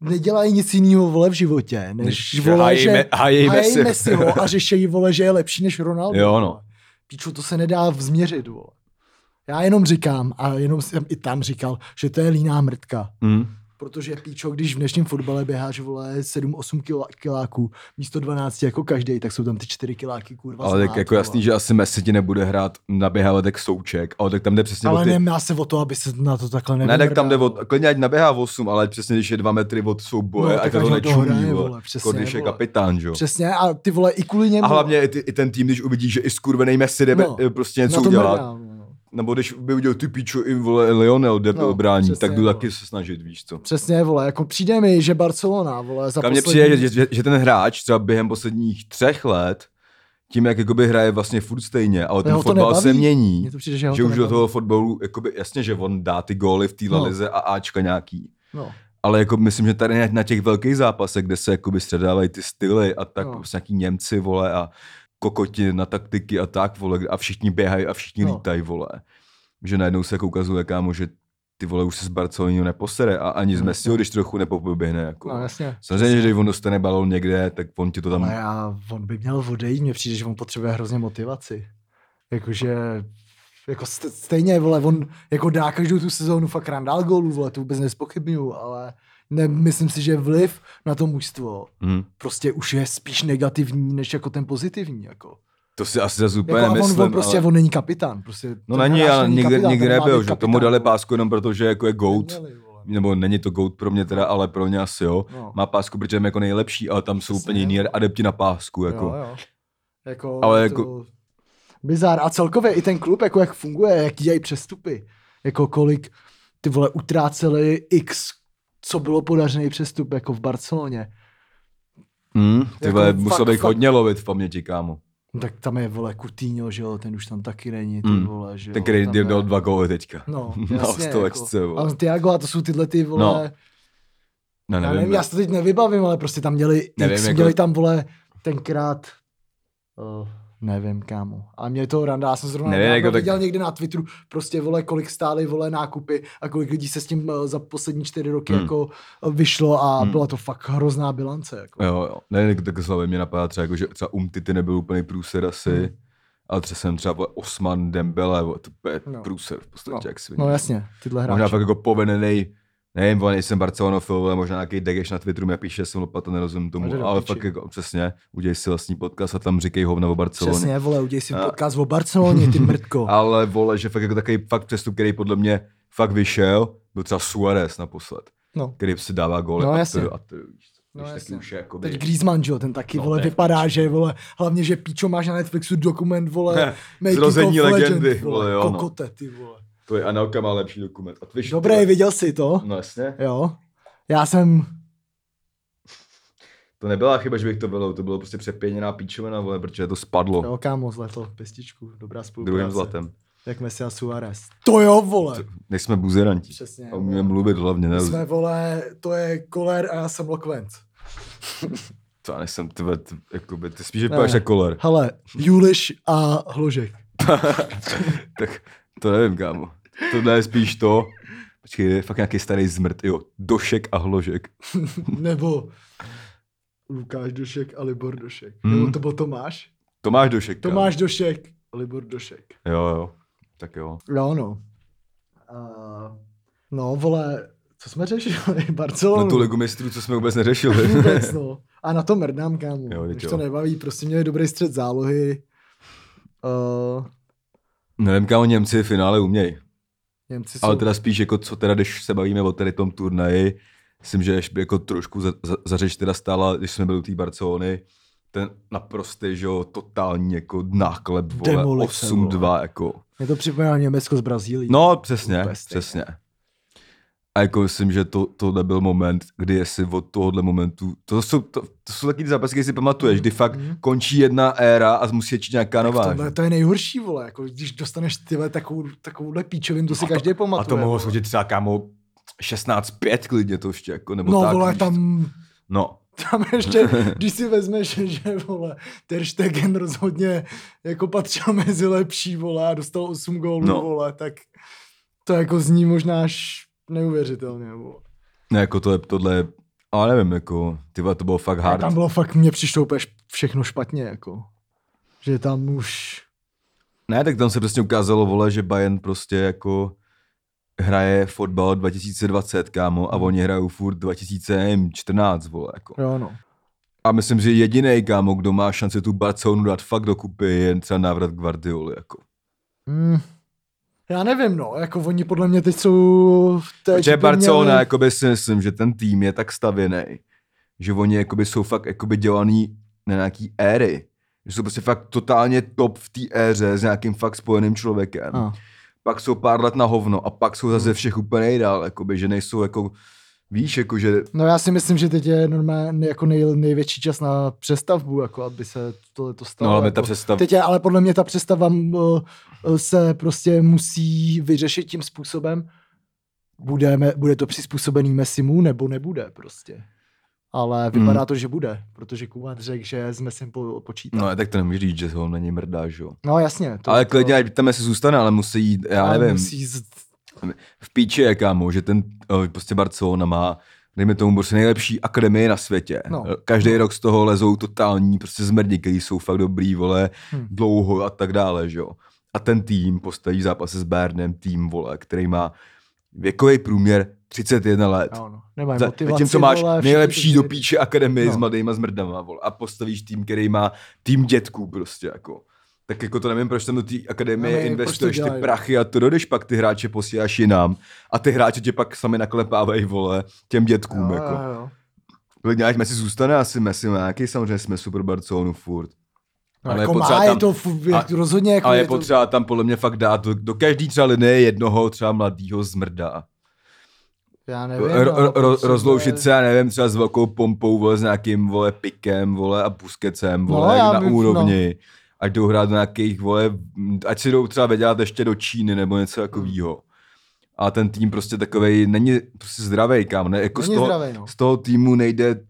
S1: nedělají nic jiného, vole, v životě, než,
S2: Že
S1: vole,
S2: hájíme-
S1: že
S2: hájíme si.
S1: hájíme si ho a řešejí, vole, že je lepší než Ronaldo.
S2: [LAUGHS] Jo, no.
S1: vole. Píču, to se nedá vzměřit, vole. Já jenom říkám, a jenom jsem i tam říkal, že to je líná mrtka.
S2: Hmm.
S1: Protože píčo, když v dnešním fotbale běháš, vole, 7-8 kilo, kiláků, místo 12 jako každý, tak jsou tam ty 4 kiláky, kurva.
S2: Ale tak
S1: znát,
S2: jako jasný,
S1: Vlastně vole.
S2: že asi Messi ti nebude hrát na běhávadek souček, ale tak tam jde přesně o
S1: Ale
S2: ty...
S1: nemá se o to, aby se na to takhle
S2: prostě- Ne,
S1: nevymrdal.
S2: tak tam jde o, klidně ať naběhá 8, ale přesně když je 2 metry od souboje,
S1: No,
S2: no, ať
S1: tak
S2: to
S1: ať ho
S2: nečumí,
S1: dohraje,
S2: vole,
S1: vole, přesně,
S2: jako když je
S1: vole.
S2: kapitán, že jo.
S1: Přesně, a ty vole, i kvůli němu.
S2: A hlavně i, ty, i ten tým, když uvidí, že i skurvený Messi jde no,
S1: No,
S2: prostě
S1: na
S2: něco
S1: to
S2: udělat,
S1: mrdám, no.
S2: nebo když by udělal ty píču i vole Lionel jde no,
S1: No,
S2: obrání,
S1: přesně,
S2: tak jdu
S1: vole.
S2: taky se snažit, víš co.
S1: Přesně, vole, jako přijde mi, že Barcelona, vole, za
S2: Kam mně
S1: poslední...
S2: přijde, že, že, že ten hráč třeba během posledních třech let, tím jak jakoby hraje vlastně furt stejně, ale ten
S1: ho to
S2: fotbal se
S1: nebaví.
S2: mění.
S1: Mně to přijde, že, ho
S2: že
S1: to
S2: už do
S1: nebaví.
S2: toho fotbalu, jakoby, jasně, že on dá ty góly v té no.
S1: No.
S2: lize a Ačka nějaký.
S1: No.
S2: Ale jako myslím, že tady na těch velkých zápasech, kde se jakoby středávají ty styly a tak, no.
S1: No.
S2: prostě nějaký Němci, vole, a kokoti na taktiky a tak, vole, a všichni běhají a všichni no.
S1: No.
S2: lítají, vole. Že najednou se jako ukazuje, kámo, že ty vole už se s Barcelonou neposere a ani z Messiho, když trochu nepopoběhne. Jako.
S1: No, jasně.
S2: Samozřejmě, že když on dostane balón někde, tak on ti to tam...
S1: Ale já, on by měl odejít, mně přijde, že on potřebuje hrozně motivaci. Jakože, jako st- stejně, vole, on jako dá každou tu sezónu fakt randál gólů, vole, to vůbec nespochybnuju, ale ne, myslím si, že vliv na to mužstvo
S2: Hm.
S1: prostě už je spíš negativní, než jako ten pozitivní, jako.
S2: To si asi zase úplně
S1: jako a on,
S2: myslím,
S1: on, prostě,
S2: ale...
S1: on není kapitán, prostě.
S2: No
S1: ten
S2: není,
S1: hráč
S2: ale nikde,
S1: kapitán,
S2: nikde
S1: ten má
S2: nebyl,
S1: být
S2: že? Tomu
S1: kapitán,
S2: dali
S1: vole.
S2: pásku jenom proto, že jako je GOAT.
S1: Neměli, vole.
S2: nebo není to GOAT pro mě teda, ale pro ně asi jo.
S1: No.
S2: Má pásku, protože je jako nejlepší, ale tam jsou
S1: Jasně.
S2: úplně jiný adepti na pásku. Jako.
S1: Jo, jo. Jako,
S2: Ale
S1: ale
S2: jako-
S1: jako... Bizár. A celkově i ten klub, jako jak funguje, jak dělají přestupy. Jako kolik ty vole utráceli x, co bylo podařený přestup, jako v Barceloně.
S2: Hmm, ty
S1: Jako
S2: vole,
S1: fakt,
S2: musel bych
S1: fakt.
S2: hodně lovit v paměti, kámo.
S1: No, tak tam je, vole, Coutinho, že jo, ten už tam taky není, ty
S2: Mm.
S1: vole, že jo.
S2: Ten, který
S1: tam
S2: dal
S1: je-
S2: dva góly teďka. [LAUGHS]
S1: No,
S2: na
S1: jasně,
S2: stolečce,
S1: jako.
S2: vole.
S1: Ale Tiago, a to jsou tyhle ty, vole,
S2: No, No,
S1: já nevím, já si to teď nevybavím, ale prostě tam měli, nevím,
S2: Nevím,
S1: x,
S2: jako-
S1: měli tam, vole, tenkrát, uh, nevím, kámo. A mě to randa, já jsem zrovna
S2: Nevím,
S1: nevím,
S2: jako
S1: jako
S2: tak-
S1: viděl někde na Twitteru, prostě, vole, kolik stály, vole, nákupy a kolik lidí se s tím eh, za poslední čtyři roky
S2: Hmm.
S1: jako eh, vyšlo a
S2: Hmm.
S1: byla to fakt hrozná bilance, jako.
S2: Jo, jo. Ne, jako tak slavě mě napadá třeba, jako, že třeba Umtity nebyl úplný průser asi,
S1: Hmm.
S2: ale třeba jsem třeba vole, Osman Dembele, vole, to je
S1: No.
S2: průser v podstatě, jak si
S1: No jasně, tyhle
S2: Možná
S1: hráči.
S2: fakt jako povedený, nevím, vole, nejsem Barcelonofil, ale možná nějaký degeš na Twitteru mi píše, jsem lopata, nerozumím tomu,
S1: jde do
S2: ale
S1: piči.
S2: fakt jako, přesně, udělej si vlastní podcast a tam říkej hovna o Barceloně.
S1: Přesně, vole, uděj si
S2: A-
S1: podcast o Barceloně, ty
S2: [LAUGHS]
S1: mrtko.
S2: Ale vole, že fakt jako takový fakt přestup, který podle mě fakt vyšel, byl třeba Suarez naposled,
S1: No.
S2: který si dává góly
S1: No,
S2: a
S1: jasně.
S2: to, a to, víš co,
S1: No,
S2: když taky
S1: jasně.
S2: už je jakoby...
S1: Teď Griezmann, že jo, ten taky,
S2: No,
S1: vole,
S2: to je-
S1: vypadá, že, vole, hlavně, že píčo máš na Netflixu dokument,
S2: [LAUGHS]
S1: vole, Making
S2: Zrození
S1: of
S2: legendy, vole, jo, no.
S1: kokote, ty vole.
S2: To je Anelka má lepší dokument. A Twitch,
S1: Dobré, viděl jsi to?
S2: No jasně.
S1: Jo. Já jsem,
S2: To nebyla chyba, že bych to bylo, to bylo prostě přepěněná píčovina, vole, protože to spadlo.
S1: jo, kámo, zleto, pěstičku, dobrá spolupráce.
S2: druhým zlatem.
S1: Jak Messi a Suarez. To jo, vole.
S2: Nejsme buzeranti.
S1: Přesně.
S2: A
S1: vole.
S2: umíme mluvit hlavně, ne?
S1: My jsme, vole, to je koler a já jsem lokvent.
S2: To já nejsem tve, t, jakoby, ty spíš
S1: Ne,
S2: vypadáš
S1: ne.
S2: jako koler.
S1: Hele, Juliš a Hložek.
S2: Tak to nevím, kámo. Tohle je spíš to. Počkej, je fakt nějaký starý zmrt, jo. Došek a hložek.
S1: Nebo Lukáš Došek a Libor Došek.
S2: Hmm.
S1: Nebo to byl Tomáš?
S2: Tomáš Došek, kámo.
S1: Tomáš Došek a Libor Došek.
S2: Jo, jo. Tak jo.
S1: Jo, no. Uh, no, vole, co jsme řešili? [LAUGHS] Barcelonu.
S2: Na tu ligu mistrů, co jsme vůbec neřešili.
S1: No. Vůbec, no. A na to mrdám, kámo.
S2: Jo,
S1: Jo,
S2: teď
S1: Když
S2: jo.
S1: to nebaví, prostě měli dobrý střed zálohy. Uh,
S2: [LAUGHS] nevím, kámo, Němci v finále umějí.
S1: Němci jsou...
S2: Ale teda spíš, jako co teda, když se bavíme o tady tom turnaji, myslím, že ještě jako trošku za, za, za řeč teda stála, když jsme byli u té Barcelony, ten naprostý, že jo, totální jako náklep, vole,
S1: Demolice,
S2: 8-2, jako.
S1: Mě to připomíná Německo z Brazílii.
S2: No, přesně,
S1: Úplně stejné.
S2: přesně. A jako myslím, že to, tohle byl moment, kdy jestli od tohohle momentu, to jsou, to, to jsou taky ty zápasy, které si pamatuješ, kdy fakt
S1: Mhm.
S2: končí jedna éra a musí začít nějaká
S1: Tak v
S2: nová.
S1: tomhle
S2: že?
S1: to je nejhorší, vole, jako když dostaneš tyhle takovou, takovouhle píčovinu, to si
S2: A to-
S1: každý
S2: A
S1: pamatuje.
S2: to mohlo
S1: vole.
S2: schodit třeba kámo 16-5 klidně to ještě, jako, nebo
S1: No,
S2: tak.
S1: vole,
S2: víš.
S1: tam,
S2: No,
S1: tam ještě, když si vezmeš, že, vole, Ter Stegen rozhodně jako patřil mezi lepší, vole, a dostal 8 gólů,
S2: No.
S1: no. vole, tak to jako zní možná až neuvěřitelně, vole.
S2: Ne, jako to je, tohle je, ale nevím, jako, ty vole, to bylo fakt
S1: A
S2: hard.
S1: tam bylo fakt, mně přišlo úplně š- všechno špatně, jako. Že tam už...
S2: Ne, tak tam se přesně ukázalo, vole, že Bayern prostě jako hraje fotbal 2020, kámo, a oni hrajou furt 2014, vole, jako.
S1: Jo, no.
S2: A myslím, že jediný kámo, kdo má šanci tu Barcelonu dát fakt dokupy, je jen třeba návrat Guardioli, jako.
S1: Hmm. Já nevím, no, jako oni podle mě teď jsou... v té
S2: Protože
S1: ekipě
S2: Barcelona, jako-
S1: měli-
S2: jakoby si myslím, že ten tým je tak stavěný, že oni jakoby jsou fakt jakoby dělaný na nějaký éry. Že jsou prostě fakt totálně top v té éře s nějakým fakt spojeným člověkem.
S1: A.
S2: pak jsou pár let na hovno a pak jsou zase všech úplně nejdál, jakoby, že nejsou jako, víš, jako, že
S1: No já si myslím, že teď je normálně jako nej, největší čas na přestavbu, jako aby se tohle to stalo.
S2: no, ale
S1: jako.
S2: ta představ...
S1: Teď je, ale podle mě ta přestava m, eh, se prostě musí vyřešit tím způsobem, budeme, bude to přizpůsobený Messimu nebo nebude prostě. Ale vypadá to, že bude, protože Kubat řekl, že s Messim po, počítá. No,
S2: Hmm. No, tak to nemůžeš říct, že ho na něj mrdá, že jo.
S1: no jasně. To,
S2: Ale
S1: to-
S2: klidně, ať tam se zůstane, ale musí jít, já
S1: ale
S2: nevím,
S1: Musí z,
S2: v píči je, kámo, že ten eh, prostě Barcelona má dejme tomu prostě nejlepší akademie na světě.
S1: No.
S2: No. Každý rok z toho lezou totální prostě zmrdí, který jsou fakt dobrý, vole,
S1: Hmm.
S2: hmm. dlouho a tak dále, že jo. A ten tým postaví zápasy s Bayernem, tým, vole, který má věkový průměr 31 let.
S1: Jo, no. Nemají
S2: Za-
S1: motivaci,
S2: Zatímco máš
S1: vole,
S2: vole,
S1: všechny
S2: nejlepší
S1: ty-
S2: do píče akademii
S1: No.
S2: no. s mladýma zmrdama, vole, a postavíš tým, který má tým dětků prostě, jako. Tak jako to nevím, proč tam do té akademie
S1: No,
S2: no,
S1: nevím, proč to
S2: investuješ ty
S1: dělají, no.
S2: prachy a to dodeš pak ty hráče posíláš jinam a ty hráče tě pak sami naklepávají, vole, těm dětkům,
S1: Jo,
S2: jo, jako.
S1: jo, jo.
S2: Kolik nějak Messi zůstane, asi Messi má nějaký samozřejmě jsme super Barcelonu furt.
S1: No,
S2: Ale
S1: ale
S2: je
S1: jako
S2: potřeba
S1: má, je
S2: tam-
S1: to fu- je
S2: a-
S1: to rozhodně jako
S2: Ale je
S1: je to-
S2: potřeba tam podle mě fakt dát do, do každý třeba linie jednoho třeba mladýho zmrda.
S1: já nevím, no, jako prostě
S2: Ro-
S1: ale
S2: ro- ro-
S1: potřebuje-
S2: rozloučit se, já nevím, třeba s velkou pompou, vole, s nějakým, vole, pikem, vole, a buskecem,
S1: No,
S2: vole,
S1: já
S2: no, na
S1: bych-
S2: úrovni. No. Ať jdou hrát do nějakých, vole, m, ať si jdou třeba vydělat ještě do Číny nebo něco
S1: Hmm.
S2: takového. A ten tým prostě takovej, není prostě zdravý, kam, ne, jako
S1: Není
S2: z, toho,
S1: zdravej, no.
S2: z toho týmu nejde,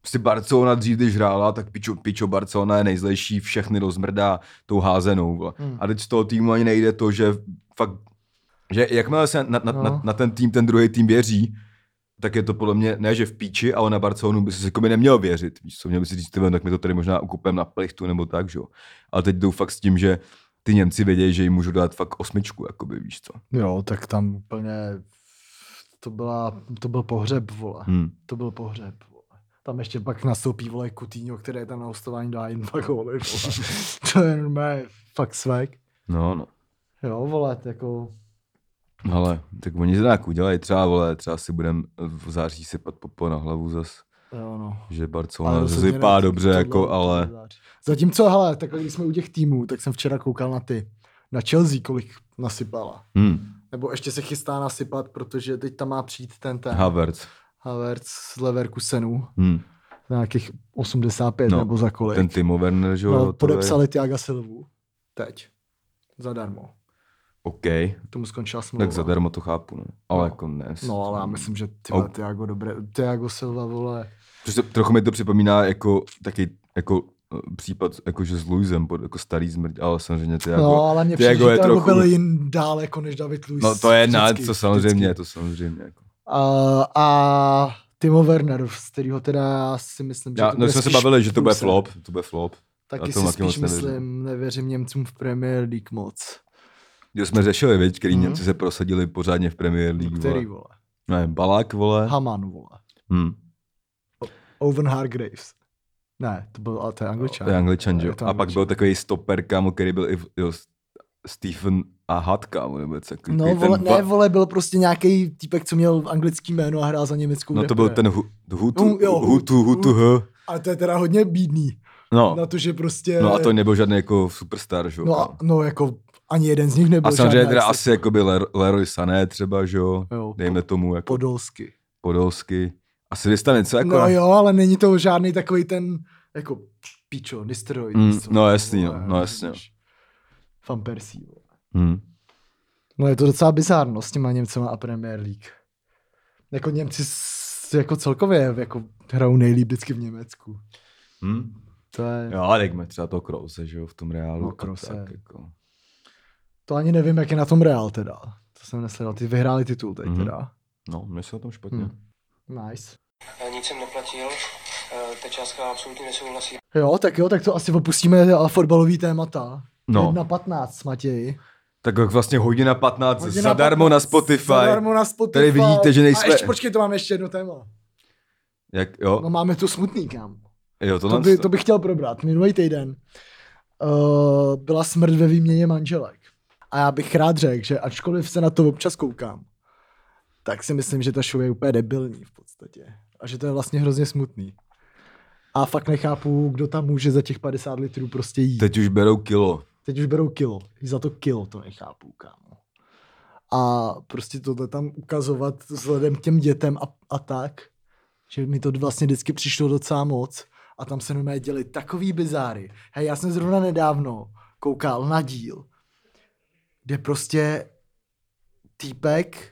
S2: prostě Barcelona dřív, když hrála, tak pičo, pičo Barcelona je nejzlejší, všechny rozmrdá tou házenou. Vole.
S1: Hmm.
S2: A teď z toho týmu ani nejde to, že fakt, že jakmile se na, na,
S1: No.
S2: na, na ten tým ten druhý tým věří, tak je to podle mě, ne že v píči, ale na Barcelonu by si jako by neměl věřit. Víš co, měl by si říct, ty vole, tak my to tady možná ukupem na plichtu nebo tak, že jo. Ale teď jdou fakt s tím, že ty Němci vědějí, že jim můžou dát fakt osmičku, jakoby, víš co.
S1: Jo, tak tam úplně to, byla, to byl pohřeb, vole.
S2: Hmm.
S1: To byl pohřeb. Vole. Tam ještě pak nastoupí, vole, Coutinho, který je tam na hostování dá jen dva góly,
S2: [LAUGHS]
S1: vole. to je normálně fakt svek.
S2: No, no.
S1: Jo, vole, jako...
S2: Ale tak oni se nějak udělají, třeba, vole, třeba si budem v září sypat popo na hlavu zas,
S1: Jo, no.
S2: že
S1: Ale
S2: Barcelona zase
S1: rozhodně
S2: vypadá
S1: ne-
S2: dobře,
S1: tohle-
S2: jako,
S1: tohle
S2: ale...
S1: září. Zatímco, hele, takhle, když jsme u těch týmů, tak jsem včera koukal na ty. Na Chelsea, kolik nasypala.
S2: Hmm,
S1: Nebo ještě se chystá nasypat, protože teď tam má přijít ten ten
S2: Havertz.
S1: Havertz z Leverkusenu.
S2: Hmm.
S1: na nějakých 85 no,
S2: No,
S1: nebo za kolik.
S2: Ten Timo Werner, že jo?
S1: no,
S2: hotovej.
S1: podepsali Tiaga Silvu. Teď. Zadarmo.
S2: OK,
S1: Tomu skončila smlouva.
S2: tak zadarmo to chápu, no. Ale
S1: No.
S2: no. jako ne.
S1: No ale já myslím, že tyhle,
S2: Ok.
S1: Tiago, dobré, Tiago Silva, vole.
S2: Protože trochu mi to připomíná jako taky jako eh, případ, jako že s Luisem, pod- jako starý zmrť, ale samozřejmě ty jako...
S1: no, ale mě
S2: Thiago
S1: přijde, že
S2: je
S1: Tiago
S2: trochu-
S1: byl jin dál jako než David Luiz.
S2: no to je na,
S1: vždycky,
S2: to samozřejmě,
S1: vždycky.
S2: to samozřejmě. Jako.
S1: A, a Timo Werner, z kterého teda já si myslím, že
S2: Já,
S1: to
S2: no
S1: bude
S2: jsme se
S1: spíš
S2: bavili, že to bude
S1: průser.
S2: flop, to bude flop. já
S1: Taky
S2: tomu
S1: si
S2: taky
S1: spíš
S2: moc nevěřím.
S1: myslím, nevěřím Němcům v Premier League moc.
S2: Jo, jsme řešili, viď, který
S1: Mhm.
S2: mm. Němci se prosadili pořádně v Premier League.
S1: Který,
S2: Který?
S1: vole?
S2: Ne, Balák, vole.
S1: Haman, vole.
S2: Hmm.
S1: Owen Hargraves. Ne, to byl, ale to je
S2: To
S1: angličan.
S2: je angličan,
S1: Je
S2: že jo.
S1: to
S2: A pak
S1: Angličan.
S2: byl takový stoper, kámo, který byl i v, jo, s- Stephen a Hatka, nebo něco takový.
S1: No,
S2: ten
S1: vole,
S2: va-
S1: ne, vole, byl prostě nějaký týpek, co měl anglický jméno a hrál za německou
S2: No to byl ten hu-
S1: No,
S2: Hutu,
S1: jo,
S2: Hutu, Hutu,
S1: Hutu.
S2: H.
S1: Ale to je teda hodně bídný,
S2: No,
S1: na to, že prostě...
S2: no a to nebyl žádný jako superstar, že jo.
S1: no,
S2: kámo.
S1: a, no, jako ani jeden z nich nebyl.
S2: A samozřejmě
S1: žádný
S2: teda
S1: asi-
S2: asi jako by Ler- Leroy Sané třeba, že jo,
S1: Jo,
S2: dejme tomu jako
S1: Podolsky.
S2: podolsky. Asi vystane něco jako...
S1: Jako no
S2: na-
S1: jo, ale není to žádný takový ten, jako, pičo, Nisteroj.
S2: Mm,
S1: co-
S2: no jasný,
S1: vole,
S2: no, no jasně,
S1: rozumíš. Van Persie. vole.
S2: Hm.
S1: No je to docela bizárno s těma Němcema a Premier League. Jako Němci s, jako celkově jako hrajou nejlíp vždycky v Německu.
S2: Hm.
S1: To je...
S2: Jo, a dejme třeba toho Krause, že jo, v tom reálu.
S1: No,
S2: a
S1: Krause.
S2: Tak, jako.
S1: To ani nevím, jak je na tom Real teda. To jsem nesledal. Ty vyhráli titul teď
S2: Mhm.
S1: teda.
S2: No, nejsou na tom špatně.
S1: Hm. Nice.
S5: Nic jsem neplatil, eh, ta částka absolutně nesouhlasí.
S1: Jo, tak jo, tak to asi opustíme a fotbalový témata.
S2: No.
S1: 1 15, Matěj.
S2: Tak jak vlastně hodina 15
S1: Hodina
S2: zadarmo
S1: 15,
S2: na Spotify.
S1: Zadarmo na Spotify.
S2: Tady vidíte, že nejsme-
S1: A ještě, počkej, to máme ještě jedno téma.
S2: Jak, jo,
S1: No máme tu smutný, kam.
S2: jo tohle
S1: To, by, to bych chtěl probrat. Minulý týden uh, byla smrt ve výměně manželek. A já bych rád řekl, že ačkoliv se na to občas koukám, tak si myslím, že ta show je úplně debilní v podstatě. A že to je vlastně hrozně smutný. A fakt nechápu, kdo tam může za těch 50 litrů prostě jít. Teď,
S2: Teď už berou kilo.
S1: Teď už berou kilo. I za to kilo to nechápu, kámo. A prostě tohle tam ukazovat vzhledem k těm dětem a, a tak, že mi to vlastně vždycky přišlo docela moc a tam se normálně děli takový bizáry. Hej, já jsem zrovna nedávno koukal na díl, kde prostě týpek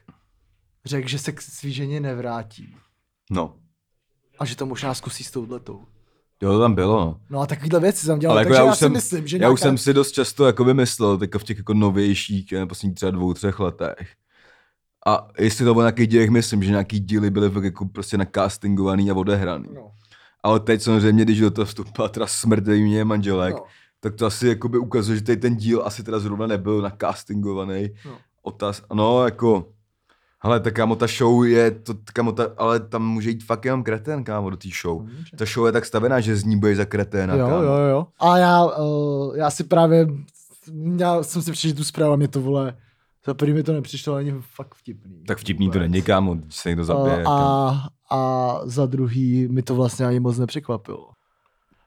S1: řekl, že se k svý ženě nevrátí
S2: No.
S1: a že to možná zkusí s touhletou.
S2: Jo, to tam bylo, no.
S1: No a takovýhle věci jsem dělal,
S2: Ale jako
S1: takže
S2: já
S1: já,
S2: už
S1: si
S2: jsem-
S1: myslím, že
S2: Já už
S1: nějaká-
S2: jsem si dost často jako vymyslel, teďka v těch jako novějších, eh, posledních třeba dvou, třech letech, A jestli to bylo nějaký dílech, myslím, že nějaký díly byly fakt jako prostě nakastingovaný a odehraný.
S1: No.
S2: Ale teď samozřejmě, když do toho vstupila teda smrt mě manželek,
S1: No.
S2: tak to asi jakoby ukazuje, že tady ten díl asi teda zrovna nebyl nakastingovaný.
S1: No.
S2: Otáz, no jako, hele, ta kámo, ta show je, to, kámo, ta, ale tam může jít fakt jenom kreten, kámo, do té show. Ta show je tak stavená, že z ní bude za kreténa,
S1: Jo,
S2: kámo.
S1: jo, jo. A já, uh, já si právě, já jsem si přečetl tu zprávu a mě to vole, za první mi to nepřišlo ani fakt vtipný.
S2: Tak vtipný to není, kámo, když se někdo zabije.
S1: Eh,
S2: kámo.
S1: a, a za druhý mi to vlastně ani moc nepřekvapilo.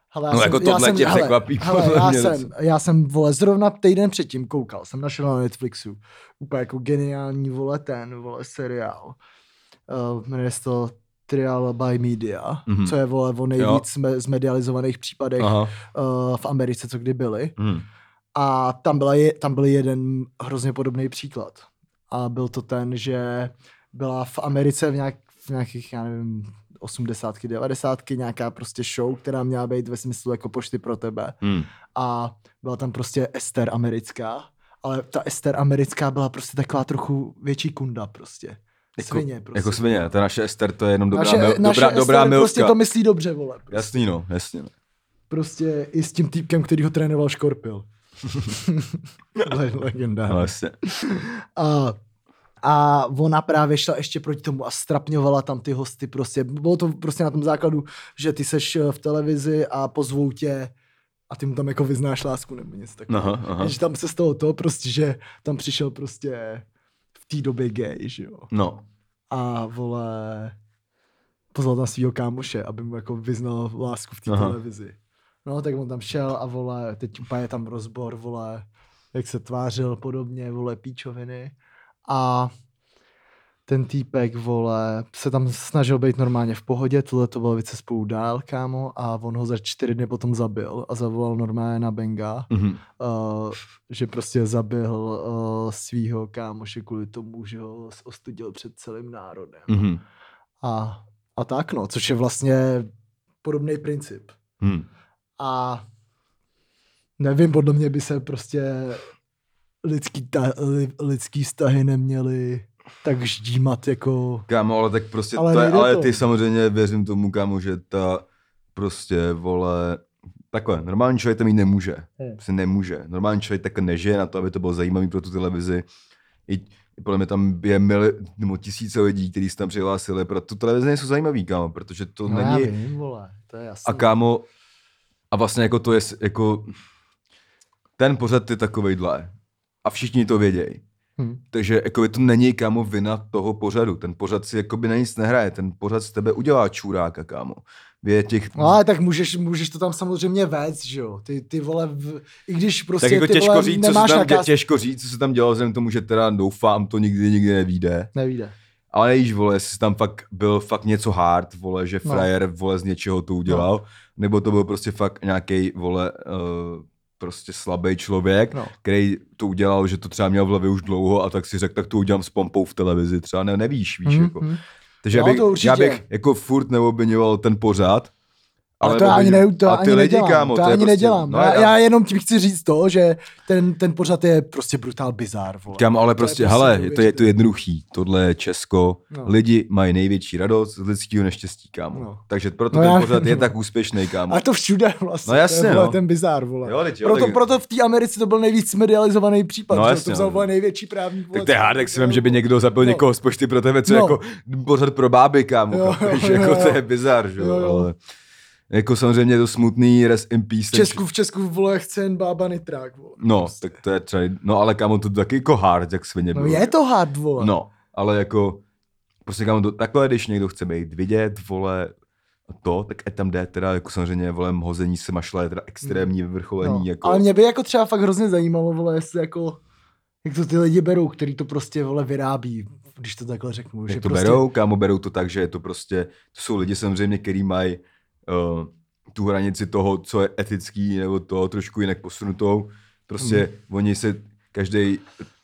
S1: Hele, já
S2: No jako tohle tě
S1: hele,
S2: překvapí,
S1: Hele,
S2: podle
S1: já,
S2: mě
S1: jsem,
S2: docela.
S1: já jsem, vole, zrovna týden předtím koukal, jsem našel na Netflixu úplně jako geniální, vole, ten, vole, seriál. Uh, jmenuje se to Trial by Media,
S2: Mhm.
S1: mm-hmm. co je, vole, o nejvíc me- zmedializovaných případech uh,
S2: Aha.
S1: v Americe, co kdy byly.
S2: Hmm.
S1: A tam, byla je, tam byl jeden hrozně podobný příklad. A byl to ten, že byla v Americe v, nějak, v nějakých, já nevím, 80. 90. nějaká prostě show, která měla být ve smyslu jako pošty pro tebe.
S2: Hmm.
S1: A byla tam prostě Ester americká, ale ta Ester americká byla prostě taková trochu větší kunda prostě. Svině prostě.
S2: Jako svině, ta naše Ester, to je jenom dobrá,
S1: naše, naše
S2: naše, dobrá,
S1: Ester
S2: dobrá milka.
S1: prostě to myslí dobře, vole.
S2: Jasný no, jasně. No.
S1: Prostě i s tím týpkem, který ho trénoval Škorpil. [LAUGHS] Le- Legenda.
S2: Ale jasně.
S1: A, a ona právě šla ještě proti tomu a strapňovala tam ty hosty prostě. Bylo to prostě na tom základu, že ty seš eh, v televizi a pozvou tě a ty mu tam jako vyznáš lásku nebo něco takového.
S2: Aha, No, aha.
S1: Takže tam se stalo to prostě, že tam přišel prostě v té době gay, že jo.
S2: No,
S1: A vole, pozval tam svého kámoše, aby mu jako vyznal lásku v té
S2: Aha.
S1: televizi. No, tak on tam šel a vole, teď úplně je tam rozbor, vole, jak se tvářil podobně, vole, píčoviny. A ten týpek, vole, se tam snažil být normálně v pohodě, tohle to bylo více spolu dál, kámo, a on ho za čtyři dny potom zabil a zavolal normálně na Benga,
S2: mhm.
S1: uh, že prostě zabil uh, svýho kámoše kvůli tomu, že ho ostudil před celým národem.
S2: Mhm.
S1: A, a tak no, což je vlastně podobný princip.
S2: Mhm.
S1: A nevím, podle mě by se prostě lidský, ta, li, lidský vztahy neměly tak ždímat jako...
S2: Kámo, ale tak prostě,
S1: Ale
S2: ale, to je,
S1: nejde
S2: ale
S1: to.
S2: ty samozřejmě věřím tomu, kámo, že ta prostě, vole, takhle, normální člověk to mít nemůže.
S1: Hmm.
S2: Prostě nemůže. Normální člověk tak nežije na to, aby to bylo zajímavý pro tu televizi. I, i podle mě tam je mili, nebo tisíce lidí, kteří se tam přihlásili, pro tu televizi nejsou zajímavý, kámo, protože to
S1: No já
S2: není...
S1: vím, vole, to je jasné.
S2: A kámo, a vlastně jako to je, s- jako ten pořad je takovejhle. A všichni to vědějí.
S1: Hm.
S2: Takže jako to není kámo vina toho pořadu. Ten pořad si jako by na nic nehraje. Ten pořad z tebe udělá čuráka, kámo. Je těch...
S1: No ale tak můžeš, můžeš to tam samozřejmě vést, že jo? Ty, ty vole, v, i když prostě
S2: tak jako
S1: ty
S2: těžko
S1: vole
S2: říct, co
S1: nemáš
S2: se tam,
S1: nakaz...
S2: těžko říct, co se tam dělalo, vzhledem k tomu, že teda doufám, to nikdy, nikdy nevíde.
S1: Nevíde.
S2: Ale nejíš, vole, jestli tam fakt byl fakt něco hard, vole, že
S1: No.
S2: frajer, vole, z něčeho to udělal, no. nebo to byl prostě fakt nějaký vole, uh, prostě slabý člověk,
S1: No.
S2: který to udělal, že to třeba měl v hlavě už dlouho a tak si řekl, tak to udělám s pompou v televizi, třeba ne, nevíš, víš,
S1: Hm,
S2: jako.
S1: hm.
S2: Takže
S1: No,
S2: já, bych,
S1: to určitě.
S2: já bych jako furt neobviňoval ten pořád,
S1: Ale, to já ani,
S2: obviňuji-
S1: ne, to já
S2: no. a ty
S1: ani
S2: lidi,
S1: nedělám,
S2: kámo,
S1: to já
S2: je
S1: ani
S2: prostě-
S1: nedělám.
S2: no,
S1: já,
S2: já-
S1: já, jenom ti chci říct to, že ten, ten pořad je prostě brutál bizár, vole.
S2: Kam, ale
S1: To je
S2: prostě,
S1: prostě
S2: hele, je to, je to
S1: neuvěřitelný.
S2: jednoduchý. Tohle je Česko.
S1: No.
S2: No. Lidi mají největší radost z lidského neštěstí, kámo.
S1: No.
S2: No. Takže proto
S1: No
S2: no ten
S1: já-
S2: já... pořad je tak úspěšný, kámo.
S1: A to všude vlastně.
S2: No jasně,
S1: to je, vole,
S2: no.
S1: ten bizár, vole.
S2: Jo, teď jo,
S1: proto,
S2: tak-
S1: proto v té Americe to byl nejvíc medializovaný případ,
S2: No
S1: no, jasně,
S2: jasně,
S1: to vzal
S2: no.
S1: vole, největší právní
S2: Tak to je hard, jak si vím, že by někdo zabil
S1: No.
S2: no. někoho z pošty pro tebe, co
S1: No.
S2: no. jako pořad pro báby, kámo.
S1: Jo,
S2: Jo,
S1: jo,
S2: jo,
S1: jo,
S2: jako
S1: jo.
S2: to je bizar, že
S1: Jo,
S2: jo.
S1: jo.
S2: Ale jako samozřejmě je to smutný, rest in peace.
S1: V Česku, v Česku, vole, chce jen bába nitrák, vole.
S2: No,
S1: Prostě.
S2: tak to je třeba, no ale kámo, to taky jako hard, jak svině
S1: No
S2: bylo.
S1: je to hard, vole.
S2: No, ale jako, prostě kámo, to, takhle, když někdo chce být vidět, vole, to, tak ať tam jde teda, jako samozřejmě, vole, hození se mašle, teda extrémní vyvrcholení,
S1: Mhm. No,
S2: jako,
S1: Ale mě by jako třeba fakt hrozně zajímalo, vole, jestli jako, jak to ty lidi berou, který to prostě, vole, vyrábí, když to takhle řeknu.
S2: jak
S1: že
S2: to
S1: prostě,
S2: berou, kámo, berou to tak, že je to prostě, to jsou lidi samozřejmě, který mají uh, tu hranici toho, co je etický, nebo to trošku jinak posunutou, prostě
S1: Hmm.
S2: oni se, každý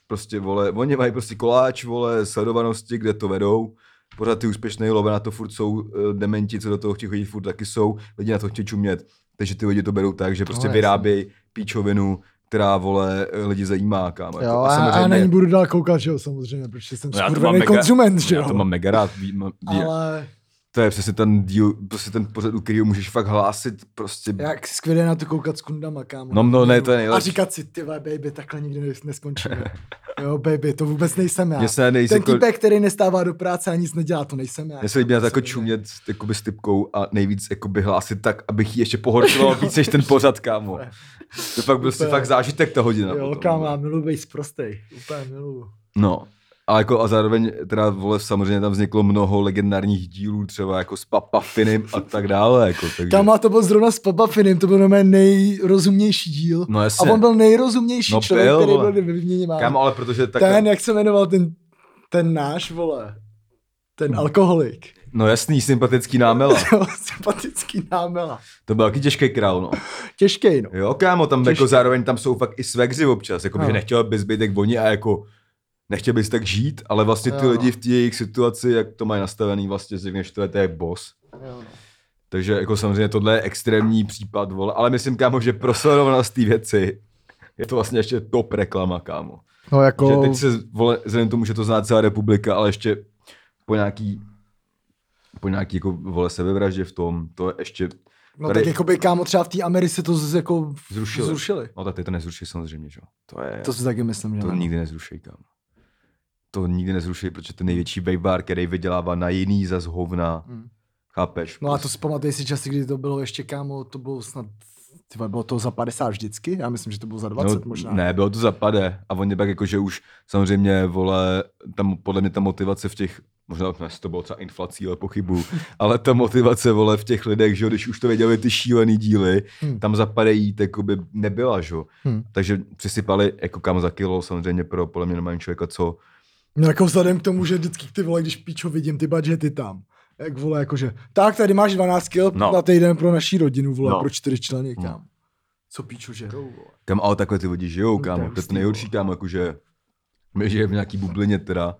S2: prostě, vole, oni mají prostě koláč, vole, sledovanosti, kde to vedou, pořád ty úspěšné love na to furt jsou, eh, dementi, co do toho chtějí chodit, furt taky jsou, lidi na to chtějí čumět, takže ty lidi to berou tak, že prostě
S1: No, jasně.
S2: vyrábějí píčovinu, která, vole, lidi zajímá, kámo.
S1: Jo, a, a, na ní budu dál koukat, že jo, samozřejmě, protože jsem
S2: jako No já to mám
S1: skurvený
S2: mega-
S1: konzument, že
S2: já to
S1: jo.
S2: mám mega rád, ví, mám, ví,
S1: Ale
S2: to je přesně ten díl, prostě ten pořad, u kterého můžeš fakt hlásit, prostě,
S1: jak skvěle na to koukat s kundama, kámo.
S2: No, no, ne, to je
S1: A
S2: nejlepší.
S1: říkat si, ty vole, baby, takhle nikdy nes-
S2: [LAUGHS]
S1: neskončíme. jo, baby, to vůbec nejsem já.
S2: Mně se nejsi
S1: Ten
S2: jako-
S1: týpek, který nestává do práce a nic nedělá, to nejsem já. Prostě-
S2: Mně se líbí na to
S1: To
S2: jako
S1: jsem já.
S2: čumět jakoby s typkou a nejvíc jakoby hlásit tak, abych ji ještě pohoršoval víc než ten pořad, kámo. To je pak prostě
S1: Úplně.
S2: fakt zážitek ta hodina.
S1: Jo,
S2: potom.
S1: kámo, já miluji být prostej. Úplně miluji.
S2: No. A, jako, a zároveň teda vole, samozřejmě tam vzniklo mnoho legendárních dílů, třeba jako s Papafinem a tak dále. Jako, takže,
S1: Kámo, a to byl zrovna s Papafinem, to byl normálně nejrozumnější díl.
S2: No
S1: a
S2: jasně.
S1: on byl nejrozumnější
S2: No
S1: člověk,
S2: byl,
S1: který
S2: vole.
S1: byl ve vyměně má.
S2: Kámo, ale protože tak...
S1: ten, jak se jmenoval ten, ten náš, vole, ten
S2: Hmm.
S1: alkoholik. [LAUGHS]
S2: No jasný, sympatický námela.
S1: Jo, Sympatický námela.
S2: To byl taky těžký král, no.
S1: Těžkej, no.
S2: Jo, kámo, tam
S1: Těžký. No.
S2: jako zároveň tam jsou fakt i svegři občas, jako že
S1: Ano.
S2: nechtěl bys být jak oni a jako nechtěl bys tak žít, ale vlastně ty
S1: Jo. no.
S2: lidi v té jejich situaci, jak to mají nastavený, vlastně zjevně že to je, to je boss.
S1: Jo, no.
S2: Takže jako samozřejmě tohle je extrémní případ, vole, ale myslím, kámo, že pro sledovanost té věci je to vlastně ještě top reklama, kámo.
S1: no
S2: Že
S1: jako,
S2: teď se, vole, vzhledem k tomu, že to zná celá republika, ale ještě po nějaký po nějaký jako, vole, sebevraždě v tom, to je ještě
S1: no
S2: tady-
S1: tak jako by kámo třeba v té Americe to z, jako
S2: Zrušili.
S1: zrušili.
S2: No tak ty to nezruší samozřejmě, že jo. To je...
S1: To si taky myslím, že
S2: To
S1: ne.
S2: nikdy nezrušej, kam. To nikdy nezrušej, protože to je největší bejbar, který vydělává na jiný zas hovna.
S1: Mm.
S2: Chápeš?
S1: No a to si pamatuju si časy, kdy to bylo ještě kámo, to bylo snad, ty vole, bylo to za 50 vždycky? Já myslím, že to bylo za 20 možná.
S2: No, Ne, bylo to zapade. A oni pak jakože už samozřejmě, vole, tam podle mě ta motivace v těch, možná ne, to bylo třeba inflací,
S1: [LAUGHS]
S2: ale pochybu, ale ta motivace, vole, v těch lidech, že jo, když už to věděli ty šílený díly,
S1: Hmm.
S2: tam zapade jít, jakoby nebyla, že jo.
S1: Hmm.
S2: Takže přisypali jako kam za kilo, samozřejmě pro podle mě normální člověka, co
S1: No jako vzhledem k tomu, že vždycky ty vole, když píčo vidím ty budgety tam. Jak vole, jakože, tak tady máš 12 kg
S2: No.
S1: no. na týden pro naší rodinu, vole,
S2: No.
S1: no. pro čtyři členy,
S2: No.
S1: kam. Co píčo žerou, vole.
S2: Kam, ale takhle ty lidi žijou,
S1: No, to je
S2: kámo. To je to
S1: hustý,
S2: nejhorší,
S1: vole.
S2: kámo, jakože my žijeme v nějaký bublině teda.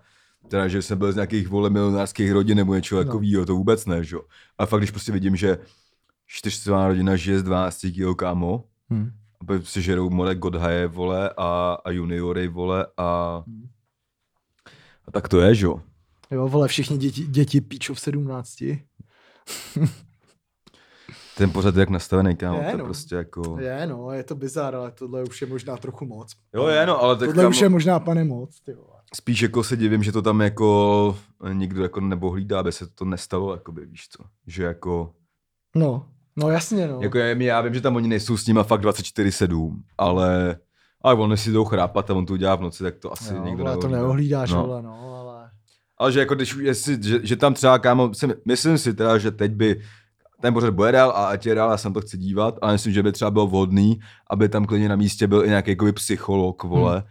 S2: Teda, že jsem byl z nějakých vole milionářských rodin nebo něčeho
S1: No.
S2: takového, to vůbec ne, že jo. A fakt, když prostě vidím, že čtyřčlenná rodina žije z 12 kg, kámo,
S1: Hmm.
S2: a pak si žerou more Godhaje, vole, a, a juniory, vole, a,
S1: Hmm.
S2: a tak to je, že jo.
S1: Jo, vole, všichni děti, děti píčo v 17.
S2: Ten pořad je jak nastavený, kámo,
S1: Je,
S2: to je
S1: no.
S2: prostě jako...
S1: Je, no, je to bizár, ale tohle už je možná trochu moc.
S2: Jo, je, no, ale tak
S1: tohle
S2: kámo,
S1: už je možná pane moc, ty vole.
S2: spíš jako se divím, že to tam jako nikdo jako nebohlídá, aby se to nestalo, jakoby, víš co. Že jako...
S1: No, no jasně, no.
S2: Jako je mi- já vím, že tam oni nejsou s nima fakt 24-7, ale... A on si jdou chrápat a on to udělá v noci, tak to asi
S1: jo,
S2: nikdo
S1: vole, to
S2: neohlídá.
S1: neohlídáš,
S2: No.
S1: no. vole, no, ale...
S2: Ale že jako když, už- jestli, že, že tam třeba kámo, si, myslím si teda, že teď by ten pořad bude dál a ať je dál, já se na to chci dívat, ale myslím, že by třeba bylo vhodný, aby tam klidně na místě byl i nějaký jakoby psycholog, vole, hmm.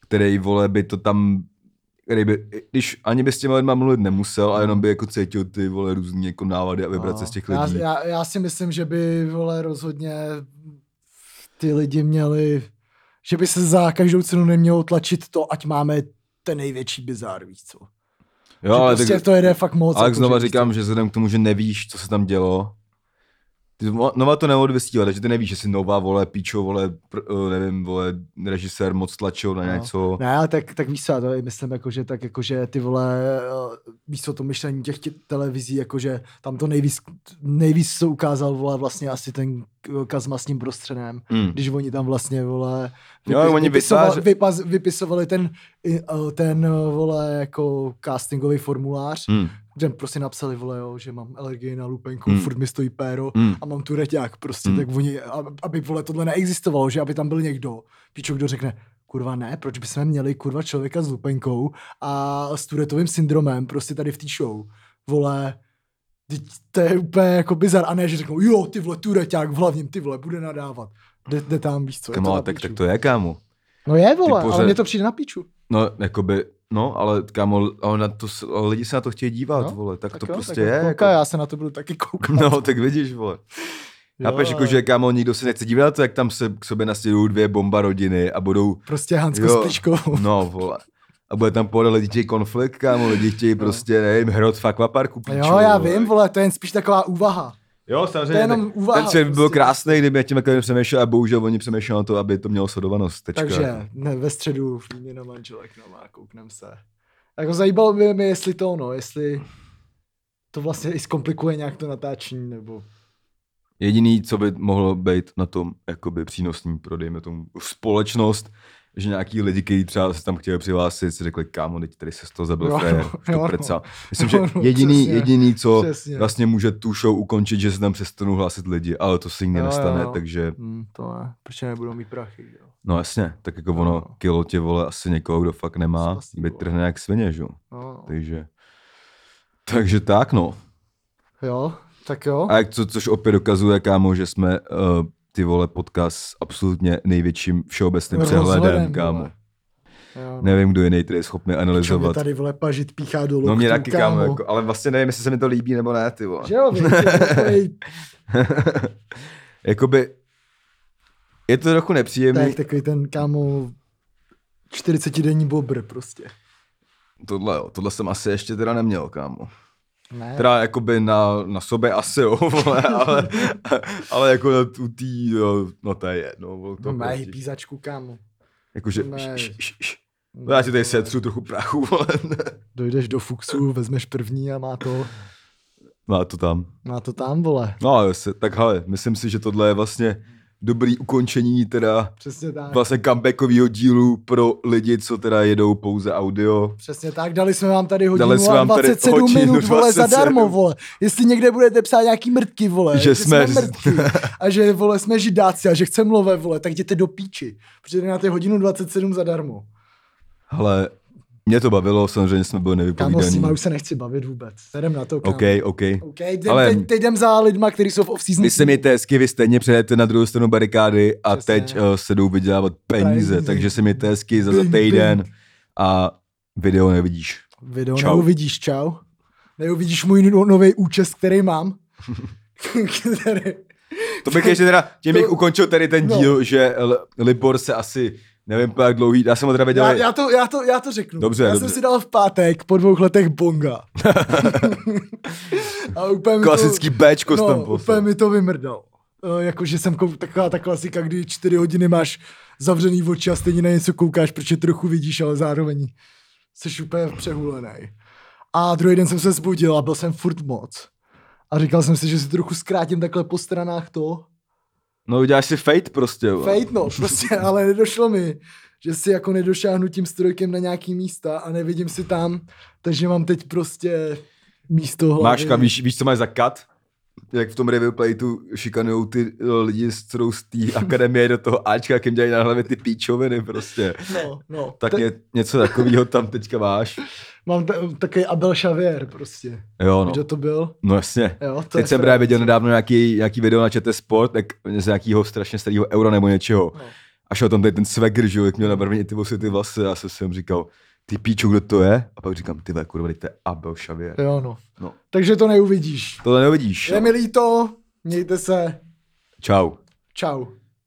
S2: který, vole, by to tam, který by, i když ani by s těma lidma mluvit nemusel, a jenom by jako cítil ty, vole, různý jako návady a vibrace
S1: No.
S2: z těch lidí.
S1: Já, já, já si myslím, že by vole rozhodně ty lidi měli, že by se za každou cenu nemělo tlačit to, ať máme ten největší bizár, víš co.
S2: jo,
S1: že
S2: ale
S1: prostě
S2: tak-
S1: to jede fakt moc.
S2: Ale
S1: jako,
S2: jak
S1: že
S2: znova
S1: prostě-
S2: říkám, že vzhledem k tomu, že nevíš, co se tam dělo, ty mo- Nova to neodvysílá, takže ty nevíš, jestli Nova, vole, Píčo, vole, pr- eh, nevím, vole, režisér moc tlačil na
S1: No.
S2: něco.
S1: Ne, ale tak, tak víš co, já to i myslím, jako, že, tak, jako, že ty vole, eh, víš co, to myšlení těch tě- televizí, jako, že tam to nejvíc, nejvíc se ukázal, vole, vlastně asi ten k- Kazma s tím prostřenem.
S2: Hmm.
S1: když oni tam vlastně, vole,
S2: Jo, oni
S1: vypisovali,
S2: vytváře-
S1: vypaz, vypisovali ten, i, eh, ten, eh, vole, jako castingový formulář,
S2: Hmm.
S1: kde prostě napsali, vole, jo, že mám alergii na lupenku,
S2: Hmm.
S1: furt mi stojí péro
S2: Hmm.
S1: a mám tu reťák, prostě,
S2: Hmm.
S1: tak oni, a- aby, vole, tohle neexistovalo, že aby tam byl někdo, píčo, kdo řekne, kurva ne, proč bychom měli, kurva, člověka s lupenkou a s Turetovým syndromem, prostě tady v té show, vole, Vždyť to je úplně jako bizar. A ne, že řeknou, jo, ty vole, tureťák v hlavním, ty vole, bude nadávat. Jde, jde tam, víš co, je
S2: Kam,
S1: to
S2: ale
S1: na
S2: tak,
S1: píču.
S2: tak to je, kámo.
S1: No je, vole,
S2: pořád-
S1: ale mně to přijde na píču.
S2: No, jakoby, no, ale kámo, ale na to, s- ale lidi se na to chtějí dívat,
S1: No,
S2: vole, tak, tak to
S1: jo,
S2: prostě
S1: tak
S2: je.
S1: Kouka,
S2: jako,
S1: já se na to budu taky koukat.
S2: [LAUGHS] no, tak vidíš, vole.
S1: Jo,
S2: Chápeš, jako,
S1: ale
S2: že kámo, nikdo se nechce dívat na to, jak tam se k sobě nastěhují dvě bomba rodiny a budou
S1: Prostě Hansko
S2: Jo.
S1: s plíškou.
S2: [LAUGHS] No, vole. A bude tam podle lidí chtějí konflikt, kámo, lidi chtějí prostě, nevím, hrot v akvaparku, píču,
S1: No. Jo, já
S2: vole.
S1: vím, vole, to je jen spíš taková úvaha.
S2: Jo,
S1: To je
S2: samozřejmě.
S1: jenom úvaha.
S2: ten svět by byl
S1: prostě.
S2: krásný, kdyby nad tím takhle přemýšlel a bohužel oni přemýšleli na to, aby to mělo sledovanost. Tečka.
S1: Takže ne, ve středu v Líně na manželek, no má, kouknem se. Jako zajímalo by mě, jestli to ono, jestli to vlastně i zkomplikuje nějak to natáčení, nebo
S2: Jediný, co by mohlo být na tom jakoby přínosný pro, dejme tomu, společnost, že nějaký lidi, kteří třeba se tam chtěli přihlásit, si řekli, kámo, teď tady se z toho zabil,
S1: Jo,
S2: to je
S1: no,
S2: to
S1: jo,
S2: prca. Myslím, že
S1: [LAUGHS] no, no,
S2: jediný,
S1: přesně,
S2: jediný, co
S1: přesně.
S2: vlastně může tu show ukončit, že se tam přestanou hlásit lidi, ale to se nikdy
S1: Jo, jo,
S2: nestane,
S1: jo.
S2: takže
S1: Hm, to ne, proč nebudou mít prachy, jo.
S2: no jasně, tak jako
S1: Jo,
S2: ono,
S1: no.
S2: kilo tě vole asi někoho, kdo fakt nemá,
S1: Spasí, vole.
S2: vytrhne jak svině, že? jo?
S1: No, no.
S2: Takže, takže tak no.
S1: jo, tak jo.
S2: A jak co, což opět dokazuje, kámo, že jsme uh, ty vole podcast s absolutně největším všeobecným
S1: Rozhledem,
S2: přehledem,
S1: vole.
S2: kámo.
S1: Jo, no.
S2: Nevím, kdo jiný tady je schopný
S1: Čo mě
S2: analyzovat.
S1: tady vole pažit píchá do loktů,
S2: No mě taky, kámo, jako, ale vlastně nevím, jestli se mi to líbí nebo ne, ty vole.
S1: Že jo, víš,
S2: [LAUGHS]
S1: je takovej-
S2: Jakoby, je to trochu nepříjemný,
S1: tak, takový ten kámo 40-denní bobr prostě.
S2: tohle jo, tohle jsem asi ještě teda neměl, kámo.
S1: Ne,
S2: Teda jakoby na, na sobě asi jo, [LAUGHS] vole, ale, ale jako na tu tý, jo, no to je jedno. vole, to
S1: no, má
S2: prostě.
S1: hypízačku, kámo.
S2: Jakože,
S1: Ne.
S2: š- š- š- š- no, já ti tady setřu trochu prachu, [LAUGHS] vole.
S1: Dojdeš do Fuxu, vezmeš první a má to,
S2: Má No to tam.
S1: má to tam, vole.
S2: No, ale se, tak hele, myslím si, že tohle je vlastně dobrý ukončení teda
S1: Přesně tak.
S2: vlastně comebackového dílu pro lidi, co teda jedou pouze audio.
S1: Přesně tak, dali jsme vám tady hodinu
S2: Dali jsme
S1: a
S2: vám tady
S1: 27
S2: hodinu
S1: minut, vole,
S2: 27.
S1: zadarmo, vole. Jestli někde budete psát nějaký mrtky, vole,
S2: Že jsme-
S1: mrtky a že, vole, jsme židáci a že chceme love, vole, tak jděte do píči, protože jde na té hodinu 27 zadarmo.
S2: Hele, mě to bavilo, samozřejmě jsme byli
S1: Kámo, s
S2: nevypovídaní.
S1: nima už se nechci bavit vůbec. Jdem na to, kámo.
S2: OK, OK.
S1: OK, teď,
S2: Ale-
S1: teď, teď jdem za lidma, kteří jsou v off-season.
S2: Vy se mějte hezky, vy stejně přejete na druhou stranu barikády a
S1: Přesně.
S2: teď uh, se jdou vydělávat peníze,
S1: Peníze.
S2: takže se mějte hezky za, za
S1: Bing,
S2: týden
S1: bing.
S2: a video nevidíš.
S1: Video
S2: Čau.
S1: neuvidíš, čau. Neuvidíš můj no- nový účest, který
S2: [LAUGHS]
S1: mám. který...
S2: To bych ještě teda, tím
S1: To-
S2: bych ukončil tady ten
S1: no.
S2: díl, že L- Libor se asi, nevím po jak dlouhý, já jsem ho teda věděl,
S1: Já, já, to, já, to, já to řeknu.
S2: Dobře,
S1: já jsem
S2: dobře.
S1: si dal v pátek po dvou letech
S2: [LAUGHS]
S1: bonga. [LAUGHS] a úplně mi
S2: klasický Bčko
S1: to,
S2: no, tam
S1: no, úplně
S2: poslal.
S1: mi to vymrdalo. E, Jakože jsem kou, taková ta klasika, kdy čtyři hodiny máš zavřený oči a stejně na něco koukáš, protože trochu vidíš, ale zároveň jsi úplně přehulený. A druhý den jsem se zbudil a byl jsem furt moc. A říkal jsem si, že si trochu zkrátím takhle po stranách to,
S2: No uděláš si fate prostě. vole.
S1: Fejt, no,
S2: [LAUGHS]
S1: prostě, ale nedošlo mi, že si jako nedošáhnu tím strojkem na nějaký místa a nevidím si tam, takže mám teď prostě místo hlavy.
S2: Máš, kam, víš, víš, co máš za kat? Jak v tom review tu šikanujou ty eh, lidi, s kterou z té akademie do toho Ačka, jak jim dělají na hlavě ty píčoviny prostě.
S1: No, no,
S2: Tak
S1: te,
S2: ně, něco takového tam teďka máš.
S1: Mám t- takový Abel Xavier prostě.
S2: Jo,
S1: No.
S2: no.
S1: Kdo to byl?
S2: No jasně.
S1: Jo, to je
S2: Teď jsem
S1: Fred.
S2: právě viděl nedávno nějaký, nějaký video na ČT Sport, jak z nějakého strašně starého eura nebo něčeho.
S1: No.
S2: No. A šel tam tady ten swagger, že jo, jak měl nabarvený ty vosy, ty vlasy, a já jsem si jim říkal, ty píčo, kdo to je? A pak říkám, ty vole, kurva, teď to je Abel Xavier.
S1: Jo, no.
S2: No.
S1: Takže to neuvidíš.
S2: Tohle neuvidíš.
S1: Je
S2: no.
S1: mi líto, mějte se,
S2: Čau.
S1: čau.